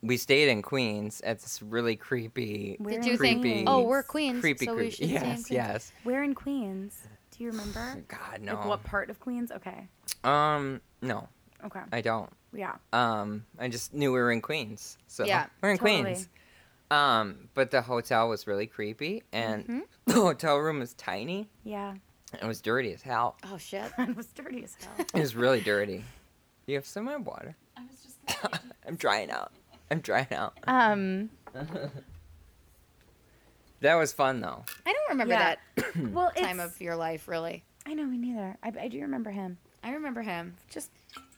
Speaker 6: we stayed in Queens at this really creepy,
Speaker 3: Where
Speaker 5: Did
Speaker 3: in
Speaker 5: you
Speaker 6: creepy-
Speaker 5: think? Oh, we're queens,
Speaker 6: creepy,
Speaker 5: so we should
Speaker 6: creepy.
Speaker 5: stay in
Speaker 6: Yes,
Speaker 5: Queens.
Speaker 6: yes.
Speaker 3: Where in Queens? Do you remember?
Speaker 6: God no.
Speaker 3: Like what part of Queens? Okay.
Speaker 6: um, no,
Speaker 3: Okay.
Speaker 6: I don't.
Speaker 3: yeah.
Speaker 6: Um, I just knew we were in Queens. So
Speaker 5: Yeah,
Speaker 6: we're in
Speaker 3: totally.
Speaker 6: Queens. Um, but the hotel was really creepy, and
Speaker 5: Mm-hmm.
Speaker 6: the hotel room was tiny.
Speaker 3: Yeah.
Speaker 6: and It was dirty as hell.
Speaker 5: Oh shit.
Speaker 3: It was dirty as hell.
Speaker 6: It was really dirty. You have some of my water. I was just. I'm drying out. I'm drying out.
Speaker 3: Um,
Speaker 6: That was fun though.
Speaker 5: I don't remember
Speaker 3: Yeah.
Speaker 5: that
Speaker 6: Hmm.
Speaker 3: well, it's,
Speaker 5: time of your life really.
Speaker 3: I know me neither. I, I do remember him.
Speaker 5: I remember him.
Speaker 3: Just,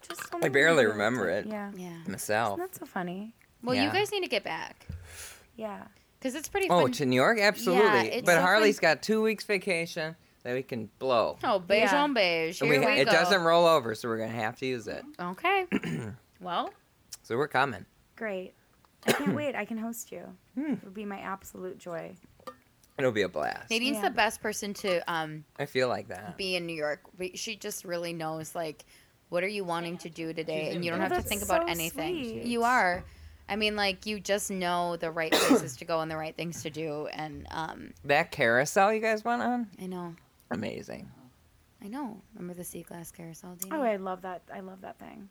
Speaker 3: just.
Speaker 6: I barely remember it
Speaker 3: Yeah.
Speaker 5: Yeah.
Speaker 6: myself.
Speaker 3: That's so funny.
Speaker 5: Well,
Speaker 6: Yeah.
Speaker 5: you guys need to get back
Speaker 3: Yeah.
Speaker 5: because it's pretty fun.
Speaker 6: Oh, to New York, absolutely.
Speaker 5: it's
Speaker 6: but
Speaker 5: so
Speaker 6: Harley's
Speaker 5: fun.
Speaker 6: got two weeks vacation that we can blow.
Speaker 5: oh, beige
Speaker 3: Yeah.
Speaker 5: on beige. Here
Speaker 6: And
Speaker 5: we,
Speaker 6: we- it
Speaker 5: go.
Speaker 6: doesn't roll over, so we're gonna have to use it.
Speaker 5: Okay. well,
Speaker 6: So we're coming. Hmm.
Speaker 3: Great. I can't wait. I can host you. It would be my absolute joy.
Speaker 6: It'll be a blast.
Speaker 5: Nadine's
Speaker 3: Yeah.
Speaker 5: the best person to um,
Speaker 6: I feel like that.
Speaker 5: be in New York. We- She just really knows like what are you wanting to do today,
Speaker 4: She's
Speaker 5: and you don't
Speaker 4: in
Speaker 5: have to
Speaker 3: That's
Speaker 5: think about
Speaker 3: so
Speaker 5: anything.
Speaker 3: sweet.
Speaker 5: You are. I mean, like you just know the right places to go and the right things to do, and um,
Speaker 6: That carousel you guys went on?
Speaker 5: I know,
Speaker 6: Amazing.
Speaker 5: I know. Remember the sea glass carousel? Dina?
Speaker 3: Oh, I love that. I love that thing.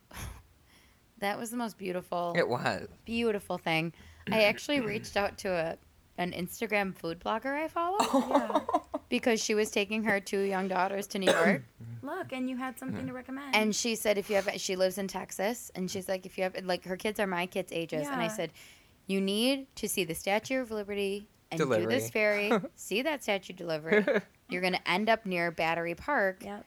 Speaker 5: that was the most beautiful.
Speaker 6: It was.
Speaker 5: beautiful thing. I actually reached out to a an Instagram food blogger I follow
Speaker 6: Oh.
Speaker 5: because she was taking her two young daughters to New York,
Speaker 3: Look, and you had something to recommend.
Speaker 5: and she said if you have she lives in Texas, and she's like if you have like her kids are my kids' ages, and I
Speaker 3: Yeah.
Speaker 5: said you need to see the Statue of Liberty and do
Speaker 6: Delivery.
Speaker 5: this ferry, see that statue delivery. You're gonna end up near Battery Park
Speaker 3: yep.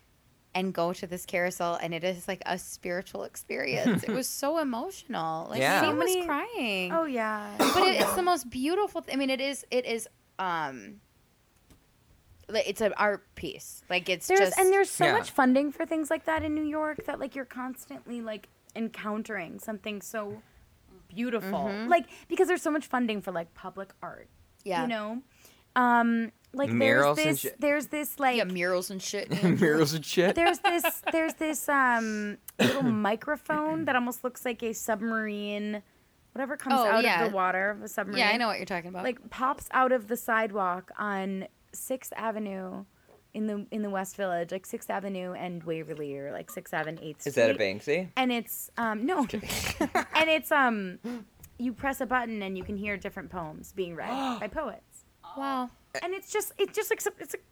Speaker 5: and go to this carousel, and it is like a spiritual experience. it was so emotional. Like
Speaker 6: Yeah.
Speaker 5: she
Speaker 6: So
Speaker 5: was
Speaker 3: many-
Speaker 5: crying
Speaker 3: Oh yeah.
Speaker 5: but it, it's the most beautiful. Th- I mean, it is. It is. Um, like it's an art piece. Like it's
Speaker 3: There's
Speaker 5: just.
Speaker 3: and there's so
Speaker 6: Yeah.
Speaker 3: much funding for things like that in New York that like you're constantly like encountering something so beautiful.
Speaker 5: Mm-hmm.
Speaker 3: Like because there's so much funding for like public art.
Speaker 5: yeah.
Speaker 3: You know? Um like
Speaker 6: Murals and
Speaker 3: there's this
Speaker 6: shit.
Speaker 3: there's this like
Speaker 5: Yeah, murals and shit.
Speaker 6: Murals and shit.
Speaker 3: there's this there's this um little microphone that almost looks like a submarine whatever comes
Speaker 5: Oh,
Speaker 3: out
Speaker 5: yeah.
Speaker 3: of the water of a submarine
Speaker 5: yeah, I know what you're talking about.
Speaker 3: like pops out of the sidewalk on Sixth Avenue in the in the West Village, like Sixth Avenue and Waverly, or like Sixth Avenue, Eighth Street.
Speaker 6: Is that a Banksy?
Speaker 3: And it's um no, and it's um you press a button and you can hear different poems being read by poets,
Speaker 5: wow,
Speaker 3: and it's just it's just like some- it's like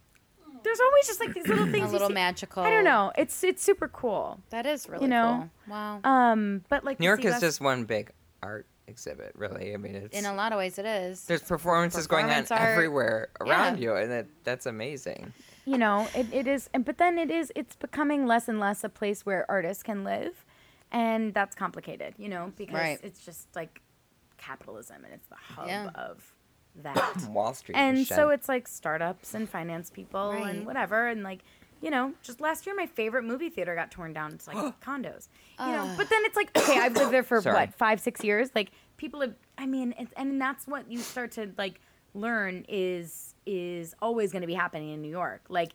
Speaker 3: there's always just like these little things.
Speaker 5: a
Speaker 3: you
Speaker 5: little
Speaker 3: see.
Speaker 5: magical.
Speaker 3: I don't know. It's it's super cool.
Speaker 5: That is really
Speaker 3: You know?
Speaker 5: cool. Wow.
Speaker 3: Um, but like
Speaker 6: New
Speaker 3: the
Speaker 6: York
Speaker 3: sea
Speaker 6: is
Speaker 3: glass-
Speaker 6: just one big art exhibit, really. I mean, it's
Speaker 5: In a lot of ways, it is.
Speaker 6: there's performances going on
Speaker 5: performance art.
Speaker 6: everywhere around
Speaker 5: Yeah.
Speaker 6: you, and that, that's amazing.
Speaker 3: you know it, it is and but then it is it's becoming less and less a place where artists can live and that's complicated you know because
Speaker 5: Right.
Speaker 3: it's just like capitalism and it's the hub
Speaker 5: Yeah.
Speaker 3: of that
Speaker 6: Wall Street.
Speaker 3: and so
Speaker 6: shit.
Speaker 3: it's like startups and finance people
Speaker 5: Right.
Speaker 3: and whatever and like you know just last year my favorite movie theater got torn down it's like condos you know but then it's like okay i've lived there for
Speaker 6: Sorry.
Speaker 3: what five six years like people have i mean it's, and that's what you start to like learn is is always going to be happening in new york like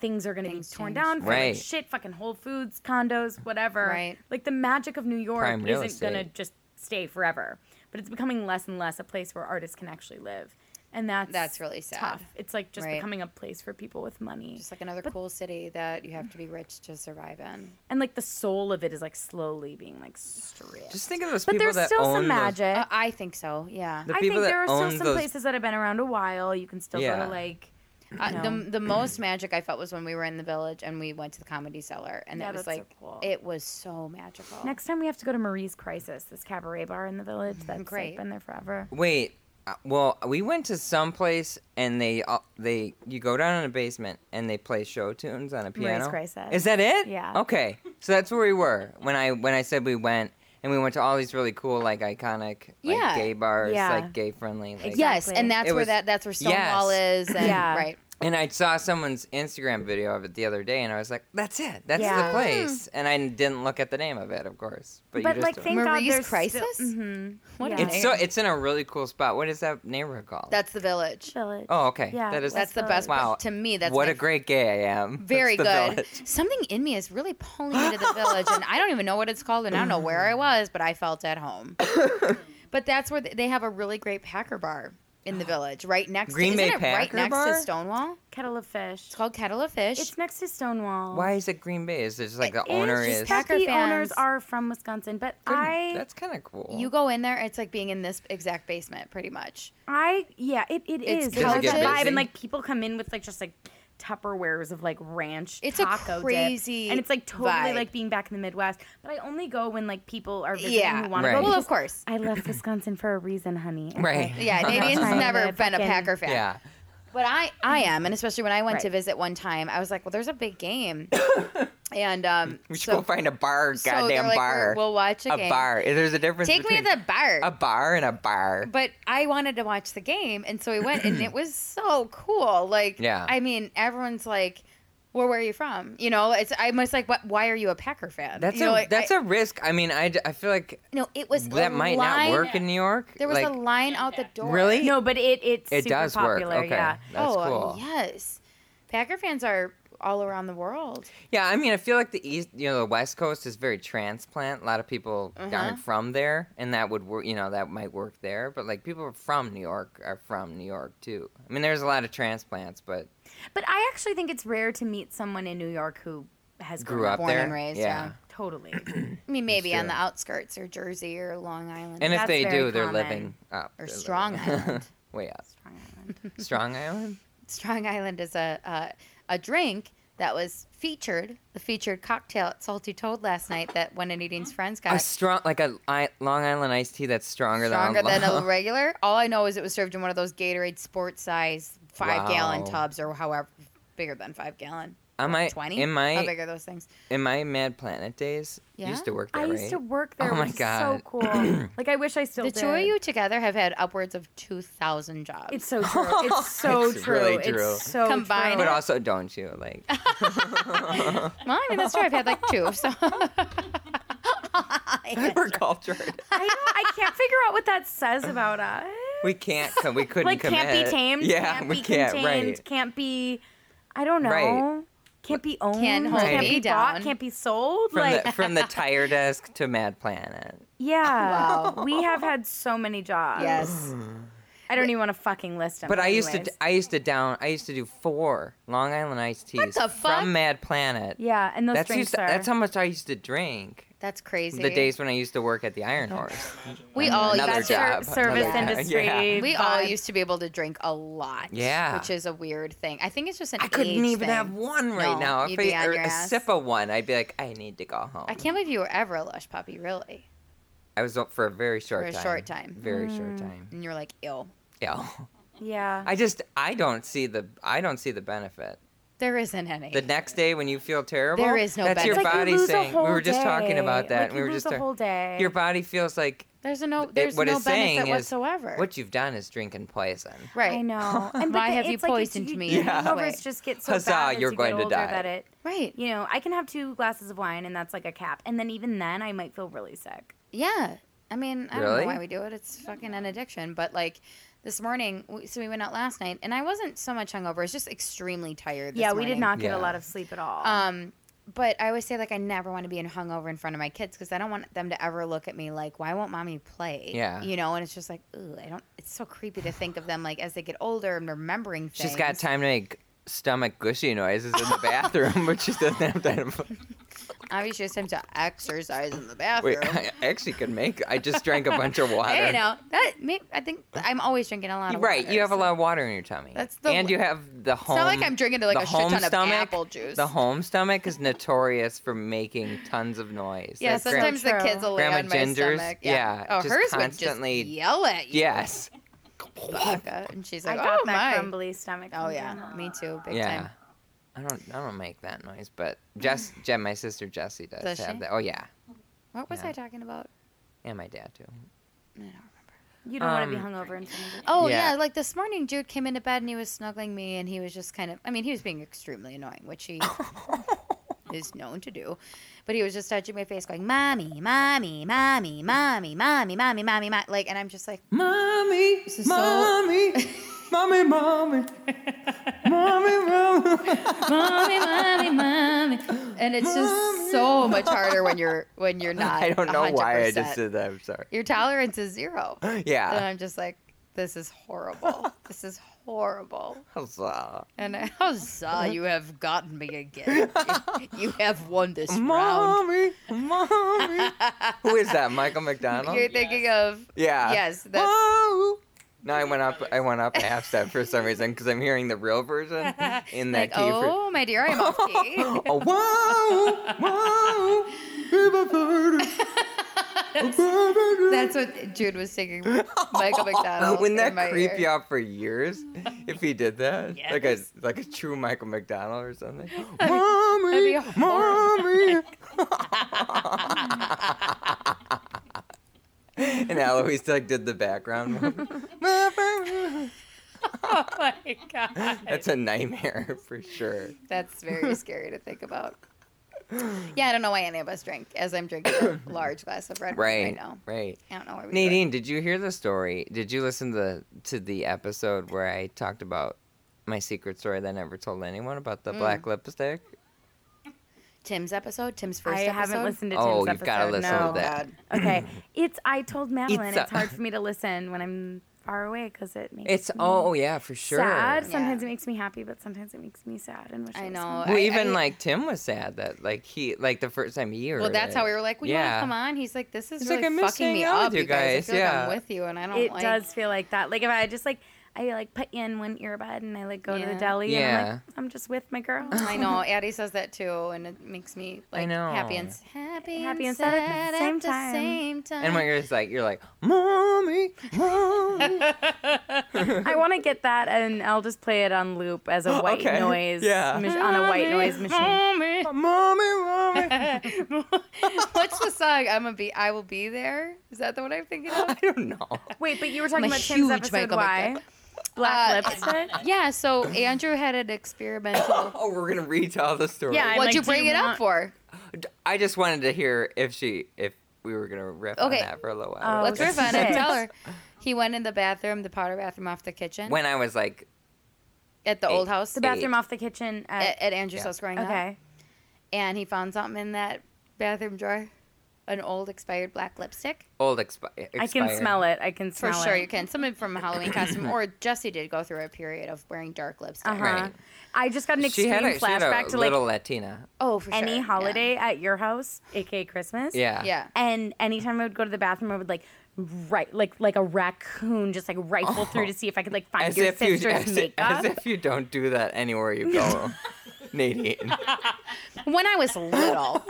Speaker 3: things are going to be
Speaker 5: Things
Speaker 3: torn
Speaker 5: change.
Speaker 3: down for like,
Speaker 6: Right.
Speaker 3: shit fucking whole foods condos whatever
Speaker 5: Right.
Speaker 3: like the magic of new york
Speaker 6: Prime real
Speaker 3: isn't going to
Speaker 6: estate.
Speaker 3: just stay forever. But it's becoming less and less a place where artists can actually live, and that's
Speaker 5: That's really sad.
Speaker 3: Tough. It's like just
Speaker 5: Right.
Speaker 3: becoming a place for people with money,
Speaker 5: Just like another cool city that you have to be rich to survive in.
Speaker 3: and like the soul of it is like slowly being like stripped.
Speaker 6: just think of those
Speaker 3: but
Speaker 6: people
Speaker 3: there's
Speaker 6: that
Speaker 3: still
Speaker 6: own
Speaker 3: some
Speaker 6: those-
Speaker 3: magic.
Speaker 5: Uh, I think so. Yeah.
Speaker 6: The
Speaker 3: I
Speaker 6: people
Speaker 3: think
Speaker 6: that
Speaker 3: there are still
Speaker 6: own
Speaker 3: some
Speaker 6: those-
Speaker 3: places that have been around a while. You can still go
Speaker 6: Yeah.
Speaker 3: to like
Speaker 5: Uh,
Speaker 3: know?
Speaker 5: the the most magic I felt was when we were in the village and we went to the comedy cellar and
Speaker 3: Yeah,
Speaker 5: that was
Speaker 3: that's so
Speaker 5: like
Speaker 3: cool.
Speaker 5: it was so magical.
Speaker 3: next time we have to go to Marie's Crisis, this cabaret bar in the village
Speaker 5: Mm-hmm.
Speaker 3: that's
Speaker 5: Great.
Speaker 3: like, been there forever.
Speaker 6: Wait, uh, well, we went to some place and they all they you go down in a basement and they play show tunes on a piano.
Speaker 3: Crisis.
Speaker 6: Is that it?
Speaker 3: Yeah.
Speaker 6: Okay, so that's where we were when I when I said we went and we went to all these really cool like iconic like
Speaker 5: Yeah.
Speaker 6: gay bars
Speaker 3: Yeah.
Speaker 6: like gay friendly. Like,
Speaker 5: Yes,
Speaker 3: Exactly.
Speaker 5: and that's
Speaker 6: It
Speaker 5: where
Speaker 6: was-
Speaker 5: that that's where
Speaker 6: Yes.
Speaker 5: Stonewall is. And,
Speaker 3: Yeah.
Speaker 5: right.
Speaker 6: And I saw someone's Instagram video of it the other day and I was like, that's it, that's
Speaker 3: Yeah.
Speaker 6: the place. And I didn't look at the name of it, of course. But,
Speaker 3: But
Speaker 6: you
Speaker 3: like,
Speaker 6: just
Speaker 3: thank God
Speaker 5: Marie's
Speaker 3: there's
Speaker 5: Crisis.
Speaker 3: Still, Mm-hmm.
Speaker 5: What a
Speaker 3: Yeah.
Speaker 6: it's so it's in a really cool spot. What is that neighborhood called?
Speaker 5: That's the village.
Speaker 3: village.
Speaker 6: oh okay.
Speaker 3: Yeah,
Speaker 6: that is
Speaker 5: That's the best.
Speaker 6: Wow.
Speaker 5: To me, that's
Speaker 6: what
Speaker 5: my
Speaker 6: a great gay I am.
Speaker 5: Very
Speaker 6: That's the
Speaker 5: good.
Speaker 6: village.
Speaker 5: Something in me is really pulling me to the village, and I don't even know what it's called, and I don't know where I was, but I felt at home. but that's where th- they have a really great Packer bar in the village, right next.
Speaker 6: Green
Speaker 5: to,
Speaker 6: Bay
Speaker 5: isn't it right
Speaker 6: Packer
Speaker 5: next to
Speaker 6: Bar?
Speaker 5: Stonewall.
Speaker 3: Kettle of Fish.
Speaker 5: It's called Kettle of Fish.
Speaker 3: It's next to Stonewall.
Speaker 6: Why is it Green Bay? Is it just like the
Speaker 3: It
Speaker 6: owner
Speaker 3: just
Speaker 6: is?
Speaker 3: that
Speaker 5: Packer
Speaker 3: the owners
Speaker 5: fans.
Speaker 3: are from Wisconsin, but I,
Speaker 6: That's kind of cool.
Speaker 5: you go in there, it's like being in this exact basement, pretty much.
Speaker 3: I, yeah, it, it
Speaker 5: It's
Speaker 3: is. It's
Speaker 5: Does
Speaker 6: it
Speaker 3: like a
Speaker 6: get
Speaker 3: vibe,
Speaker 6: busy?
Speaker 3: and like people come in with like just like Tupperwares of like ranch.
Speaker 5: It's a
Speaker 3: taco dip,
Speaker 5: crazy
Speaker 3: and it's like totally
Speaker 5: vibe.
Speaker 3: like being back in the Midwest. But I only go when like people are visiting
Speaker 5: Yeah.
Speaker 3: who want to
Speaker 6: Right.
Speaker 3: go.
Speaker 5: Well,
Speaker 3: because
Speaker 5: of course.
Speaker 3: I left Wisconsin for a reason, honey. Okay.
Speaker 6: Right.
Speaker 5: Yeah, Nadine's
Speaker 3: Trying
Speaker 5: never
Speaker 3: to
Speaker 5: been a
Speaker 3: fucking-
Speaker 5: Packer fan.
Speaker 6: Yeah.
Speaker 5: But I, I am, and especially when I went to
Speaker 3: Right.
Speaker 5: visit one time, I was like, "Well, there's a big game," and um,
Speaker 6: We should
Speaker 5: so,
Speaker 6: go find a bar,
Speaker 5: so
Speaker 6: goddamn
Speaker 5: they're like,
Speaker 6: bar.
Speaker 5: "We're- We'll watch a,
Speaker 6: a
Speaker 5: game.
Speaker 6: bar. There's a difference
Speaker 5: Take me
Speaker 6: between
Speaker 5: to the bar.
Speaker 6: a bar and a bar.
Speaker 5: but I wanted to watch the game, and so we went, and it was so cool. Like,
Speaker 6: Yeah.
Speaker 5: I mean, everyone's like, well, where are you from? You know, it's I'm just like, what, why are you a Packer fan?
Speaker 6: That's
Speaker 5: you
Speaker 6: a
Speaker 5: know, like,
Speaker 6: that's
Speaker 5: I-
Speaker 6: a risk. I mean, I, d- I feel like
Speaker 5: no. It was
Speaker 6: that
Speaker 5: a
Speaker 6: might
Speaker 5: line-
Speaker 6: not work in New York.
Speaker 5: There was
Speaker 6: like,
Speaker 5: a line out the door.
Speaker 6: Really?
Speaker 10: No, but it it's
Speaker 6: It
Speaker 10: super
Speaker 6: does
Speaker 10: popular.
Speaker 6: work. Okay,
Speaker 10: Yeah.
Speaker 6: that's
Speaker 5: oh
Speaker 6: cool. Yeah.
Speaker 5: yes, Packer fans are all around the world.
Speaker 6: I mean, I feel like the east, you know, the West Coast is very transplant. A lot of people
Speaker 5: Uh-huh.
Speaker 6: aren't from there, and that would work. You know, that might work there. But like people from New York are from New York too. I mean, there's a lot of transplants, but
Speaker 10: But I actually think it's rare to meet someone in New York who has
Speaker 6: grew
Speaker 10: grown
Speaker 6: up
Speaker 5: Born
Speaker 6: there.
Speaker 5: and raised, yeah.
Speaker 10: Totally.
Speaker 5: I mean, maybe on
Speaker 6: true.
Speaker 5: the outskirts or Jersey or Long Island
Speaker 6: And
Speaker 10: That's
Speaker 6: if they
Speaker 10: very
Speaker 6: do, they're
Speaker 10: common.
Speaker 6: living up
Speaker 5: or
Speaker 6: They're living-
Speaker 5: Strong Island.
Speaker 6: way up.
Speaker 10: Strong Island.
Speaker 6: Strong Island.
Speaker 5: Strong Island is a uh, a drink that was featured the featured cocktail at Salty Toad last night that one of Nadine's friends got.
Speaker 6: A strong, like a I, Long Island iced tea that's stronger,
Speaker 5: Stronger
Speaker 6: than,
Speaker 5: than a regular. All I know is it was served in one of those Gatorade sports size five gallon
Speaker 6: Wow.
Speaker 5: tubs or however bigger than five gallon.
Speaker 6: I might-
Speaker 5: twenty.
Speaker 6: in my-
Speaker 5: How big are those things?
Speaker 6: In my Mad Planet days, you
Speaker 5: Yeah?
Speaker 6: used to work there,
Speaker 10: I
Speaker 6: right?
Speaker 10: used to work there.
Speaker 6: Oh
Speaker 10: it
Speaker 6: my
Speaker 10: was
Speaker 6: God.
Speaker 10: so cool. like I wish I still
Speaker 5: The
Speaker 10: did.
Speaker 5: two of you together have had upwards of two thousand jobs.
Speaker 10: It's so true. It's so
Speaker 6: It's
Speaker 10: true.
Speaker 6: really true.
Speaker 10: It's so
Speaker 5: Combined.
Speaker 10: true.
Speaker 6: but also, don't you like?
Speaker 5: well, I mean that's true. I've had like two. So
Speaker 6: We're cultured.
Speaker 10: I, don't- I can't figure out what that says about us.
Speaker 6: We can't. co- We couldn't.
Speaker 10: Like
Speaker 6: commit.
Speaker 10: can't be tamed.
Speaker 6: Yeah,
Speaker 10: can't
Speaker 6: we
Speaker 10: be
Speaker 6: can't.
Speaker 10: contained.
Speaker 6: Right.
Speaker 10: Can't be. I don't know.
Speaker 6: Right.
Speaker 10: Can't be owned.
Speaker 5: Can't hold
Speaker 10: can't
Speaker 5: me
Speaker 10: be bought.
Speaker 5: down.
Speaker 10: Can't be sold.
Speaker 6: From
Speaker 10: like
Speaker 6: the from the tire desk to Mad Planet.
Speaker 5: Oh,
Speaker 10: yeah,
Speaker 5: Wow.
Speaker 10: we have had so many jobs.
Speaker 5: yes.
Speaker 6: Mm.
Speaker 10: I don't even want to fucking list them.
Speaker 6: But I used to.
Speaker 10: anyways.
Speaker 6: I used to down. I used to do four Long Island iced teas
Speaker 5: the fuck?
Speaker 6: from Mad Planet.
Speaker 10: yeah, and those
Speaker 6: that's
Speaker 10: drinks
Speaker 6: used to-
Speaker 10: are.
Speaker 6: that's how much I used to drink.
Speaker 5: That's crazy.
Speaker 6: The days when I used to work
Speaker 5: Oh,
Speaker 6: at the Iron Horse.
Speaker 5: we all
Speaker 6: Another
Speaker 5: used to
Speaker 6: job.
Speaker 10: ser- service
Speaker 6: Another job.
Speaker 10: industry.
Speaker 6: Yeah.
Speaker 5: We all
Speaker 10: vibe.
Speaker 5: used to be able to drink a lot.
Speaker 6: Yeah.
Speaker 5: Which is a weird thing. I think it's just an
Speaker 6: I couldn't
Speaker 5: age
Speaker 6: even
Speaker 5: thing.
Speaker 6: have one right
Speaker 5: No,
Speaker 6: now. If
Speaker 5: you'd
Speaker 6: I,
Speaker 5: be on
Speaker 6: or
Speaker 5: your
Speaker 6: a
Speaker 5: ass.
Speaker 6: sip of one, I'd be like, I need to go home.
Speaker 5: I can't believe you were ever a Lush Puppy, really.
Speaker 6: I was up for a very short
Speaker 5: For a
Speaker 6: time.
Speaker 5: short time. Hmm.
Speaker 6: Very short time.
Speaker 5: And you're like, ill.
Speaker 6: Yeah.
Speaker 10: Yeah.
Speaker 6: I just I don't see the I don't see the benefit.
Speaker 5: There isn't any.
Speaker 6: The next day when you feel terrible,
Speaker 5: There is no
Speaker 6: that's your
Speaker 5: benefit.
Speaker 10: Like, you
Speaker 6: body
Speaker 10: lose a
Speaker 6: saying. We
Speaker 10: whole
Speaker 6: were just talking about
Speaker 10: day.
Speaker 6: that.
Speaker 10: Like,
Speaker 6: and
Speaker 10: you
Speaker 6: we were
Speaker 10: lose
Speaker 6: just
Speaker 10: a
Speaker 6: ta-
Speaker 10: whole day.
Speaker 6: Your body feels like
Speaker 5: there's a no
Speaker 6: it-
Speaker 5: there's
Speaker 6: what
Speaker 5: no
Speaker 6: it's saying
Speaker 5: benefit
Speaker 6: is
Speaker 5: whatsoever.
Speaker 6: what you've done is drinking poison.
Speaker 5: right.
Speaker 10: I know. And but
Speaker 5: Why
Speaker 10: the-
Speaker 5: have you
Speaker 10: it's like it's-
Speaker 5: poisoned
Speaker 10: you-
Speaker 5: me?
Speaker 10: your
Speaker 5: Yeah.
Speaker 10: Hangovers
Speaker 5: Right.
Speaker 10: just get so
Speaker 6: Huzzah,
Speaker 10: bad as
Speaker 6: you're
Speaker 10: you
Speaker 6: going
Speaker 10: get
Speaker 6: to
Speaker 10: older
Speaker 6: die.
Speaker 10: that it.
Speaker 5: Right.
Speaker 10: You know, I can have two glasses of wine and that's like a cap, and then even then I might feel really sick.
Speaker 5: Yeah. I mean, I don't know
Speaker 6: Really?
Speaker 5: why we do it. It's fucking an addiction. But like this morning, we- so we went out last night, and I wasn't so much hungover. I was just extremely tired. This
Speaker 10: yeah, we did
Speaker 5: morning.
Speaker 10: not get
Speaker 6: Yeah.
Speaker 10: a lot of sleep at all.
Speaker 5: Um, but I always say like I never want to be in hungover in front of my kids because I don't want them to ever look at me like, why won't mommy play?
Speaker 6: Yeah.
Speaker 5: you know. And it's just like, ooh, I don't. It's so creepy to think of them like as they get older and remembering things.
Speaker 6: She's got time to make stomach gushy noises in the bathroom, but she doesn't have time. To,
Speaker 5: Obviously, it's time to exercise in the bathroom.
Speaker 6: wait, I actually could make. I just drank a bunch of water.
Speaker 5: hey, you know that. May, I think I'm always drinking a lot of
Speaker 6: Right,
Speaker 5: water,
Speaker 6: you have a
Speaker 5: so-
Speaker 6: lot of water in your tummy.
Speaker 5: That's the-
Speaker 6: and you have the home.
Speaker 5: not like I'm drinking, like,
Speaker 6: the
Speaker 5: a shit
Speaker 6: home
Speaker 5: ton of apple juice.
Speaker 6: The home stomach is notorious for making tons of noise.
Speaker 5: Yeah,
Speaker 6: Like, gra-
Speaker 5: sometimes the
Speaker 10: true.
Speaker 5: kids will lay
Speaker 6: Grandma
Speaker 5: on my
Speaker 6: Ginger's,
Speaker 5: stomach.
Speaker 6: yeah,
Speaker 5: Oh,
Speaker 6: just
Speaker 5: hers
Speaker 6: constantly-
Speaker 5: would just yell at you.
Speaker 6: yes,
Speaker 5: Vodka. And she's
Speaker 10: I
Speaker 5: like,
Speaker 10: got
Speaker 5: oh
Speaker 10: that
Speaker 5: my.
Speaker 10: crumbly stomach.
Speaker 5: Oh
Speaker 10: from
Speaker 5: yeah,
Speaker 10: dinner.
Speaker 5: me too. Big
Speaker 6: yeah.
Speaker 5: time.
Speaker 6: I don't, I don't make that noise, but Jess, Jen, my sister Jessie does,
Speaker 5: Does
Speaker 6: have
Speaker 5: she?
Speaker 6: that. Oh yeah,
Speaker 5: What was
Speaker 6: Yeah.
Speaker 5: I talking about?
Speaker 6: and my dad too.
Speaker 5: I don't
Speaker 10: You don't want to be
Speaker 6: Um,
Speaker 10: hungover in front of
Speaker 5: Oh yeah.
Speaker 6: Yeah.
Speaker 5: like this morning, Jude came into bed and he was snuggling me, and he was just kind of. I mean, he was being extremely annoying, which he is known to do, but he was just touching my face, going, "Mommy, mommy, mommy, mommy, mommy, mommy, mommy, mommy," like, and I'm just like,
Speaker 6: Mommy,
Speaker 5: is so-
Speaker 6: mommy, mommy, mommy, mommy, mommy.
Speaker 5: "Mommy, mommy, mommy," and it's just so much harder when you're when you're not.
Speaker 6: I don't know why I
Speaker 5: 100%.
Speaker 6: just did that. I'm sorry.
Speaker 5: Your tolerance is zero, and
Speaker 6: Yeah.
Speaker 5: I'm just like, this is horrible. this is horrible.
Speaker 6: Huzzah.
Speaker 5: And I- huzzah,
Speaker 3: Uh-huh.
Speaker 5: you have gotten me again. you have won this round.
Speaker 6: Mommy, mommy. Who is that? Michael McDonald?
Speaker 5: You're thinking of
Speaker 6: yeah.
Speaker 5: yes, that's-
Speaker 6: Whoa. No, I went up. I went up a half step for some reason because I'm hearing the real version in that
Speaker 5: like,
Speaker 6: key.
Speaker 5: oh my dear, I'm off key.
Speaker 6: For, oh, whoa, whoa.
Speaker 5: That's what Jude was singing. Michael McDonald.
Speaker 6: Wouldn't
Speaker 5: in
Speaker 6: that
Speaker 5: my
Speaker 6: creep
Speaker 5: ear.
Speaker 6: you out for years if he did that? Like a like a true Michael McDonald or something.
Speaker 5: be
Speaker 6: Mommy, mommy. and Eloise like did the background.
Speaker 5: Oh my god.
Speaker 6: That's a nightmare for sure.
Speaker 5: That's very scary to think about. Yeah, I don't know why any of us drink as I'm drinking a large glass of red wine
Speaker 6: Right.
Speaker 5: right now.
Speaker 6: Right.
Speaker 5: I don't know why we do it.
Speaker 6: Nadine, did you hear the story? Did you listen to the, to the episode where I talked about my secret story that I never told anyone about the
Speaker 5: Mm.
Speaker 6: black lipstick?
Speaker 5: Tim's episode, Tim's first
Speaker 3: I
Speaker 5: episode.
Speaker 3: haven't listened to Tim's
Speaker 6: Oh,
Speaker 3: episode.
Speaker 6: you've gotta listen
Speaker 3: no.
Speaker 6: to that.
Speaker 3: Okay, it's. I told Madeline
Speaker 6: It's
Speaker 3: it's,
Speaker 6: a-
Speaker 3: hard for me to listen when I'm far away because it makes
Speaker 6: It's
Speaker 5: mm.
Speaker 3: me
Speaker 6: oh yeah, for sure.
Speaker 3: sad. Sometimes
Speaker 5: Yeah.
Speaker 3: it makes me happy, but sometimes it makes me sad and wish
Speaker 5: I
Speaker 3: was
Speaker 5: know.
Speaker 3: home.
Speaker 6: Well,
Speaker 5: I-
Speaker 6: even
Speaker 5: I-
Speaker 6: like Tim was sad that like he like the first time he heard
Speaker 5: Well, that's how we
Speaker 6: it.
Speaker 5: were like, "We
Speaker 6: Yeah.
Speaker 5: want to come on." He's like, "This is
Speaker 6: It's like,
Speaker 5: really
Speaker 6: I miss
Speaker 5: fucking me
Speaker 6: hanging out with
Speaker 5: up,
Speaker 6: you
Speaker 5: you guys." I feel
Speaker 6: guys,
Speaker 5: like
Speaker 6: yeah.
Speaker 5: I'm with you, and I don't
Speaker 3: It
Speaker 5: like.
Speaker 3: does feel like that. Like if I just like I like put in one earbud and I like go to
Speaker 5: Yeah. Oh
Speaker 3: the deli and I'm
Speaker 6: Yeah.
Speaker 3: like I'm just with my girl.
Speaker 5: I know. Addie says that too, and it makes me
Speaker 6: I
Speaker 5: like
Speaker 6: know.
Speaker 5: happy and s- happy,
Speaker 3: Happy
Speaker 5: and
Speaker 3: and sad at the same
Speaker 5: at the
Speaker 3: time.
Speaker 5: same time.
Speaker 6: And when you're just like you're like, mommy, mommy.
Speaker 3: I want to get that and I'll just play it on loop as a white
Speaker 6: Oh, Okay.
Speaker 3: noise
Speaker 6: Yeah.
Speaker 3: mach- on a white noise machine.
Speaker 5: Mommy.
Speaker 6: mommy, mommy.
Speaker 5: What's the song? I'm gonna be. I will be there. Is that the one I'm thinking of?
Speaker 6: I don't know.
Speaker 3: Wait, but you were talking
Speaker 5: I'm a
Speaker 3: about Tim's
Speaker 5: huge
Speaker 3: episode
Speaker 5: Michael
Speaker 3: why
Speaker 5: McDonald.
Speaker 3: black
Speaker 5: Uh,
Speaker 3: lipstick.
Speaker 5: Yeah. So Andrew had an experimental.
Speaker 6: Oh, we're gonna retell the story.
Speaker 3: Yeah, I'm
Speaker 5: What'd
Speaker 3: like,
Speaker 5: you
Speaker 3: do
Speaker 5: bring
Speaker 3: you
Speaker 5: it up
Speaker 3: want-
Speaker 5: for?
Speaker 6: I just wanted to hear if she if we were gonna riff on
Speaker 5: Okay. Uh,
Speaker 6: that for a little while.
Speaker 3: Oh,
Speaker 5: Let's
Speaker 3: okay.
Speaker 5: riff on it.
Speaker 3: Shit.
Speaker 5: Tell her. He went in the bathroom, the powder bathroom off the kitchen
Speaker 6: When I was like,
Speaker 5: at the old house.
Speaker 3: The bathroom off the kitchen. At,
Speaker 5: at, at Andrew's
Speaker 6: Yeah.
Speaker 5: house growing up.
Speaker 3: okay.
Speaker 6: uh,
Speaker 5: and he found something in that bathroom drawer an old expired black lipstick
Speaker 6: old expi- e, expired.
Speaker 3: I can smell it. I can
Speaker 5: for
Speaker 3: smell it.
Speaker 5: sure you can somebody from a halloween costume or jesse did go through a period of wearing dark lipstick
Speaker 3: Uh-huh.
Speaker 6: Right.
Speaker 3: I just got an
Speaker 6: She
Speaker 3: extreme
Speaker 6: had a, she had
Speaker 3: flashback
Speaker 6: a
Speaker 3: to like
Speaker 6: little Latina.
Speaker 5: oh for sure
Speaker 3: any
Speaker 5: yeah.
Speaker 3: holiday at your house, aka Christmas.
Speaker 6: Yeah.
Speaker 5: yeah,
Speaker 3: And anytime I would go to the bathroom, I would like right like like a raccoon just like rifle through to see if I could like find
Speaker 6: Oh. As
Speaker 3: your
Speaker 6: if you
Speaker 3: sister's
Speaker 6: as, if-
Speaker 3: makeup.
Speaker 6: as if you don't do that anywhere you go, Nadine.
Speaker 5: when i was little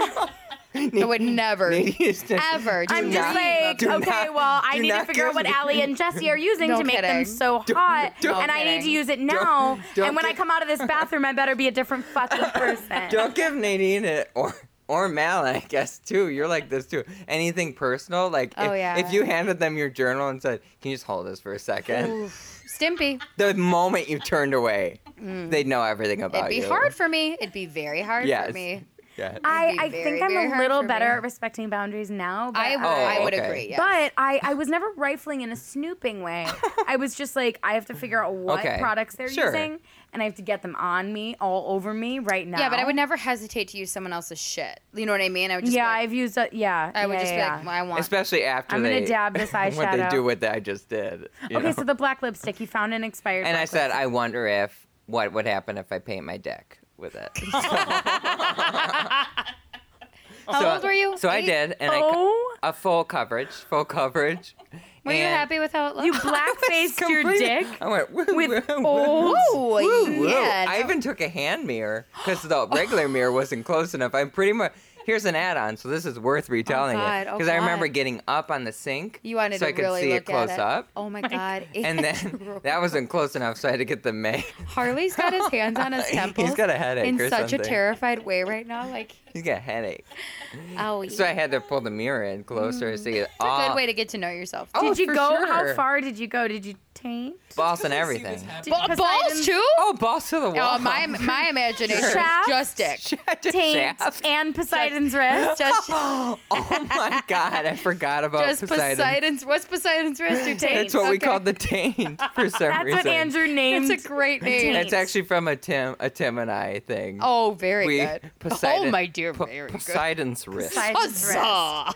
Speaker 5: i would never ever do
Speaker 3: I'm
Speaker 5: not-
Speaker 3: just like,
Speaker 6: do
Speaker 3: okay,
Speaker 6: not-
Speaker 3: well, I
Speaker 6: do
Speaker 3: need to
Speaker 6: not
Speaker 3: figure out
Speaker 6: give
Speaker 3: what
Speaker 6: me-
Speaker 3: Allie and Jesse are using
Speaker 5: No
Speaker 3: to make
Speaker 5: kidding.
Speaker 3: them so hot,
Speaker 6: don't-
Speaker 3: and I need to
Speaker 5: kidding.
Speaker 3: use it now.
Speaker 6: don't
Speaker 3: and when I
Speaker 6: give-
Speaker 3: come out of this bathroom, I better be a different fucking person.
Speaker 6: Don't give Nadine it or or Malin, I guess too. You're like this too. Anything personal, like
Speaker 5: Oh,
Speaker 6: if,
Speaker 5: yeah.
Speaker 6: if you handed them your journal and said, "Can you just hold this for a second?
Speaker 5: stimpy
Speaker 6: the moment you turned away, they'd know everything about
Speaker 5: Mm. it'd be
Speaker 6: you.
Speaker 5: hard for me it'd be very hard
Speaker 6: Yes.
Speaker 5: for me
Speaker 6: Yeah.
Speaker 3: I,
Speaker 5: be
Speaker 3: I
Speaker 5: very,
Speaker 3: think I'm
Speaker 5: very
Speaker 3: a
Speaker 5: hard
Speaker 3: little
Speaker 5: for
Speaker 3: better
Speaker 5: me.
Speaker 3: at respecting boundaries now. But
Speaker 5: i would,
Speaker 6: Oh,
Speaker 5: I would
Speaker 6: okay.
Speaker 5: agree yes.
Speaker 3: But I, I was never rifling in a snooping way. I was just like, I have to figure out what
Speaker 6: Okay,
Speaker 3: products they're
Speaker 6: sure.
Speaker 3: using, and I have to get them on me, all over me right now.
Speaker 5: yeah but i would never hesitate to use someone else's shit you know what i mean i would just
Speaker 3: Yeah,
Speaker 5: be like,
Speaker 3: I've used. A, yeah,
Speaker 5: i would
Speaker 3: yeah,
Speaker 5: just
Speaker 3: yeah.
Speaker 5: be like i want
Speaker 6: Especially after
Speaker 3: I'm gonna
Speaker 6: they
Speaker 3: dab this
Speaker 6: What they
Speaker 3: eyeshadow.
Speaker 6: do with that I just did. you
Speaker 3: okay,
Speaker 6: know?
Speaker 3: so the black lipstick you found an expired.
Speaker 6: and I
Speaker 3: black
Speaker 6: said, I wonder if what would happen if I paint my deck with it.
Speaker 5: how old were you
Speaker 6: So I
Speaker 5: Eight?
Speaker 6: did, and I co-
Speaker 3: Oh,
Speaker 6: a full coverage, full coverage.
Speaker 5: were you
Speaker 6: and-
Speaker 5: happy with how it looked
Speaker 3: you blackfaced your
Speaker 6: Complete-
Speaker 3: dick.
Speaker 6: I went woo,
Speaker 3: with
Speaker 6: woo,
Speaker 3: old-
Speaker 5: Whoa,
Speaker 6: woo, woo.
Speaker 5: yeah,
Speaker 6: I
Speaker 5: no.
Speaker 6: even took a hand mirror because the regular mirror wasn't close enough. I'm pretty much here's an add-on, so this is worth retelling
Speaker 5: God,
Speaker 6: it
Speaker 5: oh,
Speaker 6: because I remember
Speaker 5: God.
Speaker 6: getting up on the sink
Speaker 5: You wanted
Speaker 6: so
Speaker 5: to
Speaker 6: I could
Speaker 5: really
Speaker 6: see
Speaker 5: look
Speaker 6: it close
Speaker 5: at it.
Speaker 6: up.
Speaker 5: Oh my god!
Speaker 6: And then that wasn't close enough, so I had to get the May.
Speaker 5: Harley's got his hands on his
Speaker 6: He's
Speaker 5: temples.
Speaker 6: got a headache
Speaker 5: in
Speaker 6: or
Speaker 5: such
Speaker 6: something.
Speaker 5: a terrified way right now. Like,
Speaker 6: He's got a headache,
Speaker 5: oh,
Speaker 6: so I had to pull the mirror in closer to see it
Speaker 5: Mm. a
Speaker 6: all,
Speaker 5: good way to get to know yourself.
Speaker 6: uh, Oh,
Speaker 3: Did you
Speaker 6: for
Speaker 3: go? How
Speaker 6: sure.
Speaker 3: far did you go? Did you taint?
Speaker 6: balls and
Speaker 11: Because I see this
Speaker 6: everything.
Speaker 11: happen.
Speaker 3: Did you
Speaker 5: Ba-
Speaker 3: Poseidon-
Speaker 5: balls too?
Speaker 6: Oh, balls to the wall.
Speaker 5: Oh, my my imagination is
Speaker 3: Shaft?
Speaker 5: just dick.
Speaker 6: Just
Speaker 3: Taint
Speaker 6: shaft.
Speaker 3: and Poseidon's wrist.
Speaker 5: Just,
Speaker 6: Oh my god, I forgot about
Speaker 5: just
Speaker 6: Poseidon.
Speaker 5: Poseidon's. What's Poseidon's wrist or taint?
Speaker 6: That's what we
Speaker 5: Okay.
Speaker 6: called the taint for some
Speaker 3: That's
Speaker 6: reason.
Speaker 3: what Andrew named.
Speaker 5: It's a great name.
Speaker 3: taint.
Speaker 6: That's actually from a Tim, a Tim and I thing.
Speaker 5: Oh, very
Speaker 6: we,
Speaker 5: good.
Speaker 6: Poseidon,
Speaker 5: oh my dear,
Speaker 6: Po-
Speaker 5: very good.
Speaker 6: Poseidon's wrist.
Speaker 3: Poseidon's wrist.
Speaker 5: Huzzah!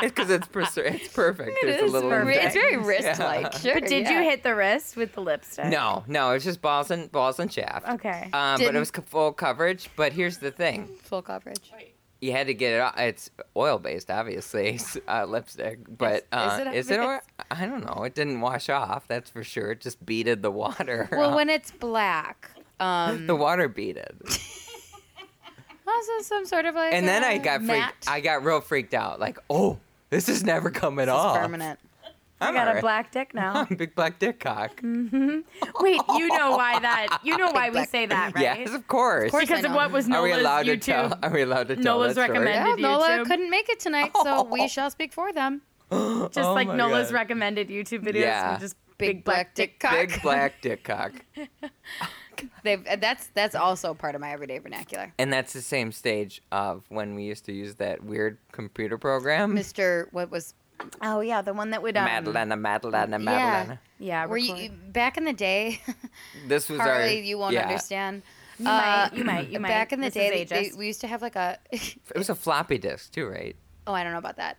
Speaker 6: Because it's, pers- it's perfect.
Speaker 5: It
Speaker 6: There's
Speaker 5: is
Speaker 6: a little
Speaker 5: very- It's
Speaker 6: impact.
Speaker 5: very wrist-like. Sure.
Speaker 3: But did
Speaker 5: yeah.
Speaker 3: you hit the wrist with the lipstick?
Speaker 6: No, no, it's just balls and balls and shaft.
Speaker 3: Okay.
Speaker 6: Um, but it
Speaker 5: Didn't-
Speaker 6: was co- full coverage. But here's the thing:
Speaker 5: full coverage?
Speaker 6: you had to get it. o- It's oil based, obviously, s- uh, lipstick. But uh,
Speaker 5: it
Speaker 6: is it? Oil?
Speaker 5: obvious?
Speaker 6: I don't know. It didn't wash off. That's for sure. It just beaded the water.
Speaker 5: Well, when it's black, um,
Speaker 6: uh, the water beaded.
Speaker 5: also some sort of like.
Speaker 6: and then I
Speaker 5: uh,
Speaker 6: got
Speaker 5: matte.
Speaker 6: freaked. I got real freaked out. Like, oh, this is never coming
Speaker 5: This is
Speaker 6: off.
Speaker 5: permanent.
Speaker 3: I
Speaker 6: I'm
Speaker 3: got a
Speaker 6: alright.
Speaker 3: black Mm-hmm. dick now.
Speaker 6: Big black dick cock.
Speaker 3: Wait, you know why that? You know why we
Speaker 5: black-
Speaker 3: say that, right?
Speaker 6: Yes, of course.
Speaker 5: course
Speaker 3: because
Speaker 5: I
Speaker 3: of
Speaker 5: know.
Speaker 3: what was
Speaker 6: Are we
Speaker 3: Nola's
Speaker 6: allowed to
Speaker 3: YouTube.
Speaker 6: tell? Are we allowed to tell
Speaker 3: Nola's
Speaker 6: that story?
Speaker 3: recommended-
Speaker 5: Yeah,
Speaker 3: Did
Speaker 5: Nola
Speaker 3: YouTube?
Speaker 5: couldn't make it tonight, so we shall speak for them.
Speaker 3: Just
Speaker 6: Oh
Speaker 3: like
Speaker 6: my
Speaker 3: Nola's
Speaker 6: God.
Speaker 3: recommended YouTube videos.
Speaker 6: Yeah.
Speaker 3: We just
Speaker 5: Big, black dick cock.
Speaker 6: Big black dick cock.
Speaker 5: They've, and that's that's also part of my everyday vernacular.
Speaker 6: And that's the same stage of when we used to use that weird computer program.
Speaker 5: Mr. What was? Oh yeah, the one that would um,
Speaker 6: Madalena, Madalena, Madalena.
Speaker 3: Yeah,
Speaker 5: Were you back in the day?
Speaker 6: This was our.
Speaker 5: Harley, you won't
Speaker 6: yeah.
Speaker 5: understand.
Speaker 3: You
Speaker 5: Uh,
Speaker 3: might, you might, you might.
Speaker 5: Back in the
Speaker 3: This is
Speaker 5: day, they-
Speaker 3: ageist.
Speaker 5: we used to have like a.
Speaker 6: It was a floppy disk too, right?
Speaker 5: oh, I don't know about that,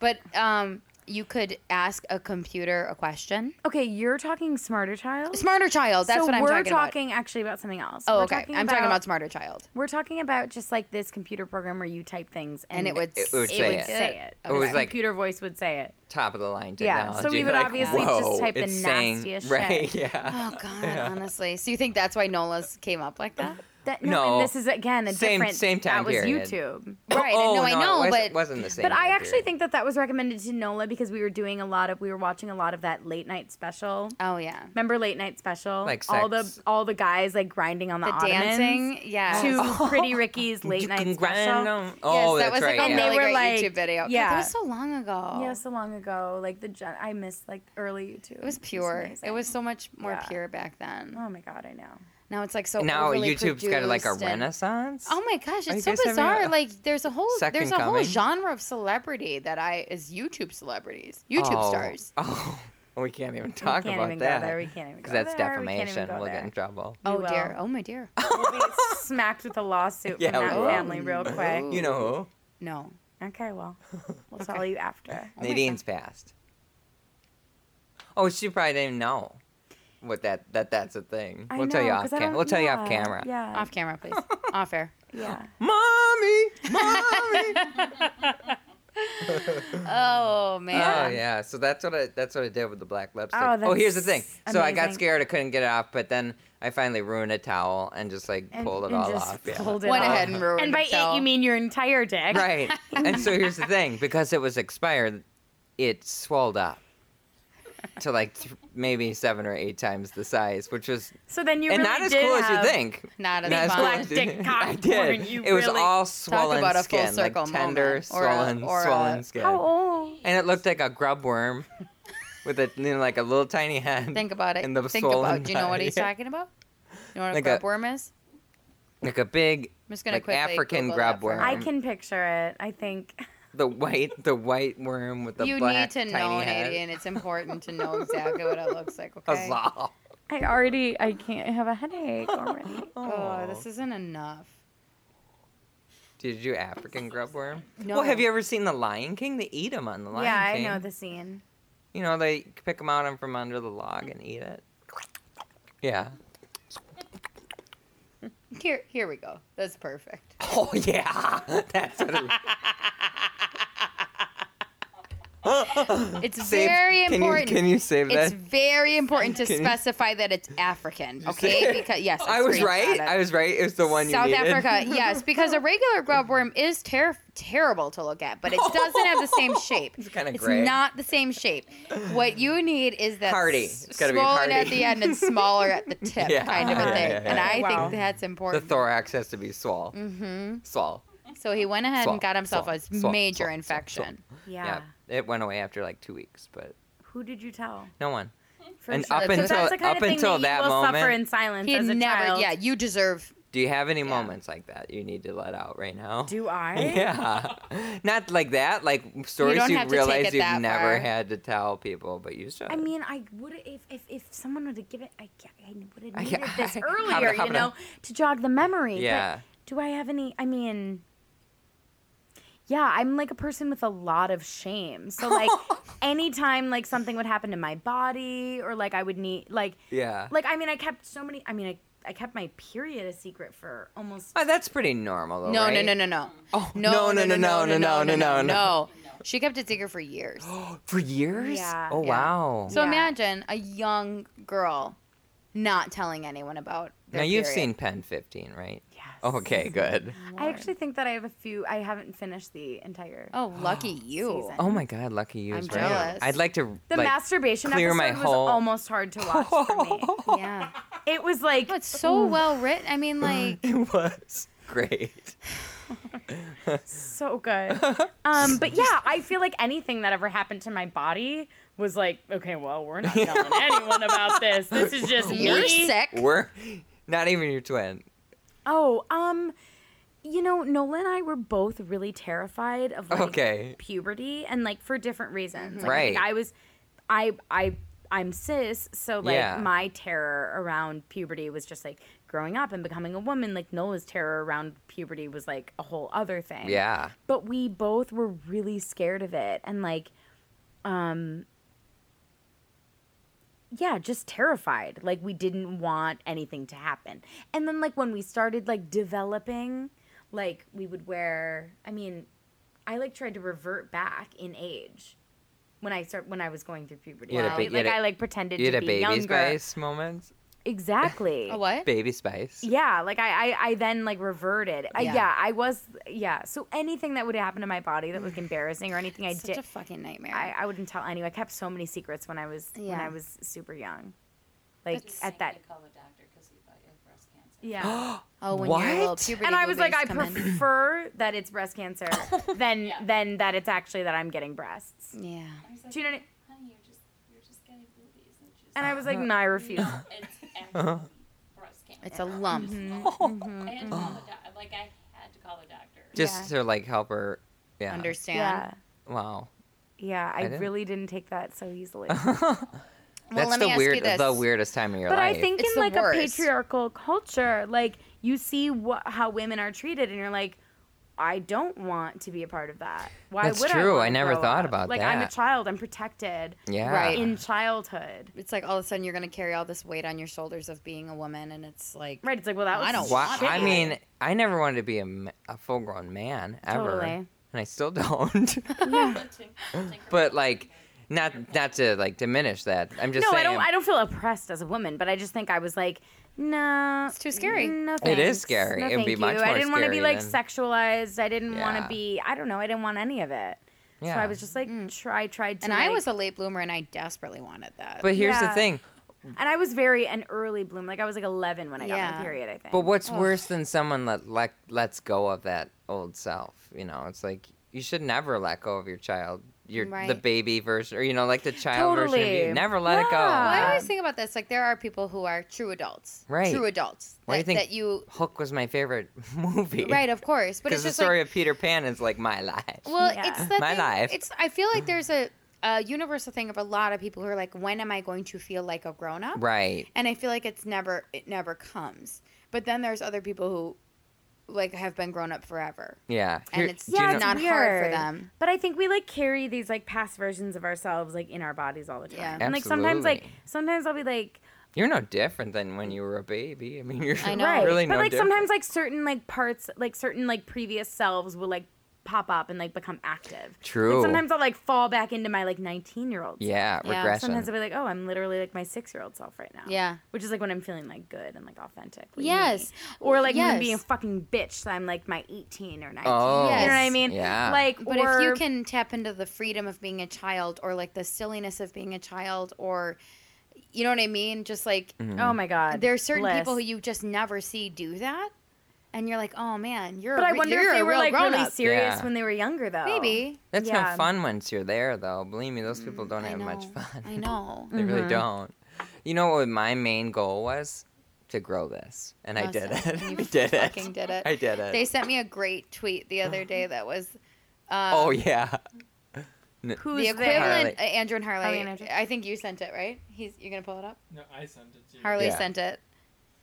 Speaker 5: but um, you could ask a computer a question.
Speaker 3: okay, you're talking smarter child.
Speaker 5: Smarter child. That's
Speaker 3: so
Speaker 5: what I'm
Speaker 3: we're
Speaker 5: talking,
Speaker 3: actually about something else.
Speaker 5: about. Oh,
Speaker 3: We're
Speaker 5: okay. I'm talking about smarter child.
Speaker 3: We're talking about just like this computer program where you type things and,
Speaker 5: And it would.
Speaker 6: It would
Speaker 3: it
Speaker 6: say
Speaker 3: would
Speaker 6: it.
Speaker 3: say it.
Speaker 6: It was
Speaker 3: The
Speaker 6: like
Speaker 3: computer voice would say it.
Speaker 6: top of the line
Speaker 3: Yeah,
Speaker 6: technology.
Speaker 3: so we would
Speaker 6: like,
Speaker 3: obviously just
Speaker 6: whoa,
Speaker 3: type the
Speaker 6: it's saying-
Speaker 3: nastiest
Speaker 6: Right?
Speaker 3: shit.
Speaker 6: Yeah.
Speaker 5: Oh God, honestly. So you think that's why Nola's came up like that?
Speaker 3: That, no,
Speaker 6: No.
Speaker 3: and this is again a
Speaker 6: Same-
Speaker 3: different.
Speaker 6: same time
Speaker 3: That was
Speaker 6: period.
Speaker 3: YouTube.
Speaker 5: Right.
Speaker 6: Oh,
Speaker 5: I know. I
Speaker 6: no,
Speaker 5: know.
Speaker 6: it wasn't,
Speaker 5: but
Speaker 6: wasn't the same.
Speaker 3: But I
Speaker 6: idea.
Speaker 3: actually think that that was recommended to Nola because we were doing a lot of we were watching a lot of that late night special.
Speaker 5: oh yeah,
Speaker 3: Remember late night special?
Speaker 6: Like
Speaker 3: all
Speaker 6: sex.
Speaker 3: the all the guys like grinding on the,
Speaker 5: the
Speaker 3: ottomans
Speaker 5: dancing. Yeah.
Speaker 3: to Pretty Ricky's late
Speaker 6: You
Speaker 3: night
Speaker 6: can grind
Speaker 3: special.
Speaker 6: on-
Speaker 5: yes,
Speaker 6: Oh,
Speaker 5: that
Speaker 6: that's
Speaker 5: was
Speaker 6: right.
Speaker 5: like a
Speaker 6: yeah.
Speaker 3: they
Speaker 5: really
Speaker 3: were
Speaker 5: great
Speaker 3: like-
Speaker 5: YouTube video. God,
Speaker 3: yeah.
Speaker 5: that was so long ago.
Speaker 3: Yeah, so long ago, like the gen- I missed like early YouTube.
Speaker 5: It was pure. It
Speaker 3: amazing.
Speaker 5: was so much more
Speaker 3: Yeah.
Speaker 5: pure back then.
Speaker 3: Oh my god, I know.
Speaker 5: Now it's like so.
Speaker 6: now
Speaker 5: overly
Speaker 6: YouTube's got like a
Speaker 5: produced and-
Speaker 6: renaissance.
Speaker 5: Oh my gosh,
Speaker 6: Are you
Speaker 5: it's so
Speaker 6: guys having
Speaker 5: bizarre.
Speaker 6: a-
Speaker 5: like there's a whole
Speaker 6: Second
Speaker 5: there's a whole
Speaker 6: coming?
Speaker 5: genre of celebrity that I is YouTube celebrities, YouTube
Speaker 6: Oh.
Speaker 5: stars.
Speaker 6: Oh, we can't even talk
Speaker 3: can't
Speaker 6: about
Speaker 3: even go
Speaker 6: that.
Speaker 3: there. We can't even
Speaker 6: because
Speaker 3: go
Speaker 6: that's
Speaker 3: there. We can't even
Speaker 6: defamation.
Speaker 3: go
Speaker 6: We'll
Speaker 3: there.
Speaker 6: get in trouble.
Speaker 5: Oh
Speaker 3: will.
Speaker 5: dear. Oh my dear.
Speaker 3: We'll be smacked with a lawsuit
Speaker 6: Yeah,
Speaker 3: from
Speaker 6: we
Speaker 3: that
Speaker 6: will.
Speaker 3: family real quick.
Speaker 6: You know
Speaker 5: No.
Speaker 3: Okay, well, we'll tell you after.
Speaker 6: who? Nadine's passed. Oh, she probably didn't even know what that that that's a thing.
Speaker 3: I
Speaker 6: we'll tell you
Speaker 3: know,
Speaker 6: off
Speaker 3: 'cause I
Speaker 6: camera.
Speaker 3: don't-
Speaker 6: We'll tell you
Speaker 3: yeah,
Speaker 6: off camera.
Speaker 3: Yeah.
Speaker 5: Off camera, please. Off air.
Speaker 3: yeah.
Speaker 6: Mommy, mommy.
Speaker 5: Oh
Speaker 6: Oh
Speaker 5: man.
Speaker 6: yeah, so that's what I that's what I did with the black lipstick.
Speaker 3: Oh,
Speaker 6: Oh, here's the thing.
Speaker 3: that's
Speaker 6: So I got
Speaker 3: amazing.
Speaker 6: scared, I couldn't get it off, but then I finally ruined a towel and just like
Speaker 3: And-
Speaker 6: pulled it
Speaker 3: and
Speaker 6: all
Speaker 3: just
Speaker 6: off. Yeah.
Speaker 3: pulled it
Speaker 5: Went
Speaker 3: off.
Speaker 5: ahead Oh. and ruined
Speaker 3: And by
Speaker 5: it. so-
Speaker 3: it, you mean your entire dick.
Speaker 6: Right. and so here's the thing, because it was expired, it swelled up to like th- maybe seven or eight times the size, which was
Speaker 3: So then you
Speaker 6: and
Speaker 3: really
Speaker 6: not as
Speaker 3: did
Speaker 6: cool as
Speaker 3: have-
Speaker 6: you think.
Speaker 5: not as
Speaker 6: Not as
Speaker 5: fun.
Speaker 6: cool
Speaker 3: black
Speaker 6: as you
Speaker 3: dick
Speaker 6: think.
Speaker 3: cock
Speaker 6: I did.
Speaker 3: porn, you
Speaker 6: it was
Speaker 3: really-
Speaker 6: all swollen
Speaker 5: about a full
Speaker 6: skin, like
Speaker 5: circle moment,
Speaker 6: tender,
Speaker 5: or a-
Speaker 6: swollen,
Speaker 5: or a-
Speaker 6: swollen skin.
Speaker 3: How old?
Speaker 6: And it looked like a grub worm with a you know, like a little tiny hand.
Speaker 5: Think about it.
Speaker 6: And the
Speaker 5: Think
Speaker 6: swollen
Speaker 5: about. Do you know what he's
Speaker 6: body.
Speaker 5: talking about? You know what
Speaker 6: Like
Speaker 5: a
Speaker 6: a-
Speaker 5: grub worm is?
Speaker 6: Like a big
Speaker 5: I'm just gonna
Speaker 6: like
Speaker 5: quickly
Speaker 6: African
Speaker 5: Google
Speaker 6: grub
Speaker 5: that for
Speaker 6: worm.
Speaker 5: you.
Speaker 3: I can picture it. I think.
Speaker 6: the white the white worm with the
Speaker 5: you
Speaker 6: black
Speaker 5: need to know,
Speaker 6: tiny head.
Speaker 5: Nadine. It's important to know exactly what it looks like. Okay.
Speaker 6: Huzzah.
Speaker 3: I already. I can't I have a headache already.
Speaker 5: Oh, this isn't enough.
Speaker 6: Did you African grub worm?
Speaker 5: No.
Speaker 6: Well, have you ever seen The Lion King? They eat them on The Lion
Speaker 3: yeah, I
Speaker 6: King.
Speaker 3: know the scene.
Speaker 6: You know, they pick them out and from under the log and eat it. Yeah.
Speaker 5: Here, here we go. That's perfect.
Speaker 6: Oh, yeah. That's what it
Speaker 5: It's
Speaker 6: Save-
Speaker 5: very
Speaker 6: can
Speaker 5: important.
Speaker 6: You, can you save
Speaker 5: it's
Speaker 6: that?
Speaker 5: very important to
Speaker 6: Can you-
Speaker 5: specify that it's African, okay? Because yes,
Speaker 6: I was right. I was right. It was the one you
Speaker 5: South
Speaker 6: needed.
Speaker 5: Africa, yes, because a regular grub worm is ter- terrible to look at, but it doesn't have the same shape. It's
Speaker 6: kinda gray.
Speaker 5: not the same shape. What you need is that
Speaker 6: Hardy.
Speaker 5: s-
Speaker 6: It's gotta be
Speaker 5: swollen
Speaker 6: hardy.
Speaker 5: at the end and smaller at the tip,
Speaker 6: Yeah.
Speaker 5: kind of a
Speaker 6: Yeah,
Speaker 5: thing.
Speaker 6: yeah, yeah.
Speaker 5: And I
Speaker 3: Wow.
Speaker 5: think that's
Speaker 6: The
Speaker 5: important.
Speaker 6: thorax has to be swell. Mm-hmm. Swell.
Speaker 5: so he went ahead
Speaker 6: Swell,
Speaker 5: and got himself
Speaker 6: swell,
Speaker 5: a
Speaker 6: swell,
Speaker 5: major
Speaker 6: swell, swell,
Speaker 5: infection.
Speaker 3: Yeah.
Speaker 6: It went away after like two weeks, but
Speaker 3: Who did you tell?
Speaker 6: no one.
Speaker 3: For
Speaker 6: And
Speaker 3: sure.
Speaker 6: up
Speaker 3: So
Speaker 6: until-
Speaker 3: that's the kind
Speaker 6: up
Speaker 3: of thing
Speaker 6: until
Speaker 3: that,
Speaker 6: that
Speaker 3: you will suffer
Speaker 6: moment-
Speaker 3: in silence
Speaker 5: He
Speaker 3: as a
Speaker 5: never,
Speaker 3: child.
Speaker 5: yeah, you deserve
Speaker 6: Do you have any moments like that you need to let out right now?
Speaker 3: Do I?
Speaker 6: yeah. Not like that, like stories
Speaker 5: don't
Speaker 6: you
Speaker 5: have to take
Speaker 6: realize
Speaker 5: it
Speaker 6: you've
Speaker 5: that
Speaker 6: never
Speaker 5: far.
Speaker 6: had to tell people, but you should.
Speaker 3: I mean, I would if if if someone would have given, I ca- I would have
Speaker 6: I
Speaker 3: needed
Speaker 6: ca-
Speaker 3: this
Speaker 6: how
Speaker 3: earlier,
Speaker 6: about- how
Speaker 3: you know,
Speaker 6: about-
Speaker 3: to jog the memory. But
Speaker 6: Yeah.
Speaker 3: do I have any? I mean, yeah, I'm like a person with a lot of shame. So like, anytime like something would happen to my body, or like I would need like
Speaker 6: yeah.
Speaker 3: like I mean, I kept so many. I mean, I I kept my period a secret for almost.
Speaker 6: oh, that's pretty normal, though.
Speaker 5: No,
Speaker 6: right?
Speaker 5: no, no, no, no.
Speaker 6: Oh, no, no, no, no, no, no, no,
Speaker 5: no. She kept it secret for years.
Speaker 6: For years?
Speaker 3: Yeah.
Speaker 6: Oh,
Speaker 5: Yeah.
Speaker 6: wow.
Speaker 5: So
Speaker 3: Yeah.
Speaker 5: imagine a young girl not telling anyone about. Their
Speaker 6: now you've
Speaker 5: period.
Speaker 6: seen Pen 15, right? Yes. Oh, Okay, good.
Speaker 3: I actually think that I have a few. I haven't finished the entire.
Speaker 5: Oh, lucky you!
Speaker 3: Season.
Speaker 6: Oh my God, lucky you.
Speaker 5: I'm
Speaker 6: is
Speaker 5: jealous.
Speaker 6: Right. I'd like to
Speaker 3: the
Speaker 6: like,
Speaker 3: masturbation
Speaker 6: clear
Speaker 3: episode
Speaker 6: my
Speaker 3: was
Speaker 6: whole-
Speaker 3: almost hard to watch for me.
Speaker 5: Oh. Yeah,
Speaker 3: It was like
Speaker 5: no, it's so well written. I mean, like
Speaker 6: It was great.
Speaker 3: so good. Um, but yeah, I feel like anything that ever happened to my body was like, okay, well, we're not telling anyone about this. This is just me.
Speaker 6: We're not even your twin.
Speaker 3: Oh, um, you know, Nola and I were both really terrified of like
Speaker 6: Okay.
Speaker 3: puberty and like for different reasons. Like,
Speaker 6: Right.
Speaker 3: I, think I was, I, I, I'm cis, so like
Speaker 6: Yeah.
Speaker 3: my terror around puberty was just like growing up and becoming a woman. Like Nola's terror around puberty was like a whole other thing.
Speaker 6: Yeah.
Speaker 3: But we both were really scared of it and like, um, yeah, just terrified. Like we didn't want anything to happen. And then like when we started like developing, like we would wear I mean, I like tried to revert back in age when I start when I was going through puberty.
Speaker 6: You had a
Speaker 3: right?
Speaker 6: ba- you
Speaker 3: like
Speaker 6: had a-
Speaker 3: I like pretended
Speaker 6: you
Speaker 3: to
Speaker 6: had a
Speaker 3: be
Speaker 6: baby
Speaker 3: younger.
Speaker 6: spice moment.
Speaker 3: Exactly.
Speaker 5: A what?
Speaker 6: Baby spice.
Speaker 3: Yeah, like I, I, I then like reverted. I,
Speaker 5: Yeah.
Speaker 3: yeah, I was. Yeah, so anything that would happen to my body that was embarrassing or anything I
Speaker 5: Such
Speaker 3: did,
Speaker 5: a fucking nightmare.
Speaker 3: I, I wouldn't tell anyone. I kept so many secrets when I was when
Speaker 5: Yeah.
Speaker 3: I was super young, like at that.
Speaker 12: call the doctor because he thought you had breast cancer.
Speaker 3: Yeah.
Speaker 5: oh, when your little
Speaker 6: What?
Speaker 5: puberty
Speaker 3: and I was like, I
Speaker 5: boobies come in.
Speaker 3: prefer that it's breast cancer than than that it's actually that I'm getting breasts.
Speaker 5: Yeah.
Speaker 12: I was like,
Speaker 3: Do you know? what I-
Speaker 12: honey, you're just, you're just getting boobies. And she's
Speaker 3: And I was like, no, I refuse.
Speaker 12: no, it's actually breast cancer.
Speaker 5: It's a lump.
Speaker 3: Mm-hmm.
Speaker 12: I had to call the doc- like, I had to call the doctor.
Speaker 6: Just to like help her. Yeah.
Speaker 5: Understand.
Speaker 3: Yeah,
Speaker 6: Wow.
Speaker 3: yeah. I,
Speaker 6: I didn't-
Speaker 3: really didn't take that so easily.
Speaker 6: That's
Speaker 5: let
Speaker 6: the
Speaker 5: me ask
Speaker 6: weird,
Speaker 5: you this.
Speaker 6: the weirdest time of your
Speaker 3: But
Speaker 6: life.
Speaker 3: I think
Speaker 5: It's
Speaker 3: in
Speaker 5: the
Speaker 3: like
Speaker 5: worst.
Speaker 3: a patriarchal culture, like you see what how women are treated, and you're like, I don't want to be a part of that. Why
Speaker 6: That's
Speaker 3: would I?
Speaker 6: true.
Speaker 3: wanna
Speaker 6: I never
Speaker 3: grow
Speaker 6: thought
Speaker 3: up?
Speaker 6: about
Speaker 3: like, Like I'm a
Speaker 6: that.
Speaker 3: child. I'm protected.
Speaker 6: yeah.
Speaker 5: Right.
Speaker 3: In childhood.
Speaker 5: It's like all of a sudden you're going to carry all this weight on your shoulders of being a woman, and it's like,
Speaker 3: Right. It's like, well, that was
Speaker 5: I don't
Speaker 6: Why,
Speaker 5: want
Speaker 6: I
Speaker 5: that.
Speaker 6: mean, I never wanted to be a, m- a full grown man ever.
Speaker 3: Totally.
Speaker 6: And I still don't.
Speaker 12: Tink- tinker-
Speaker 6: but like, not not to like diminish that. I'm just
Speaker 3: no,
Speaker 6: saying.
Speaker 3: I don't. I don't feel oppressed as a woman, but I just think I was like, no,
Speaker 5: It's too scary.
Speaker 3: No,
Speaker 6: It
Speaker 3: thanks.
Speaker 6: is scary.
Speaker 3: No,
Speaker 6: It'd
Speaker 3: thank
Speaker 6: be
Speaker 3: you.
Speaker 6: much
Speaker 3: I
Speaker 6: more
Speaker 3: didn't want to be
Speaker 6: scary
Speaker 3: like
Speaker 6: than-
Speaker 3: sexualized. I didn't want
Speaker 6: Yeah.
Speaker 3: to be. I don't know. I didn't want any of it. So I
Speaker 6: Yeah.
Speaker 3: was just like, try, tried to.
Speaker 5: Mm. and I
Speaker 3: like-
Speaker 5: was a late bloomer, and I desperately wanted that.
Speaker 6: But here's the
Speaker 3: Yeah.
Speaker 6: thing.
Speaker 3: And I was very an early bloom. Like I was like 11 when I got
Speaker 5: Yeah.
Speaker 3: my period, I think.
Speaker 6: But what's worse than someone let, let lets go of that old self? You know, it's like you should never let go of your child, your the
Speaker 5: Right.
Speaker 6: baby version, or you know, like the child version of
Speaker 3: Totally.
Speaker 6: you. Never let it go.
Speaker 5: Well, I
Speaker 3: Yeah.
Speaker 5: always think about this. Like, there are people who are true adults,
Speaker 6: Right.
Speaker 5: True adults.
Speaker 6: Why do you
Speaker 5: that,
Speaker 6: think-
Speaker 5: that you,
Speaker 6: Hook was my favorite movie.
Speaker 5: right? Of course, but it's
Speaker 6: Because the
Speaker 5: just
Speaker 6: story
Speaker 5: like,
Speaker 6: of Peter Pan is like my life.
Speaker 5: well,
Speaker 3: Yeah.
Speaker 5: it's the
Speaker 6: My
Speaker 5: thing-
Speaker 6: life.
Speaker 5: It's. I feel like there's a, a universal thing of a lot of people who are like, when am I going to feel like a grown up?
Speaker 6: Right.
Speaker 5: and I feel like it's never it never comes. But then there's other people who like have been grown up forever.
Speaker 6: Yeah.
Speaker 5: And
Speaker 6: Here-
Speaker 5: it's-
Speaker 6: do you
Speaker 3: yeah,
Speaker 5: know-
Speaker 3: it's
Speaker 5: not
Speaker 3: weird.
Speaker 5: hard for them.
Speaker 3: But I think we like carry these like past versions of ourselves like in our bodies all the time.
Speaker 5: Yeah.
Speaker 3: And like sometimes like
Speaker 6: Absolutely.
Speaker 3: sometimes I'll be like
Speaker 6: You're no different than when you were a baby. I mean, you're
Speaker 5: I know.
Speaker 3: right.
Speaker 6: really
Speaker 3: but
Speaker 6: no
Speaker 3: like
Speaker 6: different.
Speaker 3: sometimes like certain like parts like certain like previous selves will like pop up and like become active.
Speaker 6: True.
Speaker 3: Like, sometimes I'll like fall back into my like 19-year-old. self.
Speaker 6: yeah,
Speaker 5: Yeah,
Speaker 6: regression.
Speaker 3: Sometimes I'll be like, "Oh, I'm literally like my 6-year-old self right now."
Speaker 5: Yeah.
Speaker 3: Which is like when I'm feeling like good and like authentic. like, me.
Speaker 5: Yes.
Speaker 3: Or like when I'm being a
Speaker 5: Yes.
Speaker 3: fucking bitch, so I'm like my 18 or 19.
Speaker 6: Oh,
Speaker 3: You know what I
Speaker 5: Yes.
Speaker 3: mean?
Speaker 6: yeah.
Speaker 3: Like,
Speaker 5: But
Speaker 3: or,
Speaker 5: if you can tap into the freedom of being a child or like the silliness of being a child or you know what I mean? Just like
Speaker 6: Mm.
Speaker 3: oh my god,
Speaker 5: there are certain
Speaker 3: bliss.
Speaker 5: people who you just never see do that. And you're like, oh man, you're
Speaker 3: But
Speaker 5: a,
Speaker 3: I
Speaker 5: re-
Speaker 3: wonder
Speaker 5: you're
Speaker 3: if
Speaker 5: a
Speaker 3: they were
Speaker 5: real
Speaker 3: like
Speaker 5: grown
Speaker 3: really
Speaker 5: up.
Speaker 3: serious
Speaker 6: Yeah.
Speaker 3: when they were younger, though.
Speaker 5: Maybe.
Speaker 6: That's
Speaker 3: Yeah.
Speaker 6: no fun once you're there, though. Believe me, those people don't
Speaker 5: Mm, I
Speaker 6: have much
Speaker 5: know.
Speaker 6: fun.
Speaker 5: I know.
Speaker 6: They
Speaker 3: Mm-hmm.
Speaker 6: really don't. You know what my main goal was? To grow this. And I did
Speaker 5: Awesome.
Speaker 6: it.
Speaker 5: You
Speaker 6: I did
Speaker 5: fucking
Speaker 6: it.
Speaker 5: did it.
Speaker 6: I did it.
Speaker 5: They sent me a great tweet the other day that was uh,
Speaker 6: oh, yeah.
Speaker 3: Who's
Speaker 5: the
Speaker 3: there?
Speaker 5: equivalent uh, Andrew and Harley.
Speaker 3: Harley and Andrew.
Speaker 5: I think you sent it, right? He's you're gonna pull it up.
Speaker 4: No, I sent it to you.
Speaker 5: Harley
Speaker 6: Yeah.
Speaker 5: sent it.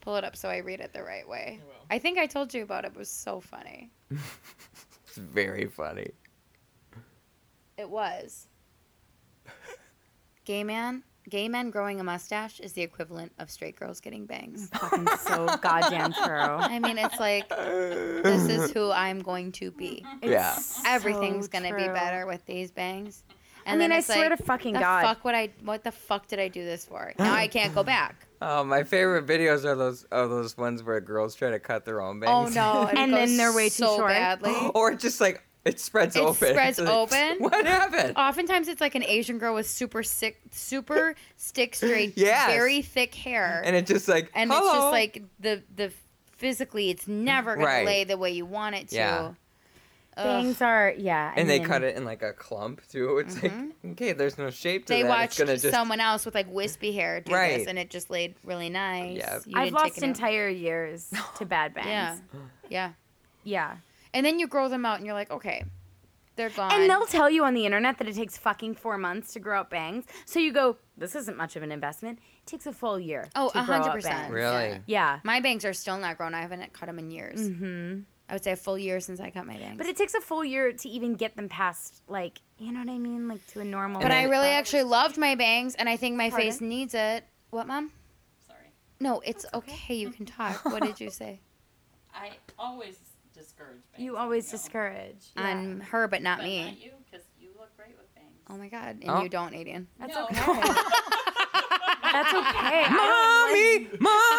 Speaker 5: Pull it up so I read it the right way.
Speaker 4: I will.
Speaker 5: I think I told you about it. It was so funny.
Speaker 6: It's very funny.
Speaker 5: It was. Gay man, gay men growing a mustache is the equivalent of straight girls getting bangs.
Speaker 3: Fucking so goddamn true.
Speaker 5: I mean, it's like this is who I'm going to be.
Speaker 6: yeah.
Speaker 5: Everything's gonna be
Speaker 3: true.
Speaker 5: better with these bangs.
Speaker 3: I
Speaker 5: And
Speaker 3: mean,
Speaker 5: then
Speaker 3: I
Speaker 5: it's
Speaker 3: swear
Speaker 5: like,
Speaker 3: to fucking
Speaker 5: the
Speaker 3: God.
Speaker 5: fuck would I? What the fuck did I do this for? Now I can't go back.
Speaker 6: Oh, my favorite videos are those are those ones where girls try to cut their own
Speaker 5: Oh
Speaker 6: bangs.
Speaker 5: no! it
Speaker 3: And then
Speaker 5: goes
Speaker 3: they're way too
Speaker 5: so
Speaker 3: short.
Speaker 5: Badly.
Speaker 6: or just like it spreads
Speaker 5: It
Speaker 6: open.
Speaker 5: spreads
Speaker 6: It's like,
Speaker 5: open.
Speaker 6: What happened?
Speaker 5: Oftentimes, it's like an Asian girl with super sick, super stick straight,
Speaker 6: Yes.
Speaker 5: very thick hair,
Speaker 6: and it just like
Speaker 5: and
Speaker 6: Hello.
Speaker 5: it's just like the the physically it's never gonna
Speaker 6: Right.
Speaker 5: lay the way you want it to.
Speaker 6: Yeah.
Speaker 5: Ugh.
Speaker 3: Things are yeah,
Speaker 6: and they
Speaker 5: mm-hmm.
Speaker 6: cut it in like a clump too. It's like okay, there's no shape to
Speaker 5: They
Speaker 6: that.
Speaker 5: watched
Speaker 6: it's gonna just
Speaker 5: someone else with like wispy hair do
Speaker 6: Right.
Speaker 5: this, and it just laid really nice.
Speaker 6: Yeah.
Speaker 5: You didn't
Speaker 3: I've
Speaker 5: take
Speaker 3: lost
Speaker 5: it out.
Speaker 3: entire years to bad bangs.
Speaker 5: Yeah, yeah,
Speaker 3: yeah.
Speaker 5: And then you grow them out, and you're like, okay, they're gone.
Speaker 3: And they'll tell you on the internet that it takes fucking four months to grow out bangs. So you go, this isn't much of an investment. It takes a full year.
Speaker 5: Oh,
Speaker 3: to grow out
Speaker 5: 100%,
Speaker 3: bangs.
Speaker 6: really.
Speaker 3: Yeah.
Speaker 5: My bangs are still not grown. I haven't cut them in years.
Speaker 3: Mm-hmm.
Speaker 5: I would say a full year since I cut my bangs.
Speaker 3: But it takes a full year to even get them past, like, you know what I mean? Like, to a normal.
Speaker 5: But I really actually loved my bangs, and I think my face
Speaker 3: Pardon?
Speaker 5: needs it. What, mom? Sorry. No, it's okay. You can talk. What did you say?
Speaker 13: I always discourage bangs.
Speaker 3: You always discourage. Yeah.
Speaker 5: On her, but not
Speaker 13: But
Speaker 5: me.
Speaker 13: Not you, because you look great with bangs.
Speaker 5: Oh my god! And
Speaker 6: Oh.
Speaker 5: you don't, Aiden.
Speaker 3: That's okay. That's okay.
Speaker 6: Mommy,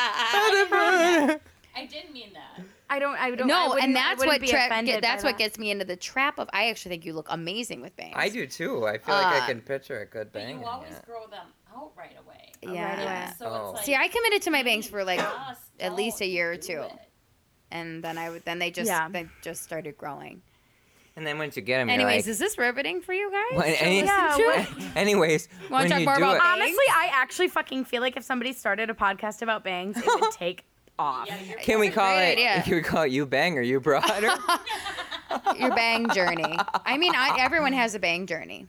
Speaker 6: mommy.
Speaker 13: I didn't mean that.
Speaker 3: I don't. I don't. I
Speaker 5: no,
Speaker 3: wouldn't-
Speaker 5: and
Speaker 3: I
Speaker 5: that's
Speaker 3: wouldn't
Speaker 5: what
Speaker 3: be
Speaker 5: trap.
Speaker 3: offended by
Speaker 5: That's what
Speaker 3: that.
Speaker 5: gets me into the trap of. I actually think you look amazing with bangs.
Speaker 6: I do too. I feel like
Speaker 5: Uh,
Speaker 6: I can picture a good
Speaker 13: But
Speaker 6: bang.
Speaker 13: you
Speaker 6: in
Speaker 13: always
Speaker 6: that.
Speaker 13: grow them out right away.
Speaker 5: Yeah.
Speaker 13: So
Speaker 6: Oh.
Speaker 13: it's like,
Speaker 5: See, I committed to my bangs for like
Speaker 13: Just
Speaker 5: at least a year or
Speaker 13: do
Speaker 5: two,
Speaker 13: it.
Speaker 5: and then I would then they just
Speaker 3: Yeah.
Speaker 5: they just started growing.
Speaker 6: And then once you get them,
Speaker 5: Anyways,
Speaker 6: you're
Speaker 5: is this riveting for you guys?
Speaker 6: like, when-
Speaker 5: to
Speaker 6: any-
Speaker 5: listen to?
Speaker 3: Yeah,
Speaker 6: anyways,
Speaker 5: Wanna
Speaker 6: when
Speaker 5: talk
Speaker 6: you
Speaker 5: more
Speaker 6: do
Speaker 5: about
Speaker 6: it,
Speaker 5: my-
Speaker 3: Honestly, I actually fucking feel like if somebody started a podcast about bangs, it would take off.
Speaker 6: can we call
Speaker 5: Great
Speaker 6: it?
Speaker 5: idea.
Speaker 6: Can we call it you bang or you broader? yeah.
Speaker 5: Your bang journey. I mean, I, everyone has a bang journey.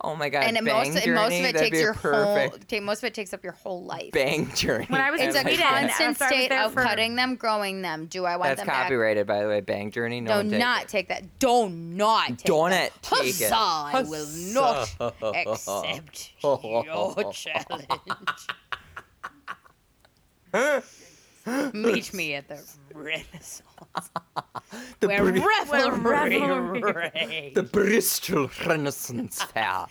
Speaker 6: Oh my god.
Speaker 5: and it
Speaker 6: bang
Speaker 5: most
Speaker 6: journey,
Speaker 5: and most of it
Speaker 6: That'd
Speaker 5: takes
Speaker 6: be a
Speaker 5: your
Speaker 6: perfect
Speaker 5: whole ta- most of it takes up your whole life.
Speaker 6: bang journey.
Speaker 3: When I was in
Speaker 5: It's a
Speaker 3: Sweden, after I
Speaker 5: constant
Speaker 3: was
Speaker 5: state
Speaker 3: there
Speaker 5: of
Speaker 3: for-
Speaker 5: cutting them, growing them. Do I want
Speaker 6: That's
Speaker 5: them back?
Speaker 6: copyrighted, by the way. Bang journey. No,
Speaker 5: do
Speaker 6: one take
Speaker 5: not
Speaker 6: it.
Speaker 5: take that. Do not take
Speaker 6: Don't
Speaker 5: that.
Speaker 6: it take it.
Speaker 5: Huzzah, I will not accept your challenge. Meet me at the Renaissance.
Speaker 6: the,
Speaker 5: Where
Speaker 6: Bri-
Speaker 5: revelry
Speaker 3: revelry
Speaker 5: reigns.
Speaker 6: the Bristol Renaissance Fair.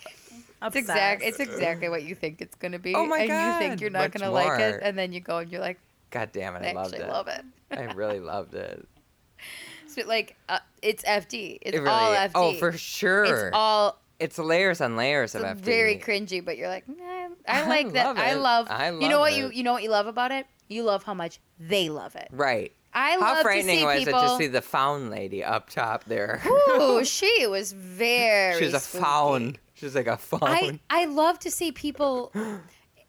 Speaker 5: It's exact. It's exactly what you think it's gonna be,
Speaker 6: Oh my
Speaker 5: and you think
Speaker 6: God,
Speaker 5: you're not
Speaker 6: much
Speaker 5: gonna like it,
Speaker 6: more.
Speaker 5: and then you go and you're like,
Speaker 6: God damn it!
Speaker 5: I
Speaker 6: I, loved
Speaker 5: actually
Speaker 6: it.
Speaker 5: love it.
Speaker 6: I really loved it.
Speaker 5: So like, uh, it's FD. It's
Speaker 6: it really,
Speaker 5: all FD.
Speaker 6: Oh, for sure.
Speaker 5: It's all
Speaker 6: It's layers on layers of
Speaker 5: it's
Speaker 6: FD.
Speaker 5: very cringy, but you're like, nah, I
Speaker 6: I
Speaker 5: like that.
Speaker 6: love
Speaker 5: I
Speaker 6: it.
Speaker 5: love.
Speaker 6: I
Speaker 5: you know
Speaker 6: love
Speaker 5: what you
Speaker 6: it.
Speaker 5: you know what you love about it. You love how much they love it.
Speaker 6: Right.
Speaker 5: I
Speaker 6: How
Speaker 5: love to
Speaker 6: frightening
Speaker 5: see
Speaker 6: was
Speaker 5: people.
Speaker 6: it to see the faun lady up top there?
Speaker 5: Ooh, she was very.
Speaker 6: She's a
Speaker 5: spooky.
Speaker 6: faun. She's like a faun.
Speaker 5: I I love to see people.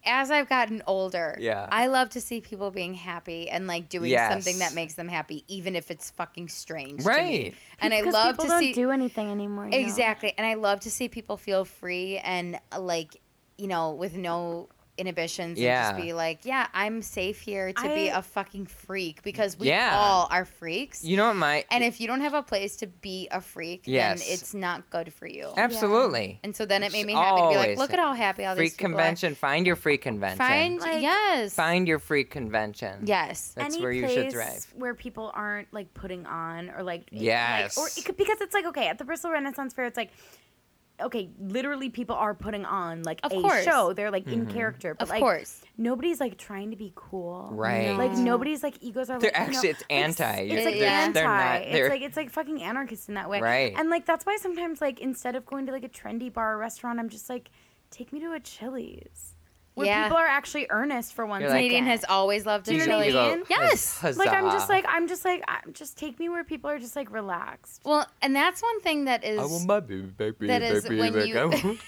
Speaker 5: As I've gotten older,
Speaker 6: Yeah.
Speaker 5: I love to see people being happy and like doing
Speaker 6: Yes.
Speaker 5: something that makes them happy, even if it's fucking strange. to me.
Speaker 6: right.
Speaker 5: And I
Speaker 3: Because
Speaker 5: love
Speaker 3: people
Speaker 5: to
Speaker 3: don't
Speaker 5: see
Speaker 3: do anything anymore. you know?
Speaker 5: Exactly. And I love to see people feel free and uh, like, you know, with no inhibitions and
Speaker 6: Yeah.
Speaker 5: just be like, yeah, I'm safe here to be
Speaker 3: I-
Speaker 5: a fucking freak because we
Speaker 6: Yeah.
Speaker 5: all are freaks.
Speaker 6: You know what my
Speaker 5: and if you don't have a place to be a freak,
Speaker 6: Yes.
Speaker 5: then it's not good for you.
Speaker 6: absolutely
Speaker 5: And so then it made
Speaker 6: It's
Speaker 5: me happy to be like,
Speaker 6: always
Speaker 5: look at how happy all
Speaker 6: free
Speaker 5: these people are.
Speaker 6: convention, find your free convention.
Speaker 5: Find
Speaker 3: Like-
Speaker 5: yes.
Speaker 6: Find your free convention.
Speaker 5: yes.
Speaker 6: That's
Speaker 3: Any
Speaker 6: where you
Speaker 3: place
Speaker 6: should thrive.
Speaker 3: where people aren't like putting on or like like-
Speaker 6: Yes.
Speaker 3: or it could, because it's like okay at the Bristol Renaissance Fair it's like okay literally people are putting on like
Speaker 5: Of
Speaker 3: a
Speaker 5: course.
Speaker 3: show they're like
Speaker 6: Mm-hmm.
Speaker 3: in character but
Speaker 5: Of
Speaker 3: like
Speaker 5: course.
Speaker 3: nobody's like trying to be cool
Speaker 6: Right.
Speaker 3: like nobody's like egos are
Speaker 6: They're
Speaker 3: like, you know,
Speaker 6: actually- it's
Speaker 3: like, s-
Speaker 6: anti.
Speaker 3: it's
Speaker 6: You're-
Speaker 3: like
Speaker 5: they're-
Speaker 6: they're not-
Speaker 3: anti
Speaker 6: they're-
Speaker 3: it's like it's like fucking anarchist in that way
Speaker 6: Right.
Speaker 3: and like that's why sometimes like instead of going to like a trendy bar or restaurant I'm just like take me to a Chili's where
Speaker 5: Yeah.
Speaker 3: people are actually earnest for once
Speaker 6: You're like-
Speaker 5: Canadian has always loved a
Speaker 3: you know what I
Speaker 5: chili.
Speaker 3: mean? Canadian?
Speaker 5: Yes.
Speaker 6: Huzzah.
Speaker 3: like I'm just like I'm just like I'm just take me where people are just like relaxed.
Speaker 5: Well, and that's one thing that is
Speaker 6: I want my baby back, baby
Speaker 5: that
Speaker 6: back,
Speaker 5: is
Speaker 6: baby
Speaker 5: when
Speaker 6: back. I
Speaker 5: you
Speaker 6: want-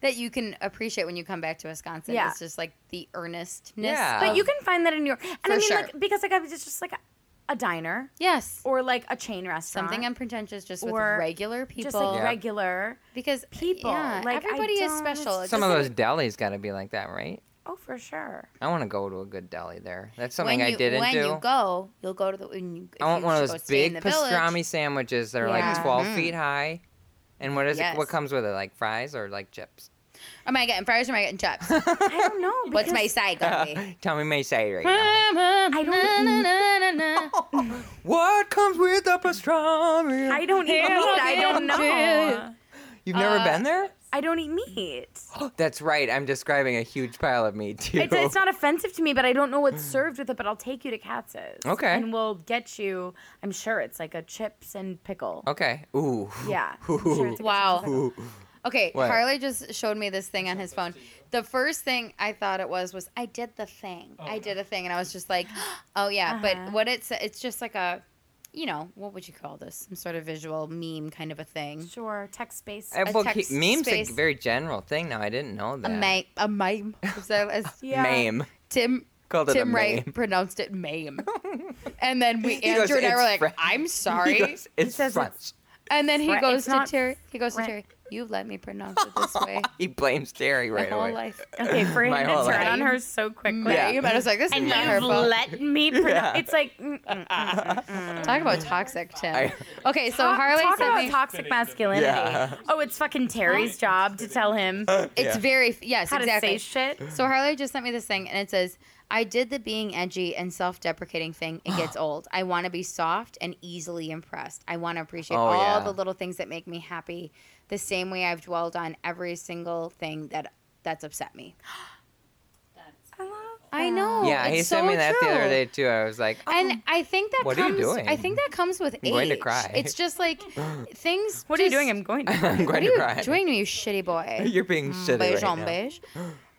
Speaker 5: that you can appreciate when you come back to Wisconsin.
Speaker 3: Yeah.
Speaker 5: It's just like the earnestness.
Speaker 6: Yeah.
Speaker 5: of-
Speaker 3: But you can find that in New York, and I
Speaker 5: For
Speaker 3: mean
Speaker 5: sure.
Speaker 3: like because like I was just, just like a, a diner
Speaker 5: yes,
Speaker 3: or like a chain restaurant,
Speaker 5: something unpretentious just with
Speaker 3: Or
Speaker 5: regular people.
Speaker 3: just like
Speaker 6: Yeah.
Speaker 3: regular.
Speaker 5: because
Speaker 3: people,
Speaker 5: yeah,
Speaker 3: like, I
Speaker 5: everybody is
Speaker 3: don't-
Speaker 5: special. It's
Speaker 6: Some of
Speaker 5: just-
Speaker 6: those delis got to be like that, right?
Speaker 3: Oh, for sure.
Speaker 6: I want to go to a good deli there. That's something
Speaker 5: when
Speaker 6: I
Speaker 5: you,
Speaker 6: didn't
Speaker 5: when
Speaker 6: do.
Speaker 5: you go, you'll go to the. When you,
Speaker 6: I want one of those big pastrami
Speaker 5: pastrami.
Speaker 6: sandwiches that are
Speaker 3: Yeah.
Speaker 6: like 12
Speaker 5: Mhm.
Speaker 6: feet high. And what is
Speaker 5: Yes.
Speaker 6: it? What comes with it? Like fries or like chips?
Speaker 5: Am I getting fries or am I getting chips?
Speaker 3: I don't know.
Speaker 5: What's my
Speaker 3: because
Speaker 5: side gonna be?
Speaker 6: Tell me my side right now.
Speaker 5: I
Speaker 3: don't-
Speaker 6: What comes with the pastrami?
Speaker 3: I don't eat meat. I don't know.
Speaker 6: You've never
Speaker 5: uh,
Speaker 6: been there?
Speaker 3: I don't eat meat.
Speaker 6: That's right. I'm describing a huge pile of meat too.
Speaker 3: It's, it's not offensive to me, but I don't know what's served with it. But I'll take you to Katz's.
Speaker 6: Okay.
Speaker 3: And we'll get you. I'm sure it's like a chips and pickle.
Speaker 6: okay. Ooh.
Speaker 3: Yeah. I'm sure it's a chips and
Speaker 5: Wow.
Speaker 3: pickle.
Speaker 5: Okay,
Speaker 6: What?
Speaker 5: Harley just showed me this thing on his phone. The first thing I thought it was was I did the thing. I did a thing, and I was just like, oh yeah.
Speaker 14: Uh-huh.
Speaker 5: But what it's it's just like a, you know, what would you call this? Some sort of visual meme kind of a thing.
Speaker 14: Sure, text based.
Speaker 6: Uh, well, he- memes a very general thing now. I didn't know
Speaker 5: a
Speaker 6: that.
Speaker 5: meme. A meme. Is that- is-
Speaker 6: Mame.
Speaker 5: Tim.
Speaker 6: Called it a
Speaker 5: Tim Wright
Speaker 6: meme.
Speaker 5: pronounced it mame, and then we
Speaker 6: He goes,
Speaker 5: Andrew and I
Speaker 6: "It's
Speaker 5: were like,
Speaker 6: French."
Speaker 5: "I'm sorry,"
Speaker 6: He goes, it's French.
Speaker 5: and then he
Speaker 6: Fre-
Speaker 5: goes
Speaker 6: it's
Speaker 5: to
Speaker 6: not
Speaker 5: Terry. He goes to Terry. You let me pronounce it this way.
Speaker 6: He blames Terry right
Speaker 5: whole
Speaker 6: away.
Speaker 5: life.
Speaker 15: Okay, for him
Speaker 6: My
Speaker 15: to
Speaker 6: whole
Speaker 15: turn
Speaker 6: life.
Speaker 15: on her so quickly.
Speaker 6: Yeah. Yeah, but I was like, this is
Speaker 15: and
Speaker 6: not
Speaker 15: you've
Speaker 6: her fault.
Speaker 15: let me. Pronounce.
Speaker 6: Yeah.
Speaker 15: It's like, mm, mm, mm, mm, mm.
Speaker 5: Talk about toxic, Tim.
Speaker 6: I-
Speaker 5: okay, so
Speaker 3: Talk-
Speaker 5: Harley
Speaker 3: talk
Speaker 5: sent
Speaker 3: about
Speaker 5: me-
Speaker 3: toxic masculinity.
Speaker 6: Yeah.
Speaker 3: Oh, it's fucking Terry's job to tell him.
Speaker 5: It's very yes,
Speaker 3: How to
Speaker 5: exactly.
Speaker 3: say shit.
Speaker 5: So Harley just sent me this thing, and it says, "I did the being edgy and self-deprecating thing. It gets old. I want to be soft and easily impressed. I want to appreciate
Speaker 16: Oh,
Speaker 5: all
Speaker 16: yeah.
Speaker 5: the little things that make me happy, the same way I've dwelled on every single thing that that's upset me." I know.
Speaker 6: yeah, he
Speaker 5: it's
Speaker 6: sent
Speaker 5: so
Speaker 6: me that the other
Speaker 5: true.
Speaker 6: day too. I was like,
Speaker 5: And I think that
Speaker 6: What are you
Speaker 5: comes.
Speaker 6: doing?
Speaker 5: I think that comes with
Speaker 6: I'm
Speaker 5: age.
Speaker 6: going to cry.
Speaker 5: It's just like things. What
Speaker 3: are you doing? I'm going.
Speaker 6: I'm going
Speaker 5: what
Speaker 6: to
Speaker 5: are you
Speaker 6: cry.
Speaker 5: doing to me, you shitty boy?
Speaker 6: You're being shitty
Speaker 5: Mm, Beige
Speaker 6: right
Speaker 5: on
Speaker 6: now.
Speaker 5: beige.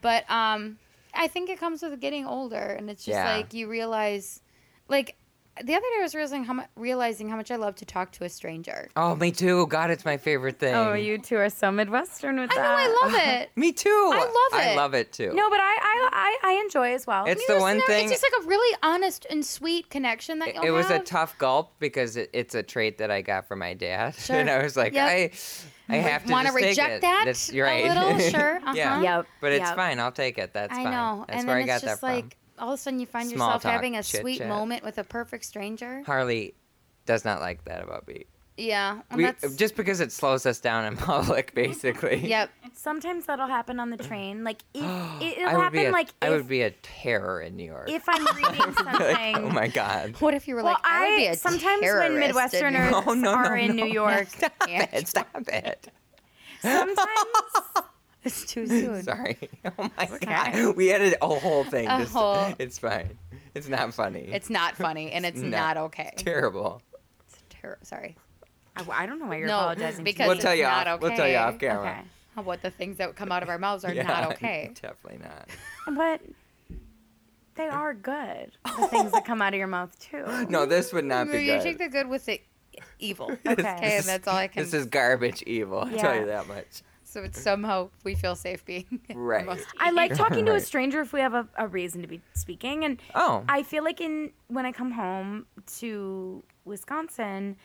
Speaker 5: But um, I think it comes with getting older, and it's just
Speaker 6: Yeah.
Speaker 5: like you realize, like the other day I was realizing how much realizing how much I love to talk to a stranger.
Speaker 6: oh, me too. God, it's my favorite thing.
Speaker 3: Oh, you two are so Midwestern with
Speaker 5: I know,
Speaker 3: that.
Speaker 5: I love it.
Speaker 6: me too.
Speaker 5: I love it.
Speaker 6: I love it too.
Speaker 3: No, but I, I, I, I enjoy as well.
Speaker 6: It's the one
Speaker 5: No,
Speaker 6: thing.
Speaker 5: It's just like a really honest and sweet connection that
Speaker 6: it
Speaker 5: you'll
Speaker 6: it was a
Speaker 5: have.
Speaker 6: tough gulp because it, it's a trait that I got from my dad,
Speaker 5: Sure.
Speaker 6: and I was like,
Speaker 5: Yep.
Speaker 6: I, I
Speaker 5: You
Speaker 6: have to
Speaker 5: wanna
Speaker 6: just take
Speaker 5: reject
Speaker 6: it.
Speaker 5: that
Speaker 6: That's
Speaker 5: a
Speaker 6: right.
Speaker 5: little? Sure,
Speaker 6: yeah.
Speaker 5: uh-huh. Yep,
Speaker 6: But it's
Speaker 5: yep.
Speaker 6: fine. I'll take it. That's
Speaker 5: I
Speaker 6: fine.
Speaker 5: know,
Speaker 6: That's
Speaker 5: and
Speaker 6: where
Speaker 5: then
Speaker 6: I got
Speaker 5: it's just
Speaker 6: that from.
Speaker 5: like all of a sudden you find
Speaker 6: Small
Speaker 5: yourself
Speaker 6: talk,
Speaker 5: having a
Speaker 6: chit
Speaker 5: sweet
Speaker 6: chat.
Speaker 5: moment with a perfect stranger.
Speaker 6: Harley does not like that about me.
Speaker 5: Yeah, and
Speaker 6: We,
Speaker 5: that's
Speaker 6: just because it slows us down in public, basically.
Speaker 3: Sometimes that'll happen on the train. Like if it,
Speaker 6: I
Speaker 3: it'll
Speaker 6: would
Speaker 3: happen.
Speaker 6: be a,
Speaker 3: like
Speaker 6: I
Speaker 3: if,
Speaker 6: would be a terror in New York.
Speaker 3: if I'm reading
Speaker 6: I'd be like,
Speaker 3: something.
Speaker 6: oh my god.
Speaker 5: What if you were
Speaker 3: well,
Speaker 5: like, I, would be a
Speaker 3: sometimes when
Speaker 5: terrorist in
Speaker 3: Midwesterners
Speaker 6: No, Oh, no, no,
Speaker 3: are in
Speaker 6: no.
Speaker 3: New York,
Speaker 6: Stop it! Stop it!
Speaker 3: sometimes
Speaker 5: it's too soon.
Speaker 6: Sorry. Oh my god. We edited a whole thing.
Speaker 5: A
Speaker 6: just,
Speaker 5: whole-
Speaker 6: It's fine. It's not funny.
Speaker 5: It's not funny and it's
Speaker 6: No.
Speaker 5: not okay.
Speaker 6: It's terrible.
Speaker 5: Ter- sorry.
Speaker 3: I, I don't know why you're
Speaker 5: no,
Speaker 3: apologizing. to me.
Speaker 5: because
Speaker 6: We'll
Speaker 5: it's
Speaker 6: tell you
Speaker 5: not
Speaker 6: off-
Speaker 5: okay.
Speaker 6: we'll tell you off camera.
Speaker 5: Okay. How about the things that come out of our mouths are
Speaker 6: Yeah,
Speaker 5: not okay?
Speaker 6: Definitely not.
Speaker 3: But they are good. The things that come out of your mouth too.
Speaker 6: No, this would not be
Speaker 5: You
Speaker 6: good.
Speaker 5: take the good with the e-, evil.
Speaker 6: This-
Speaker 5: Okay,
Speaker 6: this-
Speaker 5: and that's all I can.
Speaker 6: This is garbage evil. I'll tell
Speaker 3: Yeah.
Speaker 6: you that much.
Speaker 5: so it's somehow we feel safe being.
Speaker 6: Right.
Speaker 5: most
Speaker 3: I like talking to a
Speaker 6: Right.
Speaker 3: stranger if we have a, a reason to be speaking. And
Speaker 6: Oh.
Speaker 3: I feel like in when I come home to Wisconsin,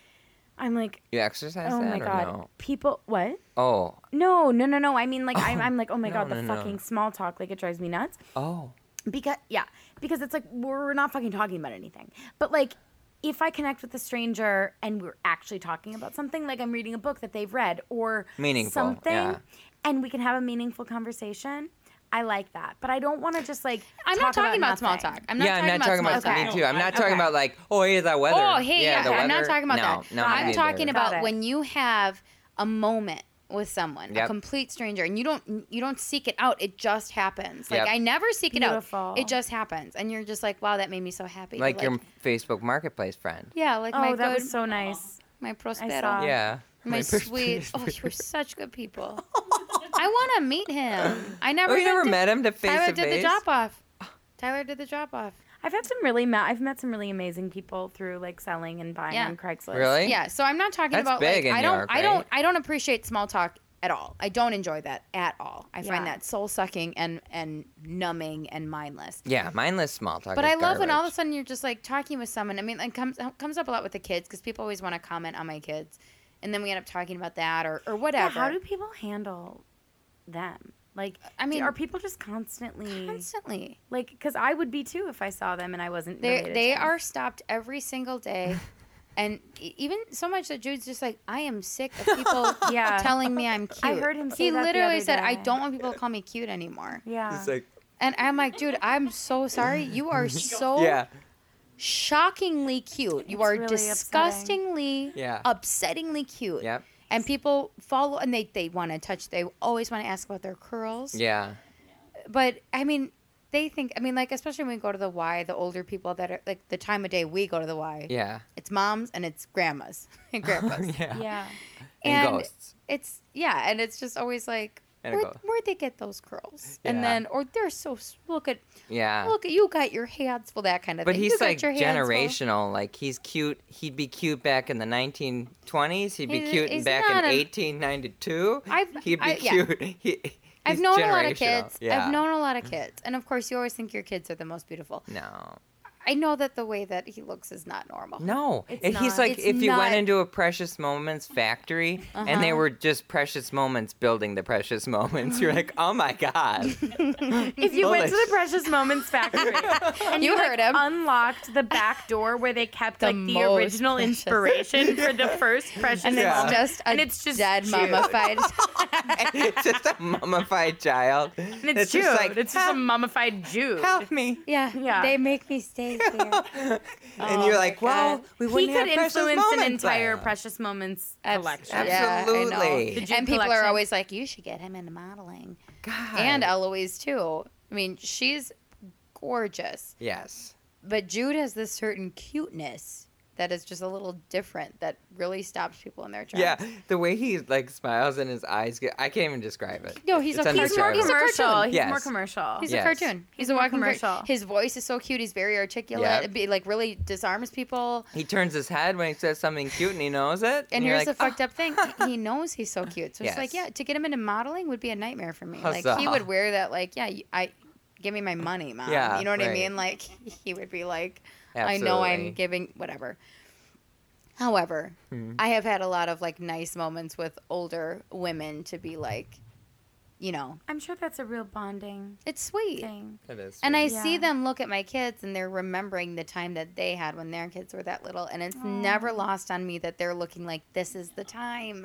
Speaker 3: I'm like,
Speaker 6: You exercise
Speaker 3: oh
Speaker 6: that
Speaker 3: my
Speaker 6: or
Speaker 3: god,
Speaker 6: no?
Speaker 3: people, what?
Speaker 6: Oh.
Speaker 3: No, no, no, no. I mean, like, I'm, I'm like, oh my
Speaker 6: No,
Speaker 3: god, the
Speaker 6: no, no.
Speaker 3: fucking small talk. Like, it drives me nuts.
Speaker 6: Oh.
Speaker 3: Because yeah, because it's like we're not fucking talking about anything. But like if I connect with a stranger and we're actually talking about something, like I'm reading a book that they've read or
Speaker 6: Meaningful,
Speaker 3: something,
Speaker 6: yeah.
Speaker 3: and we can have a meaningful conversation. I like that, but I don't want to just like.
Speaker 5: I'm not
Speaker 3: talk
Speaker 5: talking about small
Speaker 3: nothing.
Speaker 5: talk. I'm not
Speaker 6: yeah,
Speaker 5: talking
Speaker 6: I'm not talking about
Speaker 5: small
Speaker 6: me
Speaker 5: talk.
Speaker 6: too. I'm not talking
Speaker 5: Okay.
Speaker 6: about like, oh, hey, that weather.
Speaker 5: Oh, hey, yeah.
Speaker 6: the
Speaker 5: okay, I'm not
Speaker 6: weather.
Speaker 5: talking about
Speaker 6: no,
Speaker 5: that.
Speaker 6: No, me
Speaker 5: I'm
Speaker 6: neither.
Speaker 5: talking
Speaker 3: Got
Speaker 5: about
Speaker 3: it.
Speaker 5: when you have a moment with someone, a
Speaker 6: Yep.
Speaker 5: complete stranger, and you don't you don't seek it out. It just happens. Like
Speaker 6: Yep.
Speaker 5: I never seek
Speaker 3: Beautiful.
Speaker 5: it out. It just happens, and you're just like, wow, that made me so happy.
Speaker 6: like,
Speaker 5: But,
Speaker 6: your Facebook Marketplace friend.
Speaker 5: yeah, like
Speaker 3: Oh,
Speaker 5: my
Speaker 3: that
Speaker 5: good,
Speaker 3: was so nice.
Speaker 5: my
Speaker 3: saw.
Speaker 5: prospero,
Speaker 6: Yeah.
Speaker 5: my sweet. Oh, you were such good people. I want to meet him. I never.
Speaker 6: Oh, you
Speaker 5: got
Speaker 6: never
Speaker 5: to-
Speaker 6: met him Oh. to face
Speaker 5: Tyler
Speaker 6: to
Speaker 5: did the
Speaker 6: face?
Speaker 5: drop off. Tyler did the drop off.
Speaker 3: I've had some really, ma- I've met some really amazing people through like selling and buying
Speaker 5: Yeah.
Speaker 3: on Craigslist.
Speaker 6: Really?
Speaker 5: Yeah, so I'm not talking
Speaker 6: That's
Speaker 5: about like
Speaker 6: big in
Speaker 5: I
Speaker 6: New
Speaker 5: don't
Speaker 6: York,
Speaker 5: I don't
Speaker 6: right?
Speaker 5: I don't appreciate small talk at all. I don't enjoy that at all. I
Speaker 3: Yeah.
Speaker 5: find that soul sucking and and numbing and mindless.
Speaker 6: Yeah, mindless small talk.
Speaker 5: But
Speaker 6: is
Speaker 5: I love when all of
Speaker 6: garbage.
Speaker 5: a sudden you're just like talking with someone. I mean, like comes comes up a lot with the kids because people always want to comment on my kids, and then we end up talking about that or or
Speaker 3: Yeah,
Speaker 5: whatever.
Speaker 3: how do people handle them? Like, I mean,
Speaker 5: mean-
Speaker 3: are people just constantly
Speaker 5: constantly?
Speaker 3: like? Because I would be too if I saw them and I wasn't.
Speaker 5: They
Speaker 3: related
Speaker 5: they
Speaker 3: to them.
Speaker 5: are stopped every single day. And e- even so much that Jude's just like, I am sick of people
Speaker 3: Yeah.
Speaker 5: telling me I'm cute.
Speaker 3: I heard him say
Speaker 5: he
Speaker 3: that the
Speaker 5: literally
Speaker 3: other
Speaker 5: said, I
Speaker 3: day.
Speaker 5: don't want people to call me cute anymore.
Speaker 3: Yeah.
Speaker 6: It's like,
Speaker 5: And I'm like, dude, I'm so sorry. You are so
Speaker 6: yeah,
Speaker 5: shockingly cute. You are
Speaker 3: really upsetting.
Speaker 5: disgustingly,
Speaker 6: Yeah.
Speaker 5: upsettingly cute.
Speaker 6: yep,
Speaker 5: And people follow and they, they want to touch, they always want to ask about their curls.
Speaker 6: yeah.
Speaker 5: But I mean, they think, I mean, like, especially when we go to the Y, the older people that are like the time of day we go to the Y,
Speaker 6: Yeah.
Speaker 5: it's moms and it's grandmas and grandpas.
Speaker 6: Oh, yeah.
Speaker 3: Yeah.
Speaker 6: And,
Speaker 5: And-
Speaker 6: ghosts.
Speaker 5: It's yeah, and it's just always like
Speaker 6: And it
Speaker 5: where
Speaker 6: goes.
Speaker 5: where'd they get those curls? And
Speaker 6: Yeah.
Speaker 5: then or they're so s- look at
Speaker 6: Yeah.
Speaker 5: look at you got your hands full that kind of
Speaker 6: But
Speaker 5: thing.
Speaker 6: he's
Speaker 5: You got
Speaker 6: like
Speaker 5: your hands full.
Speaker 6: generational. Like he's cute. He'd be cute back in the 1920s. He'd be
Speaker 5: He's-
Speaker 6: cute
Speaker 5: he's
Speaker 6: back in
Speaker 5: not a-
Speaker 6: 1892.
Speaker 5: I've-
Speaker 6: He'd be
Speaker 5: I- yeah.
Speaker 6: cute. He,
Speaker 5: I've
Speaker 6: he's
Speaker 5: known a lot
Speaker 6: generational.
Speaker 5: of kids.
Speaker 6: Yeah. Mm.
Speaker 5: I've known a lot of kids. And of course you always think your kids are the most beautiful.
Speaker 6: No.
Speaker 5: I know that the way that he looks is not normal.
Speaker 6: No,
Speaker 5: It's
Speaker 6: and
Speaker 5: not.
Speaker 6: he's like
Speaker 5: It's
Speaker 6: if you
Speaker 5: not-
Speaker 6: went into a Precious Moments factory and they
Speaker 5: Uh-huh.
Speaker 6: were just Precious Moments building the Precious Moments, you're like, oh my god.
Speaker 3: If you went to
Speaker 6: Holy
Speaker 3: the Precious Moments factory and you,
Speaker 5: You
Speaker 3: like,
Speaker 5: heard him.
Speaker 3: unlocked the back door where they kept
Speaker 5: The
Speaker 3: like the
Speaker 5: most
Speaker 3: original
Speaker 5: precious.
Speaker 3: inspiration for the first Precious
Speaker 5: And
Speaker 6: Yeah.
Speaker 5: it's
Speaker 3: Moments,
Speaker 5: just a
Speaker 3: and it's just
Speaker 5: dead
Speaker 3: Jude.
Speaker 5: mummified.
Speaker 6: it's just a mummified child.
Speaker 3: And it's, Jude.
Speaker 6: just like
Speaker 3: it's just a mummified Jude.
Speaker 6: help me.
Speaker 5: yeah,
Speaker 3: Yeah.
Speaker 5: They make me stay here.
Speaker 6: and you're like, well,
Speaker 5: Oh God.
Speaker 6: we
Speaker 3: he
Speaker 6: wouldn't have
Speaker 3: could
Speaker 6: Precious
Speaker 3: influence an
Speaker 6: Moments
Speaker 3: entire
Speaker 6: then.
Speaker 3: Precious Moments
Speaker 5: Abs-
Speaker 3: collection.
Speaker 5: yeah, I know.
Speaker 6: Absolutely. The
Speaker 3: Jude
Speaker 5: and people
Speaker 3: collection.
Speaker 5: are always like, you should get him into modeling.
Speaker 6: God.
Speaker 5: And Eloise, too. I mean, she's gorgeous.
Speaker 6: yes.
Speaker 5: But Jude has this certain cuteness that is just a little different that really stops people in their tracks.
Speaker 6: Yeah, the way he like smiles and his eyes get I can't even describe it.
Speaker 5: No, he's
Speaker 6: It's
Speaker 5: a-
Speaker 3: He's more
Speaker 5: He's a
Speaker 6: undescribable.
Speaker 3: commercial. He's
Speaker 6: Yes.
Speaker 3: more commercial.
Speaker 5: He's
Speaker 6: Yes.
Speaker 5: a cartoon. He's,
Speaker 3: He's
Speaker 5: a
Speaker 3: more
Speaker 5: walking commercial.
Speaker 3: commercial.
Speaker 5: His voice is so cute. He's very articulate.
Speaker 6: Yep.
Speaker 5: It'd be like really disarms people.
Speaker 6: He turns his head when he says something cute and he knows it.
Speaker 5: And
Speaker 6: you're
Speaker 5: here's the
Speaker 6: like, "Ah."
Speaker 5: fucked up thing. He- He knows he's so cute. So it's like,
Speaker 6: Yes.
Speaker 5: yeah, to get him into modeling would be a nightmare for me. Like he
Speaker 6: Huzzah.
Speaker 5: would wear that like, yeah, you- I give me my money, mom.
Speaker 6: Yeah,
Speaker 5: you know what I
Speaker 6: right.
Speaker 5: mean? Like he would be like, I know
Speaker 6: Absolutely.
Speaker 5: I'm giving whatever. However,
Speaker 6: Hmm.
Speaker 5: I have had a lot of like nice moments with older women to be like, you know,
Speaker 3: I'm sure that's a real bonding
Speaker 5: it's sweet.
Speaker 3: thing.
Speaker 6: That is
Speaker 5: And I
Speaker 6: sweet.
Speaker 5: see
Speaker 3: Yeah.
Speaker 5: them look at my kids and they're remembering the time that they had when their kids were that little. And it's never lost on me that they're looking like, this is the time.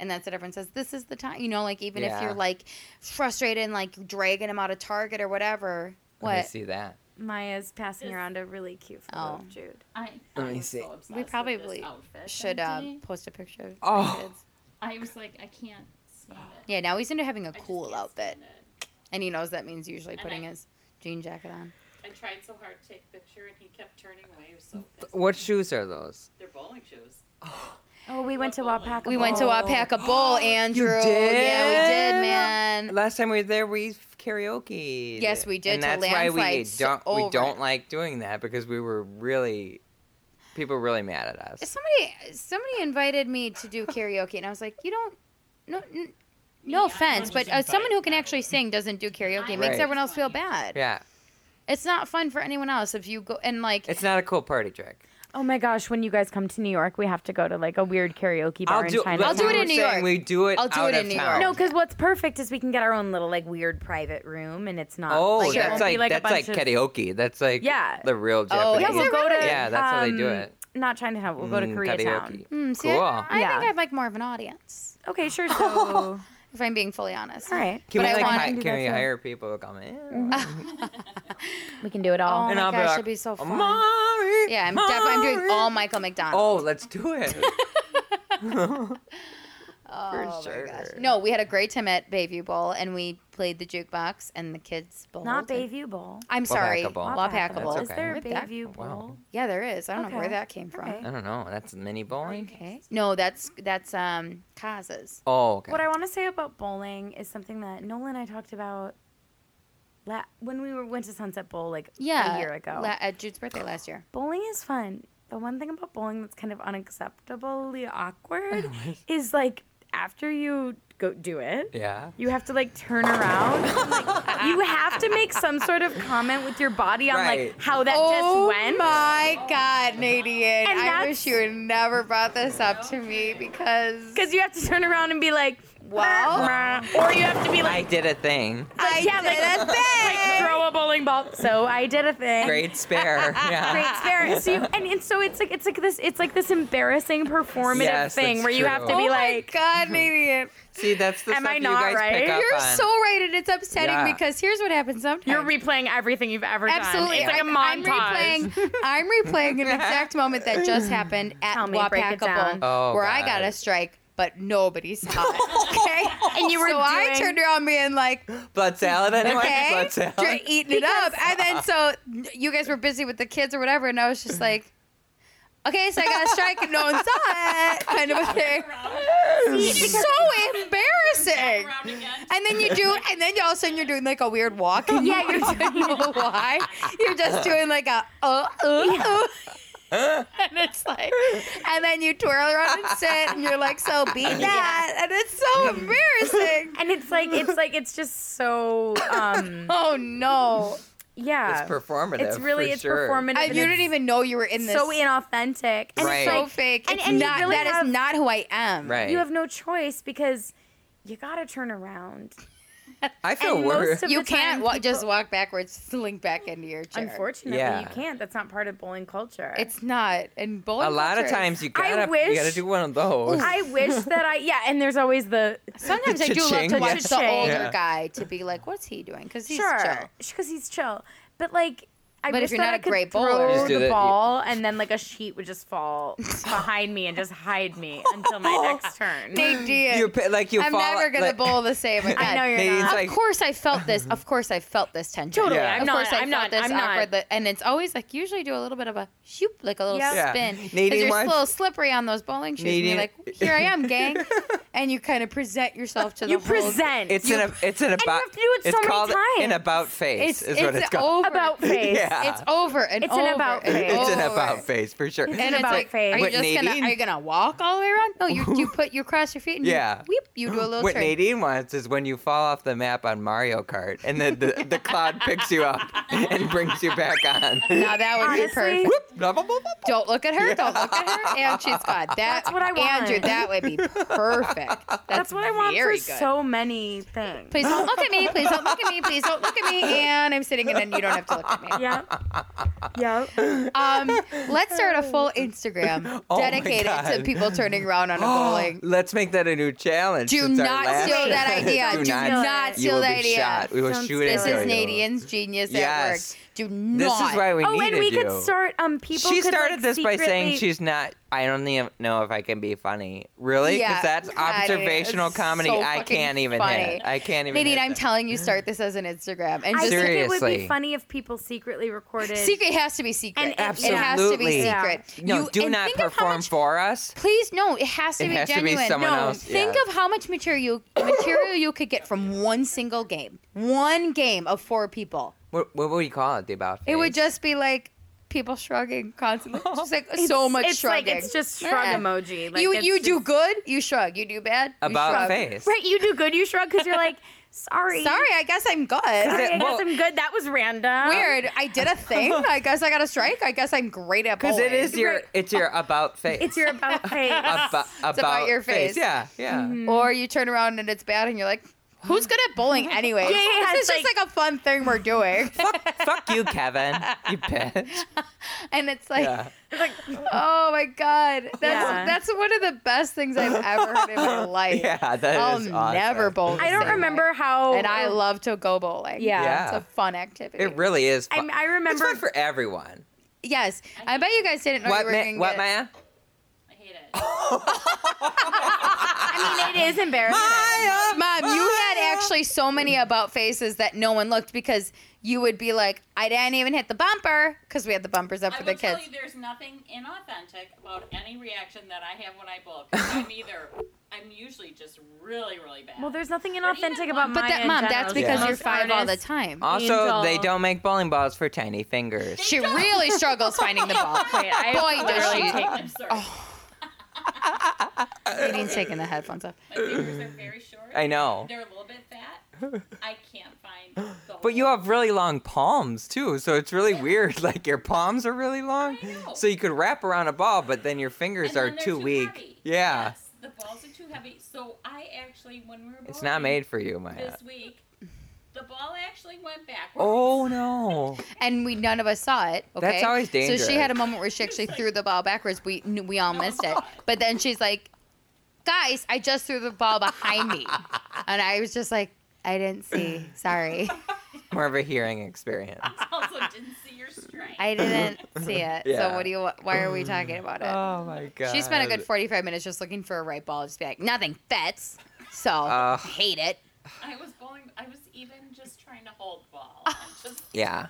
Speaker 5: And that's what everyone says, this is the time. You know, like even if
Speaker 6: Yeah.
Speaker 5: you're like frustrated and like dragging them out of Target or whatever.
Speaker 6: Let me
Speaker 5: What?
Speaker 6: see that.
Speaker 3: Maya's passing
Speaker 13: This-
Speaker 3: around a really cute photo
Speaker 5: Oh.
Speaker 3: of Jude.
Speaker 13: I,
Speaker 6: Let
Speaker 13: I
Speaker 6: me
Speaker 13: was
Speaker 6: see.
Speaker 13: So obsessed
Speaker 5: We
Speaker 13: with
Speaker 5: probably
Speaker 13: this outfit
Speaker 5: should
Speaker 13: that
Speaker 5: um,
Speaker 13: day.
Speaker 5: post a picture of
Speaker 6: Oh.
Speaker 5: my kids.
Speaker 13: I was like, I can't stand it.
Speaker 5: Yeah, now he's into having a
Speaker 13: I just
Speaker 5: cool
Speaker 13: can't
Speaker 5: outfit.
Speaker 13: stand it.
Speaker 5: And he knows that means usually
Speaker 13: And
Speaker 5: putting
Speaker 13: I-
Speaker 5: his jean jacket on.
Speaker 13: I tried so hard to take a picture, and he kept turning away. He was so pissed.
Speaker 6: What shoes are those?
Speaker 13: They're bowling shoes.
Speaker 3: Oh, we went to
Speaker 13: Bowling.
Speaker 3: Wapaka.
Speaker 5: We went to
Speaker 3: Bowl.
Speaker 5: Wapaka Bowl, Andrew. Yeah, we
Speaker 6: did?
Speaker 5: did, man.
Speaker 6: Last time we were there, we karaoke.
Speaker 5: Yes, we did
Speaker 6: And
Speaker 5: to
Speaker 6: that's why we
Speaker 5: landslide so-
Speaker 6: don't we
Speaker 5: over
Speaker 6: don't
Speaker 5: it.
Speaker 6: like doing that because we were really people were really mad at us.
Speaker 5: somebody somebody invited me to do karaoke and i was like you don't no n-
Speaker 13: Yeah,
Speaker 5: no offense
Speaker 13: everyone
Speaker 5: but
Speaker 13: just
Speaker 5: uh, someone
Speaker 13: invite
Speaker 5: who can
Speaker 13: them.
Speaker 5: actually sing doesn't do karaoke it
Speaker 6: Right.
Speaker 5: makes everyone else feel bad
Speaker 6: Yeah,
Speaker 5: it's not fun for anyone else if you go and like
Speaker 6: it's not a cool party trick.
Speaker 3: Oh my gosh, when you guys come to New York, we have to go to like a weird karaoke bar in China.
Speaker 5: I'll do it
Speaker 6: we're
Speaker 5: in New
Speaker 6: saying
Speaker 5: York.
Speaker 6: We do it.
Speaker 5: I'll do
Speaker 6: out
Speaker 5: it in
Speaker 6: of
Speaker 5: New
Speaker 6: town.
Speaker 3: No, because what's perfect is we can get our own little like weird private room, and it's not.
Speaker 6: Oh,
Speaker 3: like, it
Speaker 6: that's
Speaker 3: won't
Speaker 6: like,
Speaker 3: be, like a
Speaker 6: that's like
Speaker 3: bunch of-
Speaker 6: karaoke. That's like
Speaker 3: Yeah.
Speaker 6: the real
Speaker 5: Oh,
Speaker 6: Japanese.
Speaker 3: Yeah,
Speaker 5: Is
Speaker 3: we'll
Speaker 5: it
Speaker 3: go
Speaker 5: really?
Speaker 3: to.
Speaker 6: Yeah, that's how they do
Speaker 3: um,
Speaker 6: it.
Speaker 3: Not Chinatown. We'll go to
Speaker 6: Mm,
Speaker 3: Koreatown.
Speaker 6: karaoke.
Speaker 5: mm, see,
Speaker 6: Cool.
Speaker 5: I, I
Speaker 3: Yeah.
Speaker 5: think i'd like more of an audience
Speaker 3: Okay, sure. So,
Speaker 5: if i'm being fully honest
Speaker 3: all right,
Speaker 6: Can
Speaker 5: But
Speaker 6: we
Speaker 5: I
Speaker 6: like
Speaker 5: wanna
Speaker 6: hi-
Speaker 3: do
Speaker 6: can
Speaker 3: that
Speaker 6: we
Speaker 3: too. Oh
Speaker 6: hire people to come in?
Speaker 3: we can do it all.
Speaker 5: Oh. my
Speaker 6: I'll
Speaker 5: gosh, that'd be so fun.
Speaker 6: Mari,
Speaker 5: yeah i'm definitely i'm doing
Speaker 6: Mari."
Speaker 5: all michael mcdonald
Speaker 6: Oh, let's do it.
Speaker 5: Oh my
Speaker 6: for
Speaker 5: gosh.
Speaker 6: sure.
Speaker 5: No, we had a great time at Bayview Bowl and we played the jukebox and the kids bowl.
Speaker 3: Not Bayview Bowl.
Speaker 5: I'm sorry.
Speaker 6: Wapaka Bowl.
Speaker 5: Wapaka
Speaker 6: That's
Speaker 5: Bowl.
Speaker 3: Is
Speaker 6: okay.
Speaker 3: there a
Speaker 5: Rip that.
Speaker 3: Bayview
Speaker 6: Wow.
Speaker 3: Bowl?
Speaker 5: Yeah, there is. I don't know where
Speaker 3: Okay.
Speaker 5: that came from.
Speaker 3: Okay.
Speaker 6: I don't know. That's mini bowling.
Speaker 5: Okay. No, that's that's um Kaz's.
Speaker 6: Oh, okay.
Speaker 3: What I want to say about bowling is something that Nolan and I talked about la- when we were, went to Sunset Bowl like
Speaker 5: Yeah.
Speaker 3: a year ago.
Speaker 5: la- at Jude's birthday last year.
Speaker 3: bowling is fun. The one thing about bowling that's kind of unacceptably awkward is like after you go do it,
Speaker 6: yeah.
Speaker 3: you have to like turn around. and, like, you have to make some sort of comment with your body on
Speaker 6: Right.
Speaker 3: like how that
Speaker 5: oh
Speaker 3: just went.
Speaker 5: my God, Nadine!
Speaker 3: And
Speaker 5: I
Speaker 3: that's-
Speaker 5: wish you had never brought this up to me because
Speaker 3: Because you have to turn around and be like,
Speaker 5: Well.
Speaker 3: "Meh, meh," or you have to be
Speaker 6: I
Speaker 3: like,
Speaker 6: did a thing.
Speaker 5: I
Speaker 3: yeah, like-
Speaker 5: did a thing.
Speaker 3: throw a bowling ball. So I did a thing.
Speaker 6: Great spare. Yeah.
Speaker 3: Great spirit. So you, and, and so it's like it's like this it's like this embarrassing performative
Speaker 6: Yes,
Speaker 3: thing
Speaker 6: that's
Speaker 3: where you have to
Speaker 6: true.
Speaker 3: be
Speaker 5: oh
Speaker 3: like,
Speaker 5: my God, Nadine!
Speaker 6: See, that's the
Speaker 3: Am
Speaker 6: stuff
Speaker 3: I
Speaker 6: you
Speaker 3: not
Speaker 6: guys
Speaker 3: right?
Speaker 6: pick up
Speaker 5: You're
Speaker 6: on.
Speaker 5: so right, and it's upsetting
Speaker 6: Yeah.
Speaker 5: because here's what happens sometimes.
Speaker 3: you're replaying everything you've ever
Speaker 5: Absolutely.
Speaker 3: done. It's like a
Speaker 5: I'm-
Speaker 3: montage.
Speaker 5: I'm replaying, I'm replaying an exact moment that just happened at
Speaker 3: Tell me, break it
Speaker 5: Wapaka
Speaker 3: down.
Speaker 5: Bowl
Speaker 6: Oh,
Speaker 5: where I
Speaker 6: God.
Speaker 5: got a strike, but nobody saw it. Okay?
Speaker 3: And you were
Speaker 5: so I
Speaker 3: doing-
Speaker 5: turned around being like,
Speaker 6: Blood salad anyway.
Speaker 5: okay,
Speaker 6: Blood salad.
Speaker 5: you're eating it up. And then so you guys were busy with the kids or whatever, and I was just like, okay, so I got a strike, no one's on, kind of a thing. It's so embarrassing. And then you do, and then all of a sudden you're doing like a weird walk. And yeah, you don't know why. You're just doing like a uh uh uh. and it's like, and then you twirl around and sit, and you're like, so beat that, and it's so embarrassing.
Speaker 3: And it's like, it's like, it's just so. um
Speaker 5: Oh no.
Speaker 3: Yeah,
Speaker 6: It's performative,
Speaker 3: It's really
Speaker 6: for
Speaker 3: it's
Speaker 6: sure.
Speaker 3: performative.
Speaker 6: And you
Speaker 5: didn't even know you were in
Speaker 3: So
Speaker 5: this.
Speaker 3: inauthentic. And
Speaker 6: Right.
Speaker 3: it's
Speaker 6: So
Speaker 3: like,
Speaker 5: fake.
Speaker 3: And,
Speaker 5: It's
Speaker 3: and you
Speaker 5: not-
Speaker 3: really
Speaker 5: that is
Speaker 3: have,
Speaker 5: not who I am.
Speaker 6: Right.
Speaker 3: You have no choice because you gotta turn around.
Speaker 6: I feel
Speaker 3: and
Speaker 6: worse.
Speaker 3: most of
Speaker 5: You
Speaker 3: the
Speaker 5: can't
Speaker 3: time
Speaker 5: wa- just walk backwards, link back into your chair.
Speaker 3: Unfortunately,
Speaker 6: Yeah.
Speaker 3: you can't. That's not part of bowling culture.
Speaker 5: It's not. And bowling
Speaker 6: A lot
Speaker 5: culture
Speaker 6: of
Speaker 5: is-
Speaker 6: times you
Speaker 3: I
Speaker 6: gotta you
Speaker 3: wish-
Speaker 6: gotta do one of those.
Speaker 3: I wish that I yeah, and there's always the
Speaker 5: Sometimes I do love to
Speaker 6: Cha-ching.
Speaker 5: watch the
Speaker 3: Cha-ching.
Speaker 5: older
Speaker 6: Yeah.
Speaker 5: guy to be like, what's he doing? Because he's
Speaker 3: sure
Speaker 5: chill.
Speaker 3: because he's chill, but like. I
Speaker 5: But if
Speaker 3: wish
Speaker 5: you're not
Speaker 3: that I
Speaker 5: a
Speaker 3: could
Speaker 5: great
Speaker 3: throw
Speaker 5: bowler-
Speaker 6: Just do
Speaker 3: the
Speaker 6: that, you-
Speaker 3: ball, and then like a sheet would just fall behind me and just hide me until my next turn.
Speaker 5: Big deal.
Speaker 6: You pa- like you
Speaker 5: I'm
Speaker 6: fall,
Speaker 5: never gonna
Speaker 6: like,
Speaker 5: bowl the same again.
Speaker 3: I know you're
Speaker 6: They-
Speaker 3: not.
Speaker 6: it's
Speaker 5: of
Speaker 6: like-
Speaker 5: course, I felt this. Of course, I felt this tension.
Speaker 3: Totally,
Speaker 6: Yeah.
Speaker 3: I'm
Speaker 5: Of
Speaker 3: not-
Speaker 5: course, I
Speaker 3: I'm
Speaker 5: felt
Speaker 3: not-
Speaker 5: this
Speaker 3: I'm not.
Speaker 5: awkward. and it's always like usually do a little bit of a shoop, like a little
Speaker 3: Yeah.
Speaker 6: Yeah.
Speaker 5: spin,
Speaker 6: Nadine
Speaker 5: because you're
Speaker 6: wants-
Speaker 5: a little slippery on those bowling shoes. And you're
Speaker 6: Nadine-
Speaker 5: like, here I am, gang, and you kind of present yourself to the
Speaker 3: You
Speaker 5: whole-
Speaker 3: present.
Speaker 6: It's an it's an about
Speaker 3: have to do it so
Speaker 6: it's
Speaker 3: many
Speaker 6: called an
Speaker 3: times.
Speaker 6: about
Speaker 5: It's
Speaker 6: face is what it's called.
Speaker 5: over.
Speaker 3: about face.
Speaker 6: Yeah.
Speaker 5: It's over and
Speaker 3: It's an
Speaker 5: over.
Speaker 3: about
Speaker 5: and
Speaker 3: face.
Speaker 6: It's an
Speaker 5: over.
Speaker 6: about face for sure.
Speaker 3: an
Speaker 5: And it's
Speaker 3: about
Speaker 5: like,
Speaker 3: face.
Speaker 5: are you
Speaker 6: What,
Speaker 5: just gonna
Speaker 6: Nadine?
Speaker 5: are you gonna walk all the way around? No, you you put you cross your feet and
Speaker 6: Yeah.
Speaker 5: you, weep, you do a little
Speaker 6: What
Speaker 5: turn.
Speaker 6: Nadine wants is when you fall off the map on Mario Kart and then the, the cloud picks you up and brings you back on.
Speaker 5: Now that would be
Speaker 3: Honestly,
Speaker 5: perfect.
Speaker 6: Blah, blah, blah, blah, blah.
Speaker 5: Don't look at her. Don't look at her. And she's gone. That,
Speaker 3: That's what I want.
Speaker 5: Andrew, that would be perfect. That's,
Speaker 3: That's what I want for
Speaker 5: very good.
Speaker 3: so many things.
Speaker 5: Please don't look at me. Please don't look at me. Please don't look at me. And I'm sitting, and then you don't have to look at me.
Speaker 3: Yeah. yep. Oh,
Speaker 5: Um, let's start a full Instagram
Speaker 6: Oh my
Speaker 5: dedicated to
Speaker 6: God. Oh,
Speaker 5: people turning around on a bowling.
Speaker 6: Let's make that a new challenge.
Speaker 5: Do
Speaker 6: since our
Speaker 5: not
Speaker 6: last-
Speaker 5: steal that idea.
Speaker 6: Do
Speaker 5: Do
Speaker 6: not.
Speaker 5: not
Speaker 6: you
Speaker 5: steal
Speaker 6: will
Speaker 5: that
Speaker 6: be
Speaker 5: idea.
Speaker 6: shot. We will
Speaker 3: Don't
Speaker 6: shoot it.
Speaker 5: This
Speaker 3: steal
Speaker 5: is
Speaker 3: it.
Speaker 5: Nadine's genius
Speaker 6: Yes.
Speaker 5: at work. Do not.
Speaker 6: This is why we
Speaker 3: oh,
Speaker 6: needed
Speaker 3: and we
Speaker 6: you.
Speaker 3: could start. Um, people.
Speaker 6: she
Speaker 3: could,
Speaker 6: started
Speaker 3: like,
Speaker 6: this by saying
Speaker 3: secretly-
Speaker 6: she's not. I don't even know if I can be funny. Really? Because
Speaker 5: Yeah,
Speaker 6: that's
Speaker 5: God, it is
Speaker 6: observational
Speaker 5: so
Speaker 6: comedy. I
Speaker 5: fucking
Speaker 6: can't even
Speaker 5: funny.
Speaker 6: hit. I can't even.
Speaker 5: Nadine,
Speaker 6: hit
Speaker 5: I'm
Speaker 6: that.
Speaker 5: telling you, start this as an Instagram and
Speaker 3: I
Speaker 5: just
Speaker 3: think it would
Speaker 6: Seriously.
Speaker 3: be funny if people secretly recorded.
Speaker 5: Secret has to be secret.
Speaker 3: And- and-
Speaker 5: It has to be
Speaker 6: Absolutely.
Speaker 5: secret.
Speaker 6: No,
Speaker 5: You-
Speaker 6: do
Speaker 5: and
Speaker 6: not
Speaker 5: think of how
Speaker 6: perform
Speaker 5: much-
Speaker 6: for us.
Speaker 5: Please, no. It has to
Speaker 6: It
Speaker 5: be
Speaker 6: has to be
Speaker 5: genuine.
Speaker 6: someone
Speaker 5: no,
Speaker 6: else,
Speaker 5: think
Speaker 6: yeah.
Speaker 5: of how much material material you could get from one single game. One game of four people.
Speaker 6: What, what would you call it? The about face?
Speaker 5: It would just be like people shrugging constantly. Just like so
Speaker 3: It's-
Speaker 5: much
Speaker 3: it's
Speaker 5: shrugging.
Speaker 3: like it's just shrug
Speaker 5: Yeah.
Speaker 3: emoji. Like
Speaker 5: you
Speaker 3: it's
Speaker 5: you do
Speaker 3: just-
Speaker 5: good, you shrug. You do bad, you
Speaker 6: about
Speaker 5: shrug.
Speaker 6: face.
Speaker 3: right. You do good. You shrug because you're like, sorry,
Speaker 5: Sorry, I guess I'm good.
Speaker 3: sorry, I
Speaker 6: Well-
Speaker 3: guess I'm good. That was random.
Speaker 5: Weird. I did a thing. I guess I got a strike. I guess I'm great at
Speaker 6: Because
Speaker 5: bowling.
Speaker 6: it is your.
Speaker 3: Right.
Speaker 6: It's your about face.
Speaker 3: It's your about face.
Speaker 6: about, about,
Speaker 5: your face. Mm-hmm.
Speaker 6: Yeah, yeah.
Speaker 5: Or
Speaker 3: Mm-hmm.
Speaker 5: you turn around and it's bad, and you're like, "Who's good at bowling anyway?"
Speaker 3: Yeah, yeah,
Speaker 5: this is
Speaker 3: it's
Speaker 5: just
Speaker 3: like-
Speaker 5: like a fun thing we're doing,
Speaker 6: Fuck you, Kevin. You bitch.
Speaker 5: and it's like,
Speaker 6: Yeah.
Speaker 5: "Oh my god, that's
Speaker 3: Yeah.
Speaker 5: that's one of the best things I've ever heard in my life."
Speaker 6: Yeah, that is
Speaker 5: I'll
Speaker 6: awesome.
Speaker 5: never bowl. the
Speaker 3: I don't
Speaker 5: same
Speaker 3: remember
Speaker 5: way.
Speaker 3: how.
Speaker 5: and I love to go bowling.
Speaker 3: Yeah.
Speaker 6: Yeah.
Speaker 5: it's a fun activity.
Speaker 6: It really is.
Speaker 3: I,
Speaker 6: Fun.
Speaker 3: I
Speaker 6: It's
Speaker 3: remember.
Speaker 6: fun for everyone.
Speaker 5: yes, I bet you guys didn't know you
Speaker 6: What,
Speaker 5: were
Speaker 6: ma-
Speaker 5: going to
Speaker 6: what,
Speaker 5: get.
Speaker 6: Maya?
Speaker 13: I hate it.
Speaker 3: I mean, it is embarrassing.
Speaker 5: Mom, you had actually so many about faces that no one looked because you would be like, I didn't even hit the bumper because we had the bumpers up
Speaker 13: I
Speaker 5: for
Speaker 13: will
Speaker 5: the
Speaker 13: tell
Speaker 5: kids.
Speaker 13: you, there's nothing inauthentic about any reaction that I have when I bowl. 'cause I'm either, I'm usually just really, really bad.
Speaker 3: Well, there's nothing
Speaker 13: But even
Speaker 3: inauthentic
Speaker 13: when-
Speaker 3: about
Speaker 5: But
Speaker 3: Maya
Speaker 5: that,
Speaker 3: in
Speaker 5: mom, that's
Speaker 3: general.
Speaker 5: because
Speaker 3: She's
Speaker 5: you're
Speaker 3: the
Speaker 5: five all the
Speaker 3: artist.
Speaker 5: time.
Speaker 6: Also, they
Speaker 3: Angel.
Speaker 6: don't make bowling balls for tiny fingers.
Speaker 5: she really struggles finding the ball.
Speaker 3: Wait, I
Speaker 5: Boy, does
Speaker 3: literally
Speaker 5: she.
Speaker 3: take-
Speaker 13: I'm sorry.
Speaker 5: Nadine's taking the headphones off.
Speaker 13: My fingers are very short.
Speaker 6: I know.
Speaker 13: They're a little bit fat. I can't find the
Speaker 6: But you
Speaker 13: whole-
Speaker 6: have really long palms too, so it's really weird. Like your palms are really long,
Speaker 13: I know.
Speaker 6: so you could wrap around a ball, but then your fingers
Speaker 13: And then
Speaker 6: are
Speaker 13: they're
Speaker 6: too, weak.
Speaker 13: heavy.
Speaker 6: Yeah,
Speaker 13: Yes, the balls are too heavy. So I actually, when we were
Speaker 6: it's not
Speaker 13: bowling
Speaker 6: made for you, Maya.
Speaker 13: this week, the ball actually went backwards.
Speaker 6: Oh no!
Speaker 5: And we none of us saw it. Okay?
Speaker 6: That's always
Speaker 5: So
Speaker 6: dangerous.
Speaker 5: she had a moment where she actually threw the ball backwards. We knew- we all missed it. But then she's like, "Guys, I just threw the ball behind me," and I was just like, "I didn't see. Sorry,
Speaker 6: More of a hearing experience.
Speaker 13: Also, didn't see your strength.
Speaker 5: I didn't see it.
Speaker 6: Yeah.
Speaker 5: So what do you? Why are we talking about it?"
Speaker 6: Oh my god!
Speaker 5: she spent a good forty-five minutes just looking for a right ball. Just be like, "Nothing fits." So
Speaker 6: Oh.
Speaker 5: hate it.
Speaker 13: I was bowling. I was even just trying to hold the ball. I just
Speaker 6: Yeah.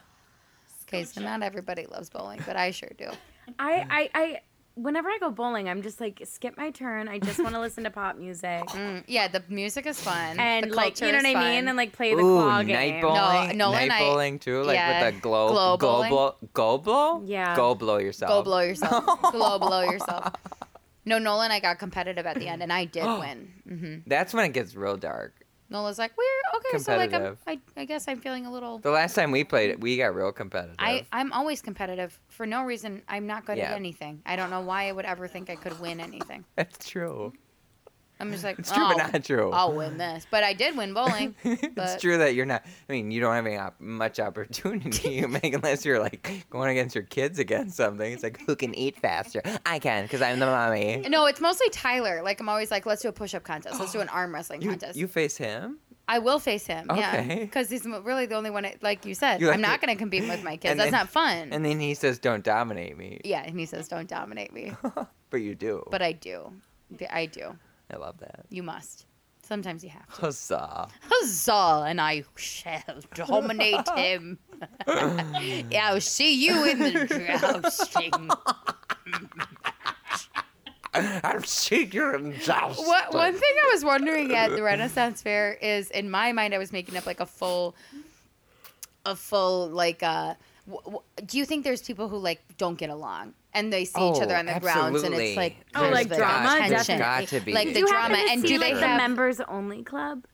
Speaker 5: Okay, so not everybody loves bowling, but I sure do.
Speaker 3: I, I, I, whenever I go bowling, I'm just like, skip my turn. I just want to listen to pop music.
Speaker 5: yeah, the music is fun.
Speaker 3: And
Speaker 5: Mm, The
Speaker 3: like, you know what
Speaker 5: culture is
Speaker 3: I mean?
Speaker 5: fun.
Speaker 3: And like, play the
Speaker 6: Ooh,
Speaker 3: claw
Speaker 6: night
Speaker 3: game.
Speaker 6: bowling,
Speaker 5: No, Nolan, I-
Speaker 6: night bowling too, like
Speaker 5: yeah.
Speaker 6: with the glow,
Speaker 5: Glow
Speaker 6: go
Speaker 5: bowling?
Speaker 6: blow, go blow,
Speaker 5: Yeah.
Speaker 6: go blow yourself.
Speaker 5: Go blow yourself. Go blow yourself. No, Nolan, I got competitive at the end, and I did
Speaker 3: Oh.
Speaker 5: win. hmm
Speaker 6: That's when it gets real dark.
Speaker 5: Nolan's like, we're okay. So like, I'm,
Speaker 6: Competitive.
Speaker 5: I, I guess I'm feeling a little.
Speaker 6: The last time we played it, we got real competitive.
Speaker 5: I, I'm always competitive for no reason. I'm not good at
Speaker 6: Yeah.
Speaker 5: anything. I don't know why I would ever think I could win anything.
Speaker 6: That's true.
Speaker 5: I'm just like,
Speaker 6: It's true, but
Speaker 5: "Oh,
Speaker 6: not true."
Speaker 5: I'll win this, but I did win bowling.
Speaker 6: It's
Speaker 5: but-
Speaker 6: true that you're not. I mean, you don't have any op- much opportunity you make unless you're like going against your kids against something. It's like who can eat faster? I can because I'm the mommy.
Speaker 5: No, it's mostly Tyler. Like I'm always like, let's do a push-up contest. Let's do an arm wrestling
Speaker 6: You,
Speaker 5: contest.
Speaker 6: you face him,
Speaker 5: I will face him. Yeah,
Speaker 6: Okay.
Speaker 5: because he's really the only one. that- Like you said,
Speaker 6: You have
Speaker 5: I'm not
Speaker 6: to-
Speaker 5: going to compete with my kids.
Speaker 6: and
Speaker 5: That's
Speaker 6: then-
Speaker 5: not fun.
Speaker 6: and then he says, "Don't dominate me,"
Speaker 5: yeah, and he says, "Don't dominate me,"
Speaker 6: but you do.
Speaker 5: but I do. I do.
Speaker 6: I love that.
Speaker 5: You must. Sometimes you have. to.
Speaker 6: Huzzah!
Speaker 5: Huzzah! And I shall dominate him. yeah, I'll see you in the jousting.
Speaker 6: I'm secret joust.
Speaker 5: What one thing I was wondering at the Renaissance Fair is in my mind I was making up like a full, a full like uh, w- w- do you think there's people who like don't get along and they see each other
Speaker 6: Oh,
Speaker 5: on the grounds and it's
Speaker 6: absolutely.
Speaker 5: like
Speaker 6: Oh,
Speaker 5: there's
Speaker 6: like
Speaker 5: the
Speaker 6: drama? There's
Speaker 5: tension.
Speaker 6: got to be.
Speaker 5: like
Speaker 6: Did
Speaker 5: the
Speaker 6: you
Speaker 5: drama
Speaker 3: Happen to
Speaker 5: and
Speaker 3: see,
Speaker 5: do they
Speaker 3: like, the
Speaker 5: have
Speaker 3: members only club?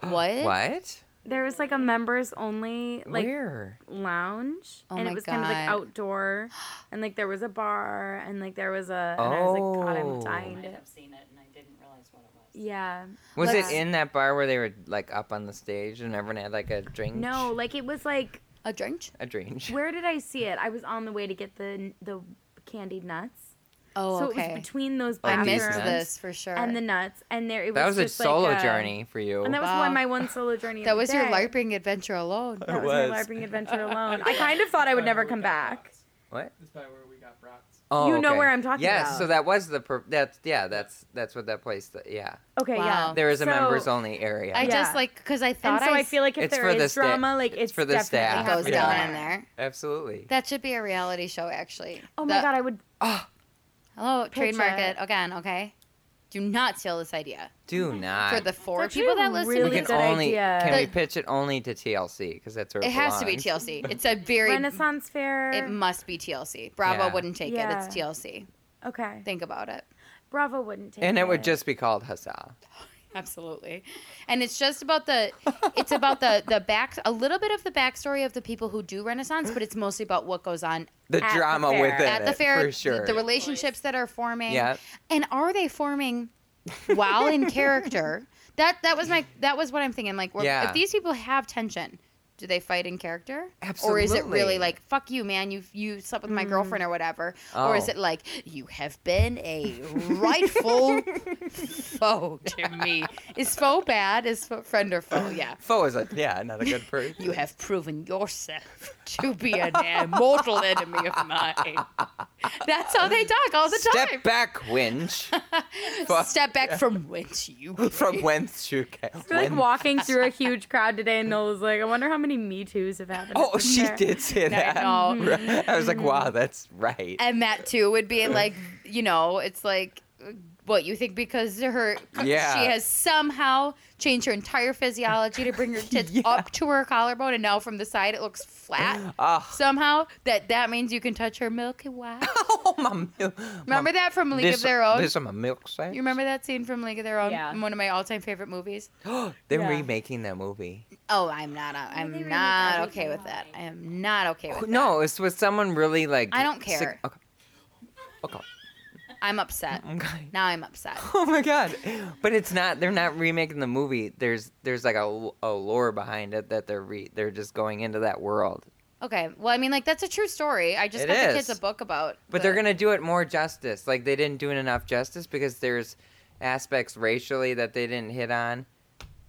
Speaker 5: what
Speaker 6: What?
Speaker 3: There was like a members only like
Speaker 6: Where?
Speaker 3: lounge,
Speaker 5: Oh
Speaker 3: and
Speaker 5: my
Speaker 3: it was kind of like
Speaker 5: God.
Speaker 3: outdoor, and like there was a bar, and like there was a. And I was like, God, I'm
Speaker 6: Oh.
Speaker 13: I
Speaker 3: dying
Speaker 13: might
Speaker 3: to.
Speaker 13: have seen it and I didn't realize what it was.
Speaker 3: Yeah.
Speaker 6: Was
Speaker 3: Let's-
Speaker 6: it in that bar where they were like up on the stage and everyone had like a drink?
Speaker 3: No, like it was like
Speaker 5: a drink.
Speaker 6: a drink.
Speaker 3: Where did I see it? I was on the way to get the the candied nuts.
Speaker 5: Oh,
Speaker 3: so it
Speaker 5: okay.
Speaker 3: was between those.
Speaker 6: I missed
Speaker 3: bathrooms
Speaker 5: this for sure.
Speaker 3: And the nuts, and there it was.
Speaker 6: That was a
Speaker 3: just like
Speaker 6: solo
Speaker 3: a-
Speaker 6: journey for you.
Speaker 3: And that was
Speaker 5: Wow.
Speaker 3: one my one solo journey.
Speaker 5: that
Speaker 3: of the
Speaker 5: was your
Speaker 3: day.
Speaker 5: LARPing adventure alone.
Speaker 3: That was, my LARPing adventure alone. I kind of thought I would never come back.
Speaker 6: What?
Speaker 4: That's probably where we got brats.
Speaker 6: Oh,
Speaker 3: You know
Speaker 6: okay.
Speaker 3: where I'm talking
Speaker 6: yes,
Speaker 3: about.
Speaker 6: so that was the per- that's yeah, that's that's what that place. That, yeah.
Speaker 3: Okay, yeah.
Speaker 5: Wow.
Speaker 6: There is a
Speaker 3: So-
Speaker 6: members only area.
Speaker 5: I
Speaker 3: Yeah.
Speaker 5: just like because I
Speaker 3: And
Speaker 5: thought
Speaker 3: so
Speaker 5: I,
Speaker 3: I feel like if
Speaker 6: It's
Speaker 3: there
Speaker 6: for the
Speaker 3: is
Speaker 6: sta-
Speaker 3: drama, like it's
Speaker 6: it's for the
Speaker 3: definitely
Speaker 6: staff.
Speaker 5: it goes
Speaker 3: happening
Speaker 5: down in there.
Speaker 6: Absolutely.
Speaker 5: That should be a reality show, actually.
Speaker 3: Oh my
Speaker 5: That-
Speaker 3: god, I would.
Speaker 5: Hello, trademark
Speaker 3: Pitch
Speaker 5: it again, okay? Do not steal this idea.
Speaker 6: Do not.
Speaker 5: For the four
Speaker 3: actually
Speaker 5: people
Speaker 3: a
Speaker 5: that listen
Speaker 3: really
Speaker 5: to
Speaker 6: we
Speaker 5: this,
Speaker 6: can only
Speaker 3: idea.
Speaker 6: can we
Speaker 5: The-
Speaker 6: pitch it only to TLC because that's where it,
Speaker 5: it has to be
Speaker 6: belongs.
Speaker 5: TLC. It's a very,
Speaker 3: Renaissance Fair.
Speaker 5: it must be TLC. Bravo
Speaker 6: Yeah.
Speaker 5: wouldn't take
Speaker 3: Yeah.
Speaker 5: it. It's TLC.
Speaker 3: okay.
Speaker 5: Think about it.
Speaker 3: Bravo wouldn't take.
Speaker 6: And it would just be called Huzzah.
Speaker 5: Absolutely. And it's just about the, it's about the, the back, a little bit of the backstory of the people who do Renaissance, but it's mostly about what goes on
Speaker 6: The
Speaker 3: At the
Speaker 6: drama
Speaker 3: fair.
Speaker 6: within
Speaker 5: at the
Speaker 6: it,
Speaker 5: fair,
Speaker 6: for sure.
Speaker 5: the, the relationships that are forming,
Speaker 6: Yep.
Speaker 5: and are they forming while in character? That that was my that was what I'm thinking. Like, we're-
Speaker 6: Yeah.
Speaker 5: if these people have tension, do they fight in character, or is it really
Speaker 6: Absolutely. Mm.
Speaker 5: like "fuck you, man, you you slept with my girlfriend" or whatever, or is
Speaker 6: Oh.
Speaker 5: it like "you have been a rightful foe to me"? Is foe bad? Is fo- friend or foe? Yeah.
Speaker 6: Foe is like yeah, not a good person.
Speaker 5: You have proven yourself to be an mortal enemy of mine. That's how they talk all the
Speaker 6: Step
Speaker 5: time.
Speaker 6: back, Winch. Fu-
Speaker 5: Step back from whence you
Speaker 6: from whence you came.
Speaker 3: We're like walking through a huge crowd today, and Noel was like, "I wonder how many Me Too's have happened."
Speaker 6: Oh,
Speaker 3: at the
Speaker 6: she
Speaker 3: fair."
Speaker 6: did say
Speaker 5: I
Speaker 6: that.
Speaker 5: know.
Speaker 6: Right. I was like, wow, that's right.
Speaker 5: And that too would be like, you know, it's like what you think because her
Speaker 6: Yeah.
Speaker 5: she has somehow changed her entire physiology to bring her tits up to her collarbone and now from the side it looks flat
Speaker 6: Ah.
Speaker 5: somehow that that means you can touch her milky white
Speaker 6: Oh, my milk.
Speaker 5: remember that from league
Speaker 6: Um, this,
Speaker 5: of their own
Speaker 6: This on my milk side.
Speaker 5: You remember that scene from League of Their Own?
Speaker 10: Yeah.
Speaker 5: One of my all-time favorite movies.
Speaker 6: They're
Speaker 3: Yeah.
Speaker 6: remaking that movie.
Speaker 5: Oh, I'm not. I'm not okay with that. I am not okay with. that.
Speaker 6: Oh, No, it's with someone really like.
Speaker 5: I don't
Speaker 6: sick-
Speaker 5: care.
Speaker 6: okay. Okay.
Speaker 5: I'm upset.
Speaker 6: Okay.
Speaker 5: Now I'm upset.
Speaker 6: Oh my god! But it's not. They're not remaking the movie. There's there's like a, a lore behind it that they're re, they're just going into that world.
Speaker 5: Okay. Well, I mean, like that's a true story. I just
Speaker 6: It
Speaker 5: got the
Speaker 6: is.
Speaker 5: kids a book about.
Speaker 6: But
Speaker 5: the-
Speaker 6: they're gonna do it more justice. Like they didn't do it enough justice because there's aspects racially that they didn't hit on.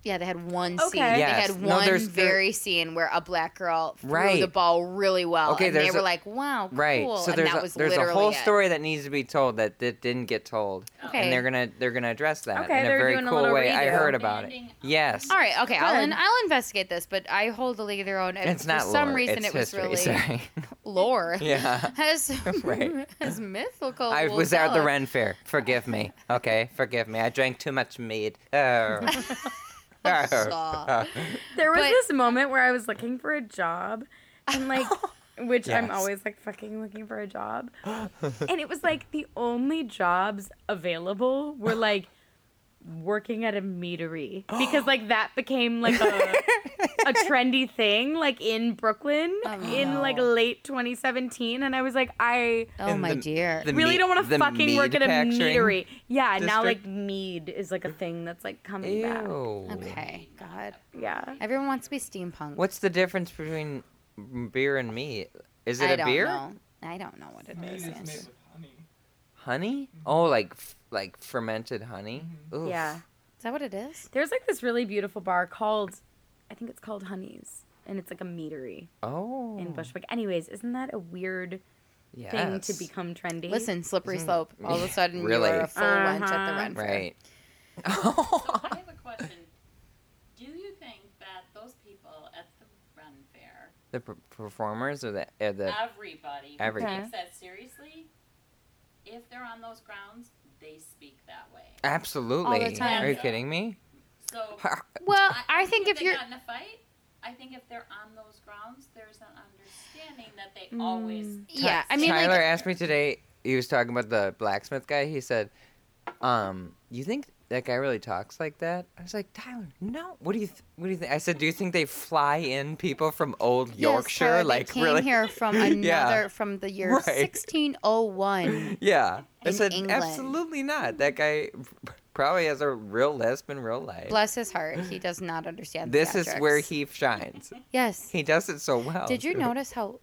Speaker 5: Yeah, they had one
Speaker 10: Okay.
Speaker 5: scene. They
Speaker 6: Yes.
Speaker 5: had
Speaker 6: No,
Speaker 5: one
Speaker 6: there's- there-
Speaker 5: very scene where a black girl threw
Speaker 6: Right.
Speaker 5: the ball really well,
Speaker 6: Okay,
Speaker 5: and they
Speaker 6: there's
Speaker 5: were
Speaker 6: a-
Speaker 5: like, "Wow, cool!"
Speaker 6: Right. So
Speaker 5: and
Speaker 6: there's
Speaker 5: that
Speaker 6: a,
Speaker 5: was
Speaker 6: there's a
Speaker 5: literally
Speaker 6: whole
Speaker 5: it.
Speaker 6: story that needs to be told that, that didn't get told,
Speaker 5: Okay.
Speaker 6: and they're gonna they're gonna address that
Speaker 5: Okay,
Speaker 6: in a
Speaker 5: they're
Speaker 6: very
Speaker 5: doing a
Speaker 6: cool
Speaker 5: little
Speaker 6: way. I
Speaker 5: redo.
Speaker 6: heard about it. Yes.
Speaker 5: All right, okay, I'll
Speaker 6: Good.
Speaker 5: in, I'll investigate this, but I hold the league of their own. And
Speaker 6: It's
Speaker 5: for
Speaker 6: not
Speaker 5: some
Speaker 6: lore,
Speaker 5: reason
Speaker 6: it's
Speaker 5: it was
Speaker 6: history,
Speaker 5: really
Speaker 6: sorry.
Speaker 5: lore.
Speaker 6: Yeah.
Speaker 5: as
Speaker 6: Right.
Speaker 5: as
Speaker 3: Oh,
Speaker 5: mythical.
Speaker 6: I
Speaker 5: will
Speaker 6: was at the
Speaker 5: tell.
Speaker 6: Ren Fair. Forgive me. Okay, forgive me. I drank too much mead. Uh, Oh.
Speaker 10: Aw.
Speaker 3: There was
Speaker 10: But-
Speaker 3: this moment where I was looking for a job, and like, which I'm
Speaker 10: Yes.
Speaker 3: always like fucking looking for a job, and it was like the only jobs available were like working at a meadery because like that became like a, a trendy thing like in Brooklyn
Speaker 5: Oh,
Speaker 3: in like late 2017 and I was like I
Speaker 5: Oh, In my the- dear. the
Speaker 3: really
Speaker 5: meat-
Speaker 3: don't want
Speaker 5: the
Speaker 3: to fucking work
Speaker 5: mead
Speaker 3: at a
Speaker 5: factoring
Speaker 3: meadery yeah now like
Speaker 5: district?
Speaker 3: mead is like a thing that's like coming back
Speaker 5: Okay, God.
Speaker 3: Yeah.
Speaker 5: Everyone wants to be steampunk.
Speaker 6: What's the difference between beer and meat? Is it
Speaker 5: I
Speaker 6: a
Speaker 5: don't
Speaker 6: beer?
Speaker 5: Know. I don't know what it
Speaker 4: Mead
Speaker 5: is.
Speaker 4: is made
Speaker 5: yes.
Speaker 4: with honey.
Speaker 6: Honey? Oh, like f- like fermented honey. Oof.
Speaker 3: Mm-hmm. Yeah.
Speaker 5: Is that what it is?
Speaker 3: There's like this really beautiful bar called, I think it's called Honey's, and it's like a meadery
Speaker 6: Oh.
Speaker 3: in Bushwick. Anyways, isn't that a weird thing to
Speaker 6: Yes.
Speaker 3: become trendy?
Speaker 5: Listen, slippery slope. All of a sudden,
Speaker 6: Mm-hmm. Really?
Speaker 5: you are a full wench at the
Speaker 3: Uh-huh.
Speaker 5: Ren Fair.
Speaker 6: Right.
Speaker 13: I have a question. Do you think that those people at the Ren Fair,
Speaker 6: The per- performers or the uh, the
Speaker 13: everybody, who
Speaker 6: every-
Speaker 13: takes that seriously, if they're on those grounds, they speak that way.
Speaker 6: Absolutely.
Speaker 13: time.
Speaker 6: Are you kidding me?
Speaker 13: So,
Speaker 5: Well,
Speaker 13: I,
Speaker 5: I think if
Speaker 13: they
Speaker 5: you're-
Speaker 13: got in a fight, I think if they're on those grounds, there's an understanding that they always.
Speaker 5: Mm. Yeah, I mean,
Speaker 6: Tyler
Speaker 5: like,
Speaker 6: asked me today. He was talking about the blacksmith guy. He said, "Um, you think that guy really talks like that?" I was like, "Tyler, no. What do you th- What do you think?" I said, "Do you think they fly in people from old
Speaker 5: Yes,
Speaker 6: Yorkshire?
Speaker 5: Tyler, they
Speaker 6: like
Speaker 5: came
Speaker 6: really?"
Speaker 5: here from
Speaker 6: Yeah.
Speaker 5: another from the year
Speaker 6: Right.
Speaker 5: 1601.
Speaker 6: yeah. I
Speaker 5: in
Speaker 6: said,
Speaker 5: England.
Speaker 6: "Absolutely not. That guy probably has a real lisp in real life."
Speaker 5: Bless his heart, he does not understand.
Speaker 6: this is
Speaker 5: theatrics.
Speaker 6: where he shines.
Speaker 5: Yes.
Speaker 6: He does it so well.
Speaker 5: Did you
Speaker 6: too.
Speaker 5: notice how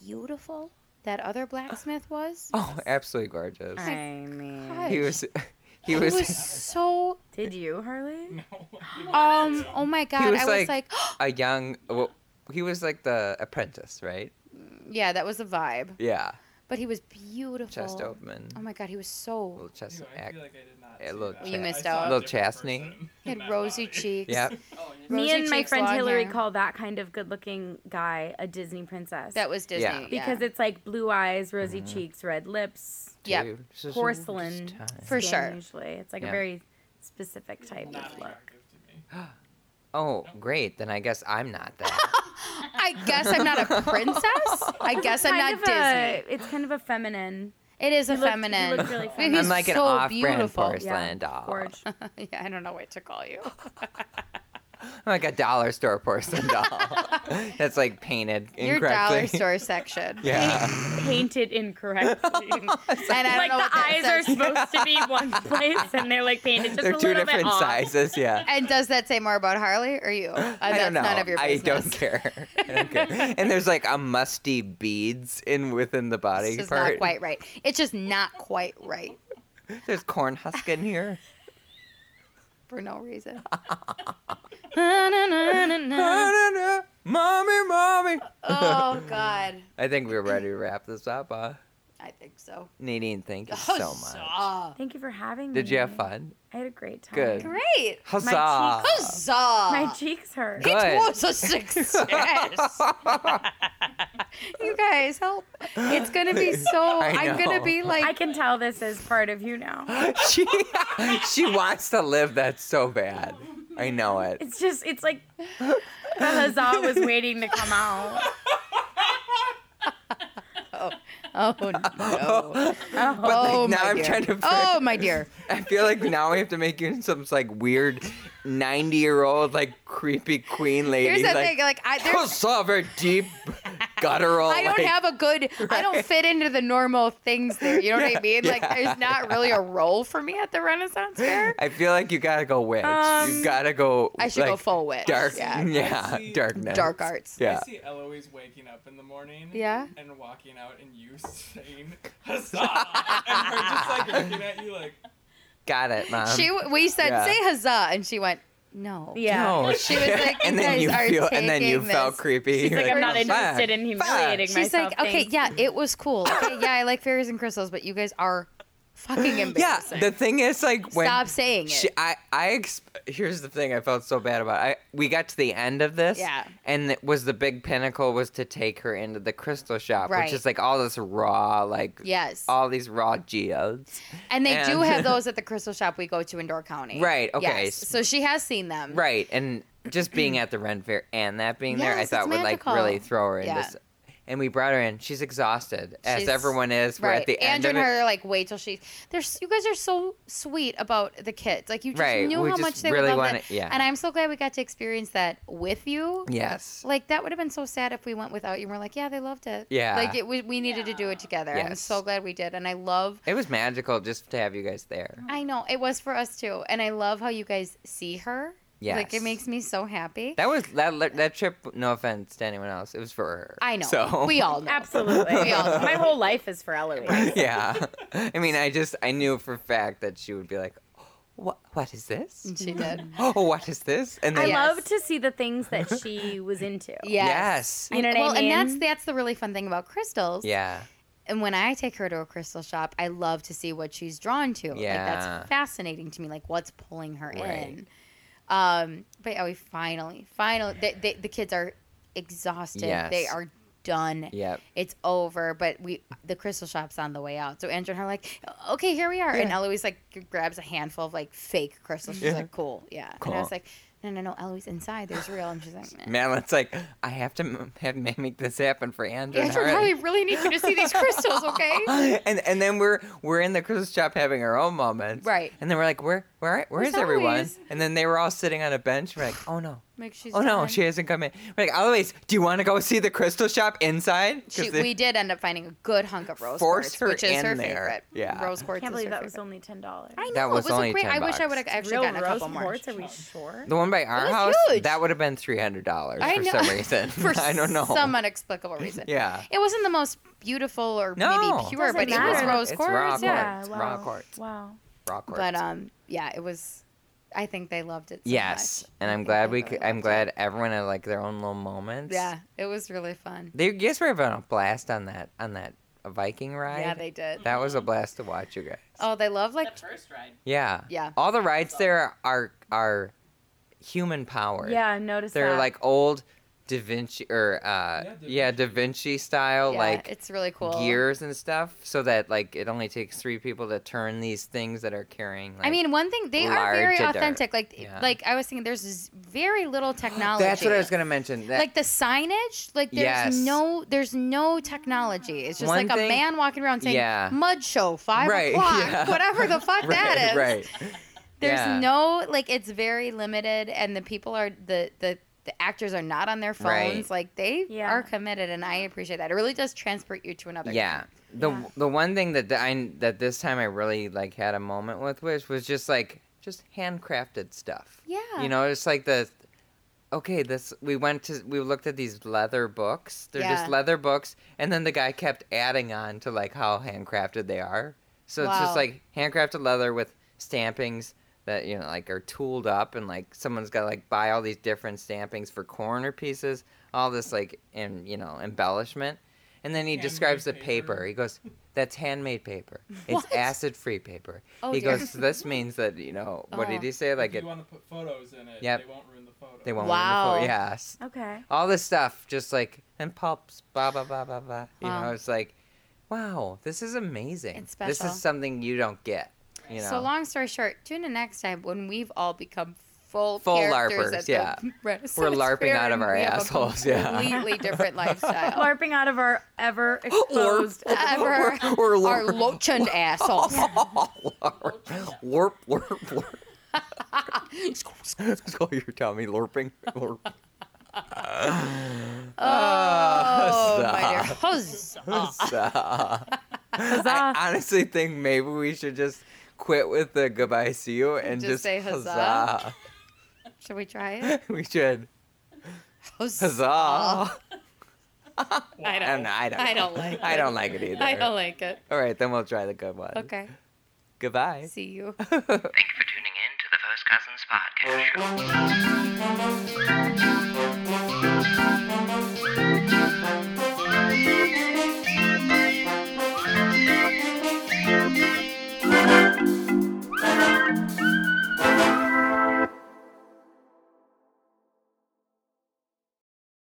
Speaker 5: beautiful that other blacksmith was?
Speaker 6: Oh, absolutely gorgeous.
Speaker 5: I
Speaker 3: mean,
Speaker 6: He was. He
Speaker 5: He
Speaker 6: was.
Speaker 5: was so.
Speaker 3: Did you, Harley?
Speaker 5: Mm. Um. Oh my God!
Speaker 6: he was
Speaker 5: I
Speaker 6: like,
Speaker 5: was like,
Speaker 6: a young. Well, he was like the apprentice, right?
Speaker 5: yeah, that was a vibe.
Speaker 6: Yeah,
Speaker 5: But he was beautiful.
Speaker 6: chest opening.
Speaker 5: Oh my God, he was so.
Speaker 6: little chest.
Speaker 5: Ew, I
Speaker 6: act,
Speaker 5: feel
Speaker 6: a little.
Speaker 5: Well, you missed
Speaker 6: a
Speaker 5: out.
Speaker 6: Little Chastney.
Speaker 5: He had rosy cheeks.
Speaker 6: Yep.
Speaker 3: Me
Speaker 5: Rosy
Speaker 3: and my
Speaker 5: cheeks,
Speaker 3: friend
Speaker 5: long
Speaker 3: Hillary
Speaker 5: hair.
Speaker 3: call that kind of good-looking guy a Disney princess.
Speaker 5: That was Disney, Yeah. Mm-hmm. yeah.
Speaker 3: Because it's like blue eyes, rosy cheeks, red lips,
Speaker 5: Yep. Dude,
Speaker 6: this is all
Speaker 3: porcelain.
Speaker 6: just time.
Speaker 5: For
Speaker 3: skin
Speaker 5: sure.
Speaker 3: Usually, it's like
Speaker 6: Yeah.
Speaker 3: a very specific type of look.
Speaker 6: Oh, great. Then I guess I'm not that.
Speaker 5: I guess I'm not a princess. I
Speaker 3: It's
Speaker 5: guess I'm
Speaker 3: kind
Speaker 5: not
Speaker 3: of a-
Speaker 5: Disney.
Speaker 3: it's kind of a feminine.
Speaker 5: It is a
Speaker 3: He looked- he
Speaker 5: feminine.
Speaker 3: looked really
Speaker 5: But
Speaker 3: feminine.
Speaker 5: he's
Speaker 6: I'm like an
Speaker 5: so
Speaker 6: off-brand
Speaker 5: beautiful.
Speaker 6: porcelain Yeah, doll. gorge.
Speaker 5: yeah, I don't know what to call you.
Speaker 6: I'm like a dollar store porcelain doll. That's like painted
Speaker 5: Your
Speaker 6: incorrectly.
Speaker 5: dollar store section.
Speaker 6: Yeah.
Speaker 3: painted incorrectly. and
Speaker 5: don't
Speaker 3: like
Speaker 5: know
Speaker 3: the
Speaker 5: what that
Speaker 3: eyes
Speaker 5: says.
Speaker 3: are supposed to be one place, and they're like painted just
Speaker 6: They're
Speaker 3: a
Speaker 6: two
Speaker 3: little bit
Speaker 6: different
Speaker 3: off.
Speaker 6: sizes. Yeah.
Speaker 5: And does that say more about Harley or you? Uh,
Speaker 6: I
Speaker 5: that's
Speaker 6: don't know.
Speaker 5: none of your
Speaker 6: I
Speaker 5: business.
Speaker 6: don't care. I don't care. and there's like a musty beads in within the body
Speaker 5: It's just
Speaker 6: part.
Speaker 5: not quite right. It's just not quite right
Speaker 6: There's corn husk in here.
Speaker 5: for no reason.
Speaker 6: Mommy, mommy.
Speaker 5: Oh God,
Speaker 6: I think we're ready to wrap this up, huh?
Speaker 5: I think so.
Speaker 6: Nadine, thank you so much.
Speaker 5: Huzzah.
Speaker 3: Thank you for having me.
Speaker 6: Did you have fun?
Speaker 3: I had a great time.
Speaker 6: Good.
Speaker 5: Great.
Speaker 6: Huzzah.
Speaker 3: My
Speaker 5: cheeks, Huzzah.
Speaker 3: my cheeks hurt.
Speaker 6: Good.
Speaker 5: It was a success. you guys help. It's gonna be so.
Speaker 6: I
Speaker 5: I'm gonna
Speaker 6: know.
Speaker 5: be like.
Speaker 3: I can tell this is part of you now.
Speaker 6: she she wants to live that so bad. I know it.
Speaker 3: It's just, it's like the huzzah was waiting to come out.
Speaker 5: Oh no. Oh,
Speaker 6: like, now
Speaker 5: my
Speaker 6: I'm
Speaker 5: dear.
Speaker 6: trying to-
Speaker 5: Oh my dear.
Speaker 6: I feel like now we have to make you into some like weird 90 year old like creepy queen lady.
Speaker 5: Here's the
Speaker 6: like,
Speaker 5: thing. Like I, there's,
Speaker 6: Huzzah, very deep, guttural.
Speaker 5: I don't
Speaker 6: like,
Speaker 5: have a good. I don't fit into the normal things there. You know what I mean? Like there's not really a role for me at the Renaissance Fair.
Speaker 6: I feel like you gotta go witch. you
Speaker 5: Um,
Speaker 6: gotta go.
Speaker 5: I should go
Speaker 6: like,
Speaker 5: full witch.
Speaker 6: Dark,
Speaker 5: Yeah.
Speaker 6: yeah,
Speaker 4: see-
Speaker 6: darkness.
Speaker 5: Dark arts.
Speaker 6: Yeah.
Speaker 4: I see Eloise waking up in the morning.
Speaker 5: Yeah.
Speaker 4: And walking out, and you saying huzzah, and her just like looking at you like
Speaker 6: Got it, mom.
Speaker 5: she. We said
Speaker 6: um, yeah.
Speaker 5: say huzzah, and she went No.
Speaker 10: Yeah.
Speaker 6: No,
Speaker 5: She was like,
Speaker 6: and then you
Speaker 5: guys are
Speaker 6: feel, and then you
Speaker 5: taking
Speaker 6: felt
Speaker 5: this.
Speaker 6: creepy.
Speaker 5: She's
Speaker 6: You're
Speaker 5: like, "I'm not
Speaker 6: "Oh,
Speaker 5: interested
Speaker 6: fuck,
Speaker 5: in
Speaker 10: humiliating
Speaker 6: fuck."
Speaker 5: She's like, okay, yeah, it was cool. Okay, yeah, I like fairies and crystals, but you guys are fucking
Speaker 6: Yeah,
Speaker 5: embarrassing.
Speaker 6: the thing is, like, when
Speaker 5: Stop saying it.
Speaker 6: She, I, I. Exp- here's the thing. I felt so bad about. I we got to the end of this.
Speaker 5: Yeah.
Speaker 6: And it was the big pinnacle was to take her into the crystal shop,
Speaker 5: Right.
Speaker 6: which is like all this raw, like
Speaker 5: Yes.
Speaker 6: all these raw geodes.
Speaker 5: and they do
Speaker 6: and-
Speaker 5: have those at the crystal shop we go to in Door County.
Speaker 6: Right, okay.
Speaker 5: Yes. So she has seen them.
Speaker 6: Right. And just being at the Ren Fair and that being there,
Speaker 5: Yes,
Speaker 6: I
Speaker 5: it's
Speaker 6: thought would like
Speaker 5: magical.
Speaker 6: really throw her
Speaker 5: Yeah.
Speaker 6: into. s- And we brought her in. She's exhausted, as
Speaker 5: She's-
Speaker 6: everyone is. We're
Speaker 5: right.
Speaker 6: at the
Speaker 5: Andrew and
Speaker 6: end of it.
Speaker 5: her are like, wait till she. There's you guys are so sweet about the kids. Like you just
Speaker 6: Right,
Speaker 5: knew
Speaker 6: we
Speaker 5: how
Speaker 6: just
Speaker 5: much they
Speaker 6: really
Speaker 5: would love
Speaker 6: wanna-
Speaker 5: it.
Speaker 6: yeah.
Speaker 5: And I'm so glad we got to experience that with you.
Speaker 6: Yes.
Speaker 5: Like that would have been so sad if we went without you. and We're like, yeah, they loved it.
Speaker 6: Yeah.
Speaker 5: Like it, we, we needed to do it together. I'm
Speaker 6: Yes.
Speaker 5: so glad we did, and I love.
Speaker 6: It was magical just to have you guys there.
Speaker 5: I know it was for us too, and I love how you guys see her. Like
Speaker 6: Yes.
Speaker 5: it makes me so happy.
Speaker 6: That was that li- that trip. No offense to anyone else, it was for her.
Speaker 5: I know.
Speaker 6: So
Speaker 5: We all know.
Speaker 10: Absolutely.
Speaker 5: We all know.
Speaker 10: My whole life is for Eloise.
Speaker 6: yeah. I mean, I just I knew for a fact that she would be like, "What? What is this?
Speaker 5: She did.
Speaker 6: Oh, what is this?" And
Speaker 10: I
Speaker 6: then
Speaker 10: love to see the things that she was into.
Speaker 6: Yes.
Speaker 10: You know what I
Speaker 5: well,
Speaker 10: mean?
Speaker 5: and that's that's the really fun thing about crystals.
Speaker 6: yeah,
Speaker 5: and when I take her to a crystal shop, I love to see what she's drawn to. Like
Speaker 6: Yeah.
Speaker 5: that's fascinating to me. Like what's pulling her
Speaker 6: Right.
Speaker 5: in. Um, but yeah, we finally, finally, they, they, the kids are exhausted. They
Speaker 6: Yes.
Speaker 5: are done.
Speaker 6: Yep.
Speaker 5: It's over. But we, the crystal shop's on the way out. So Andrew and her are like, okay, here we are. And Eloise like grabs a handful of like fake crystals. She's
Speaker 6: Yeah.
Speaker 5: like, cool, yeah. And I
Speaker 6: Cool.
Speaker 5: was like, no, no, no, Eloise, inside there's real. And she's like, "Meh."
Speaker 6: Madeline's like, "I have to m- have ma- make this happen for Andrew." and
Speaker 5: Andrew, and Harley
Speaker 6: Harley."
Speaker 5: really need you to see these crystals, okay?
Speaker 6: and and then we're we're in the crystal shop having our own moments,
Speaker 5: Right.
Speaker 6: And then we're like, "Where where where
Speaker 5: Where's
Speaker 6: is everyone?"
Speaker 5: Eloise?
Speaker 6: And then they were all sitting on a bench. We're like, "Oh no."
Speaker 5: Like she's
Speaker 6: oh no,
Speaker 5: done.
Speaker 6: she hasn't come in. We're like, Eloise, do you want to go see the crystal shop inside? 'Cause
Speaker 5: She,
Speaker 6: they-
Speaker 5: we did end up finding a good hunk of rose
Speaker 6: Force
Speaker 5: quartz,
Speaker 6: her
Speaker 5: which is
Speaker 6: in
Speaker 5: her
Speaker 6: there.
Speaker 5: favorite.
Speaker 6: Yeah.
Speaker 5: rose quartz.
Speaker 10: I can't
Speaker 5: is
Speaker 10: believe
Speaker 5: her
Speaker 10: that was
Speaker 5: favorite.
Speaker 10: only ten dollars.
Speaker 5: I know
Speaker 6: That was
Speaker 5: it was
Speaker 6: only
Speaker 5: a great.
Speaker 6: 10
Speaker 5: I wish I
Speaker 6: bucks.
Speaker 5: would have actually
Speaker 10: Real
Speaker 5: gotten a
Speaker 10: rose
Speaker 5: couple more.
Speaker 10: quartz? Are we sure?
Speaker 6: The one by our
Speaker 5: was
Speaker 6: house
Speaker 5: huge.
Speaker 6: that would have been three hundred dollars
Speaker 5: I
Speaker 6: for
Speaker 5: know.
Speaker 6: some reason.
Speaker 5: For
Speaker 6: I don't know.
Speaker 5: some unexplicable reason.
Speaker 6: yeah,
Speaker 5: It wasn't the most beautiful or
Speaker 6: No.
Speaker 5: maybe pure,
Speaker 10: Doesn't
Speaker 5: but it was
Speaker 10: matter.
Speaker 5: rose
Speaker 6: It's
Speaker 5: quartz.
Speaker 6: raw quartz.
Speaker 5: yeah.
Speaker 10: Yeah.
Speaker 6: It's
Speaker 10: wow.
Speaker 6: raw quartz.
Speaker 10: Wow.
Speaker 6: raw quartz.
Speaker 5: But um, yeah, it was. I think they loved it. So
Speaker 6: yes,
Speaker 5: much.
Speaker 6: and
Speaker 5: I
Speaker 6: I'm
Speaker 5: think
Speaker 6: glad
Speaker 5: they
Speaker 6: we.
Speaker 5: really
Speaker 6: Could, I'm
Speaker 5: loved
Speaker 6: glad everyone had like their own little moments.
Speaker 5: it. Yeah, it was really fun.
Speaker 6: they guess we're having a blast on that on that Viking ride.
Speaker 5: Yeah, they did. Mm-hmm.
Speaker 6: That was a blast to watch, you guys.
Speaker 5: Oh, they love like
Speaker 13: The first ride.
Speaker 6: Yeah.
Speaker 5: Yeah.
Speaker 6: All the rides there are are human powered.
Speaker 10: Yeah, I noticed
Speaker 6: They're
Speaker 10: that.
Speaker 6: like old Da Vinci or uh yeah,
Speaker 4: Yeah,
Speaker 6: Da
Speaker 4: Da
Speaker 6: Vinci, style
Speaker 5: yeah,
Speaker 6: like
Speaker 5: it's really cool.
Speaker 6: gears and stuff so that like it only takes three people to turn these things that are carrying like
Speaker 5: I mean, one thing they are very
Speaker 6: large adult.
Speaker 5: authentic. Like,
Speaker 6: Yeah.
Speaker 5: like I was thinking, there's z- very little technology.
Speaker 6: that's what I was gonna mention. That,
Speaker 5: like the signage, like there's
Speaker 6: Yes.
Speaker 5: no, there's no technology. It's just
Speaker 6: One
Speaker 5: like a
Speaker 6: thing-
Speaker 5: man walking around saying
Speaker 6: Yeah.
Speaker 5: "mud show five
Speaker 6: Right,
Speaker 5: o'clock,"
Speaker 6: yeah.
Speaker 5: whatever the fuck that is.
Speaker 6: right.
Speaker 5: There's
Speaker 6: yeah.
Speaker 5: no like it's very limited, and the people are the the. The actors are not on their phones.
Speaker 6: Right.
Speaker 5: Like they
Speaker 10: Yeah.
Speaker 5: are committed, and I appreciate that. It really does transport you to another.
Speaker 6: Yeah. The
Speaker 10: Yeah.
Speaker 6: the one thing that I that this time I really like had a moment with which was just like just handcrafted stuff.
Speaker 5: Yeah.
Speaker 6: You know, it's like the okay, this we went to we looked at these leather books. They're
Speaker 5: Yeah.
Speaker 6: just leather books and then the guy kept adding on to like how handcrafted they are. So it's
Speaker 5: Wow.
Speaker 6: just like handcrafted leather with stampings that you know like are tooled up and like someone's got to like buy all these different stampings for corner pieces, all this like and you know embellishment. And then he
Speaker 4: Handmade
Speaker 6: describes the
Speaker 4: paper.
Speaker 6: paper. He goes, "That's handmade paper. It's
Speaker 5: What?
Speaker 6: acid-free paper."
Speaker 5: Oh,
Speaker 6: he
Speaker 5: dear.
Speaker 6: goes, "This means that you know what
Speaker 5: Oh.
Speaker 6: did he say? Like
Speaker 4: if
Speaker 6: it,
Speaker 4: you want to put photos in it,
Speaker 6: Yep.
Speaker 4: they won't ruin the photo.
Speaker 6: they won't
Speaker 5: Wow.
Speaker 6: win the vote." Yes,
Speaker 10: Okay.
Speaker 6: all this stuff, just like and pulps, blah blah blah blah blah. You
Speaker 5: Wow.
Speaker 6: know, it's like, wow, this is amazing.
Speaker 5: It's
Speaker 6: This
Speaker 5: special.
Speaker 6: is something you don't get. You know,
Speaker 5: So long story short, tune in next time when we've all become full
Speaker 6: Full
Speaker 5: characters
Speaker 6: LARPers,
Speaker 5: at the
Speaker 6: yeah.
Speaker 5: Renaissance
Speaker 6: We're LARPing
Speaker 5: fair
Speaker 6: out
Speaker 5: and
Speaker 6: of our
Speaker 5: we have a
Speaker 6: assholes, yeah.
Speaker 5: completely different lifestyle.
Speaker 10: LARPing out of our ever exposed.
Speaker 5: Ever
Speaker 6: We're- we're
Speaker 5: our
Speaker 6: LARP.
Speaker 5: lochened assholes.
Speaker 6: warp, warp, warp. Skull, you're telling me lorping. Lorp.
Speaker 5: Oh, my dear.
Speaker 6: Huzzah.
Speaker 5: Huzzah.
Speaker 6: Huzzah. I honestly think maybe we should just quit with the goodbye, see you, and
Speaker 5: Just
Speaker 6: just,
Speaker 5: say huzzah. Should we try it?
Speaker 6: huzzah. We should
Speaker 5: Huzzah.
Speaker 6: huzzah.
Speaker 5: I don't,
Speaker 6: And I don't.
Speaker 5: I don't like
Speaker 6: I
Speaker 5: it.
Speaker 6: don't like it either.
Speaker 5: I don't like it.
Speaker 6: All right, then we'll try the good one.
Speaker 5: Okay.
Speaker 6: Goodbye.
Speaker 5: See you.
Speaker 1: Thank you for tuning in to the first. Cousins Podcast Show.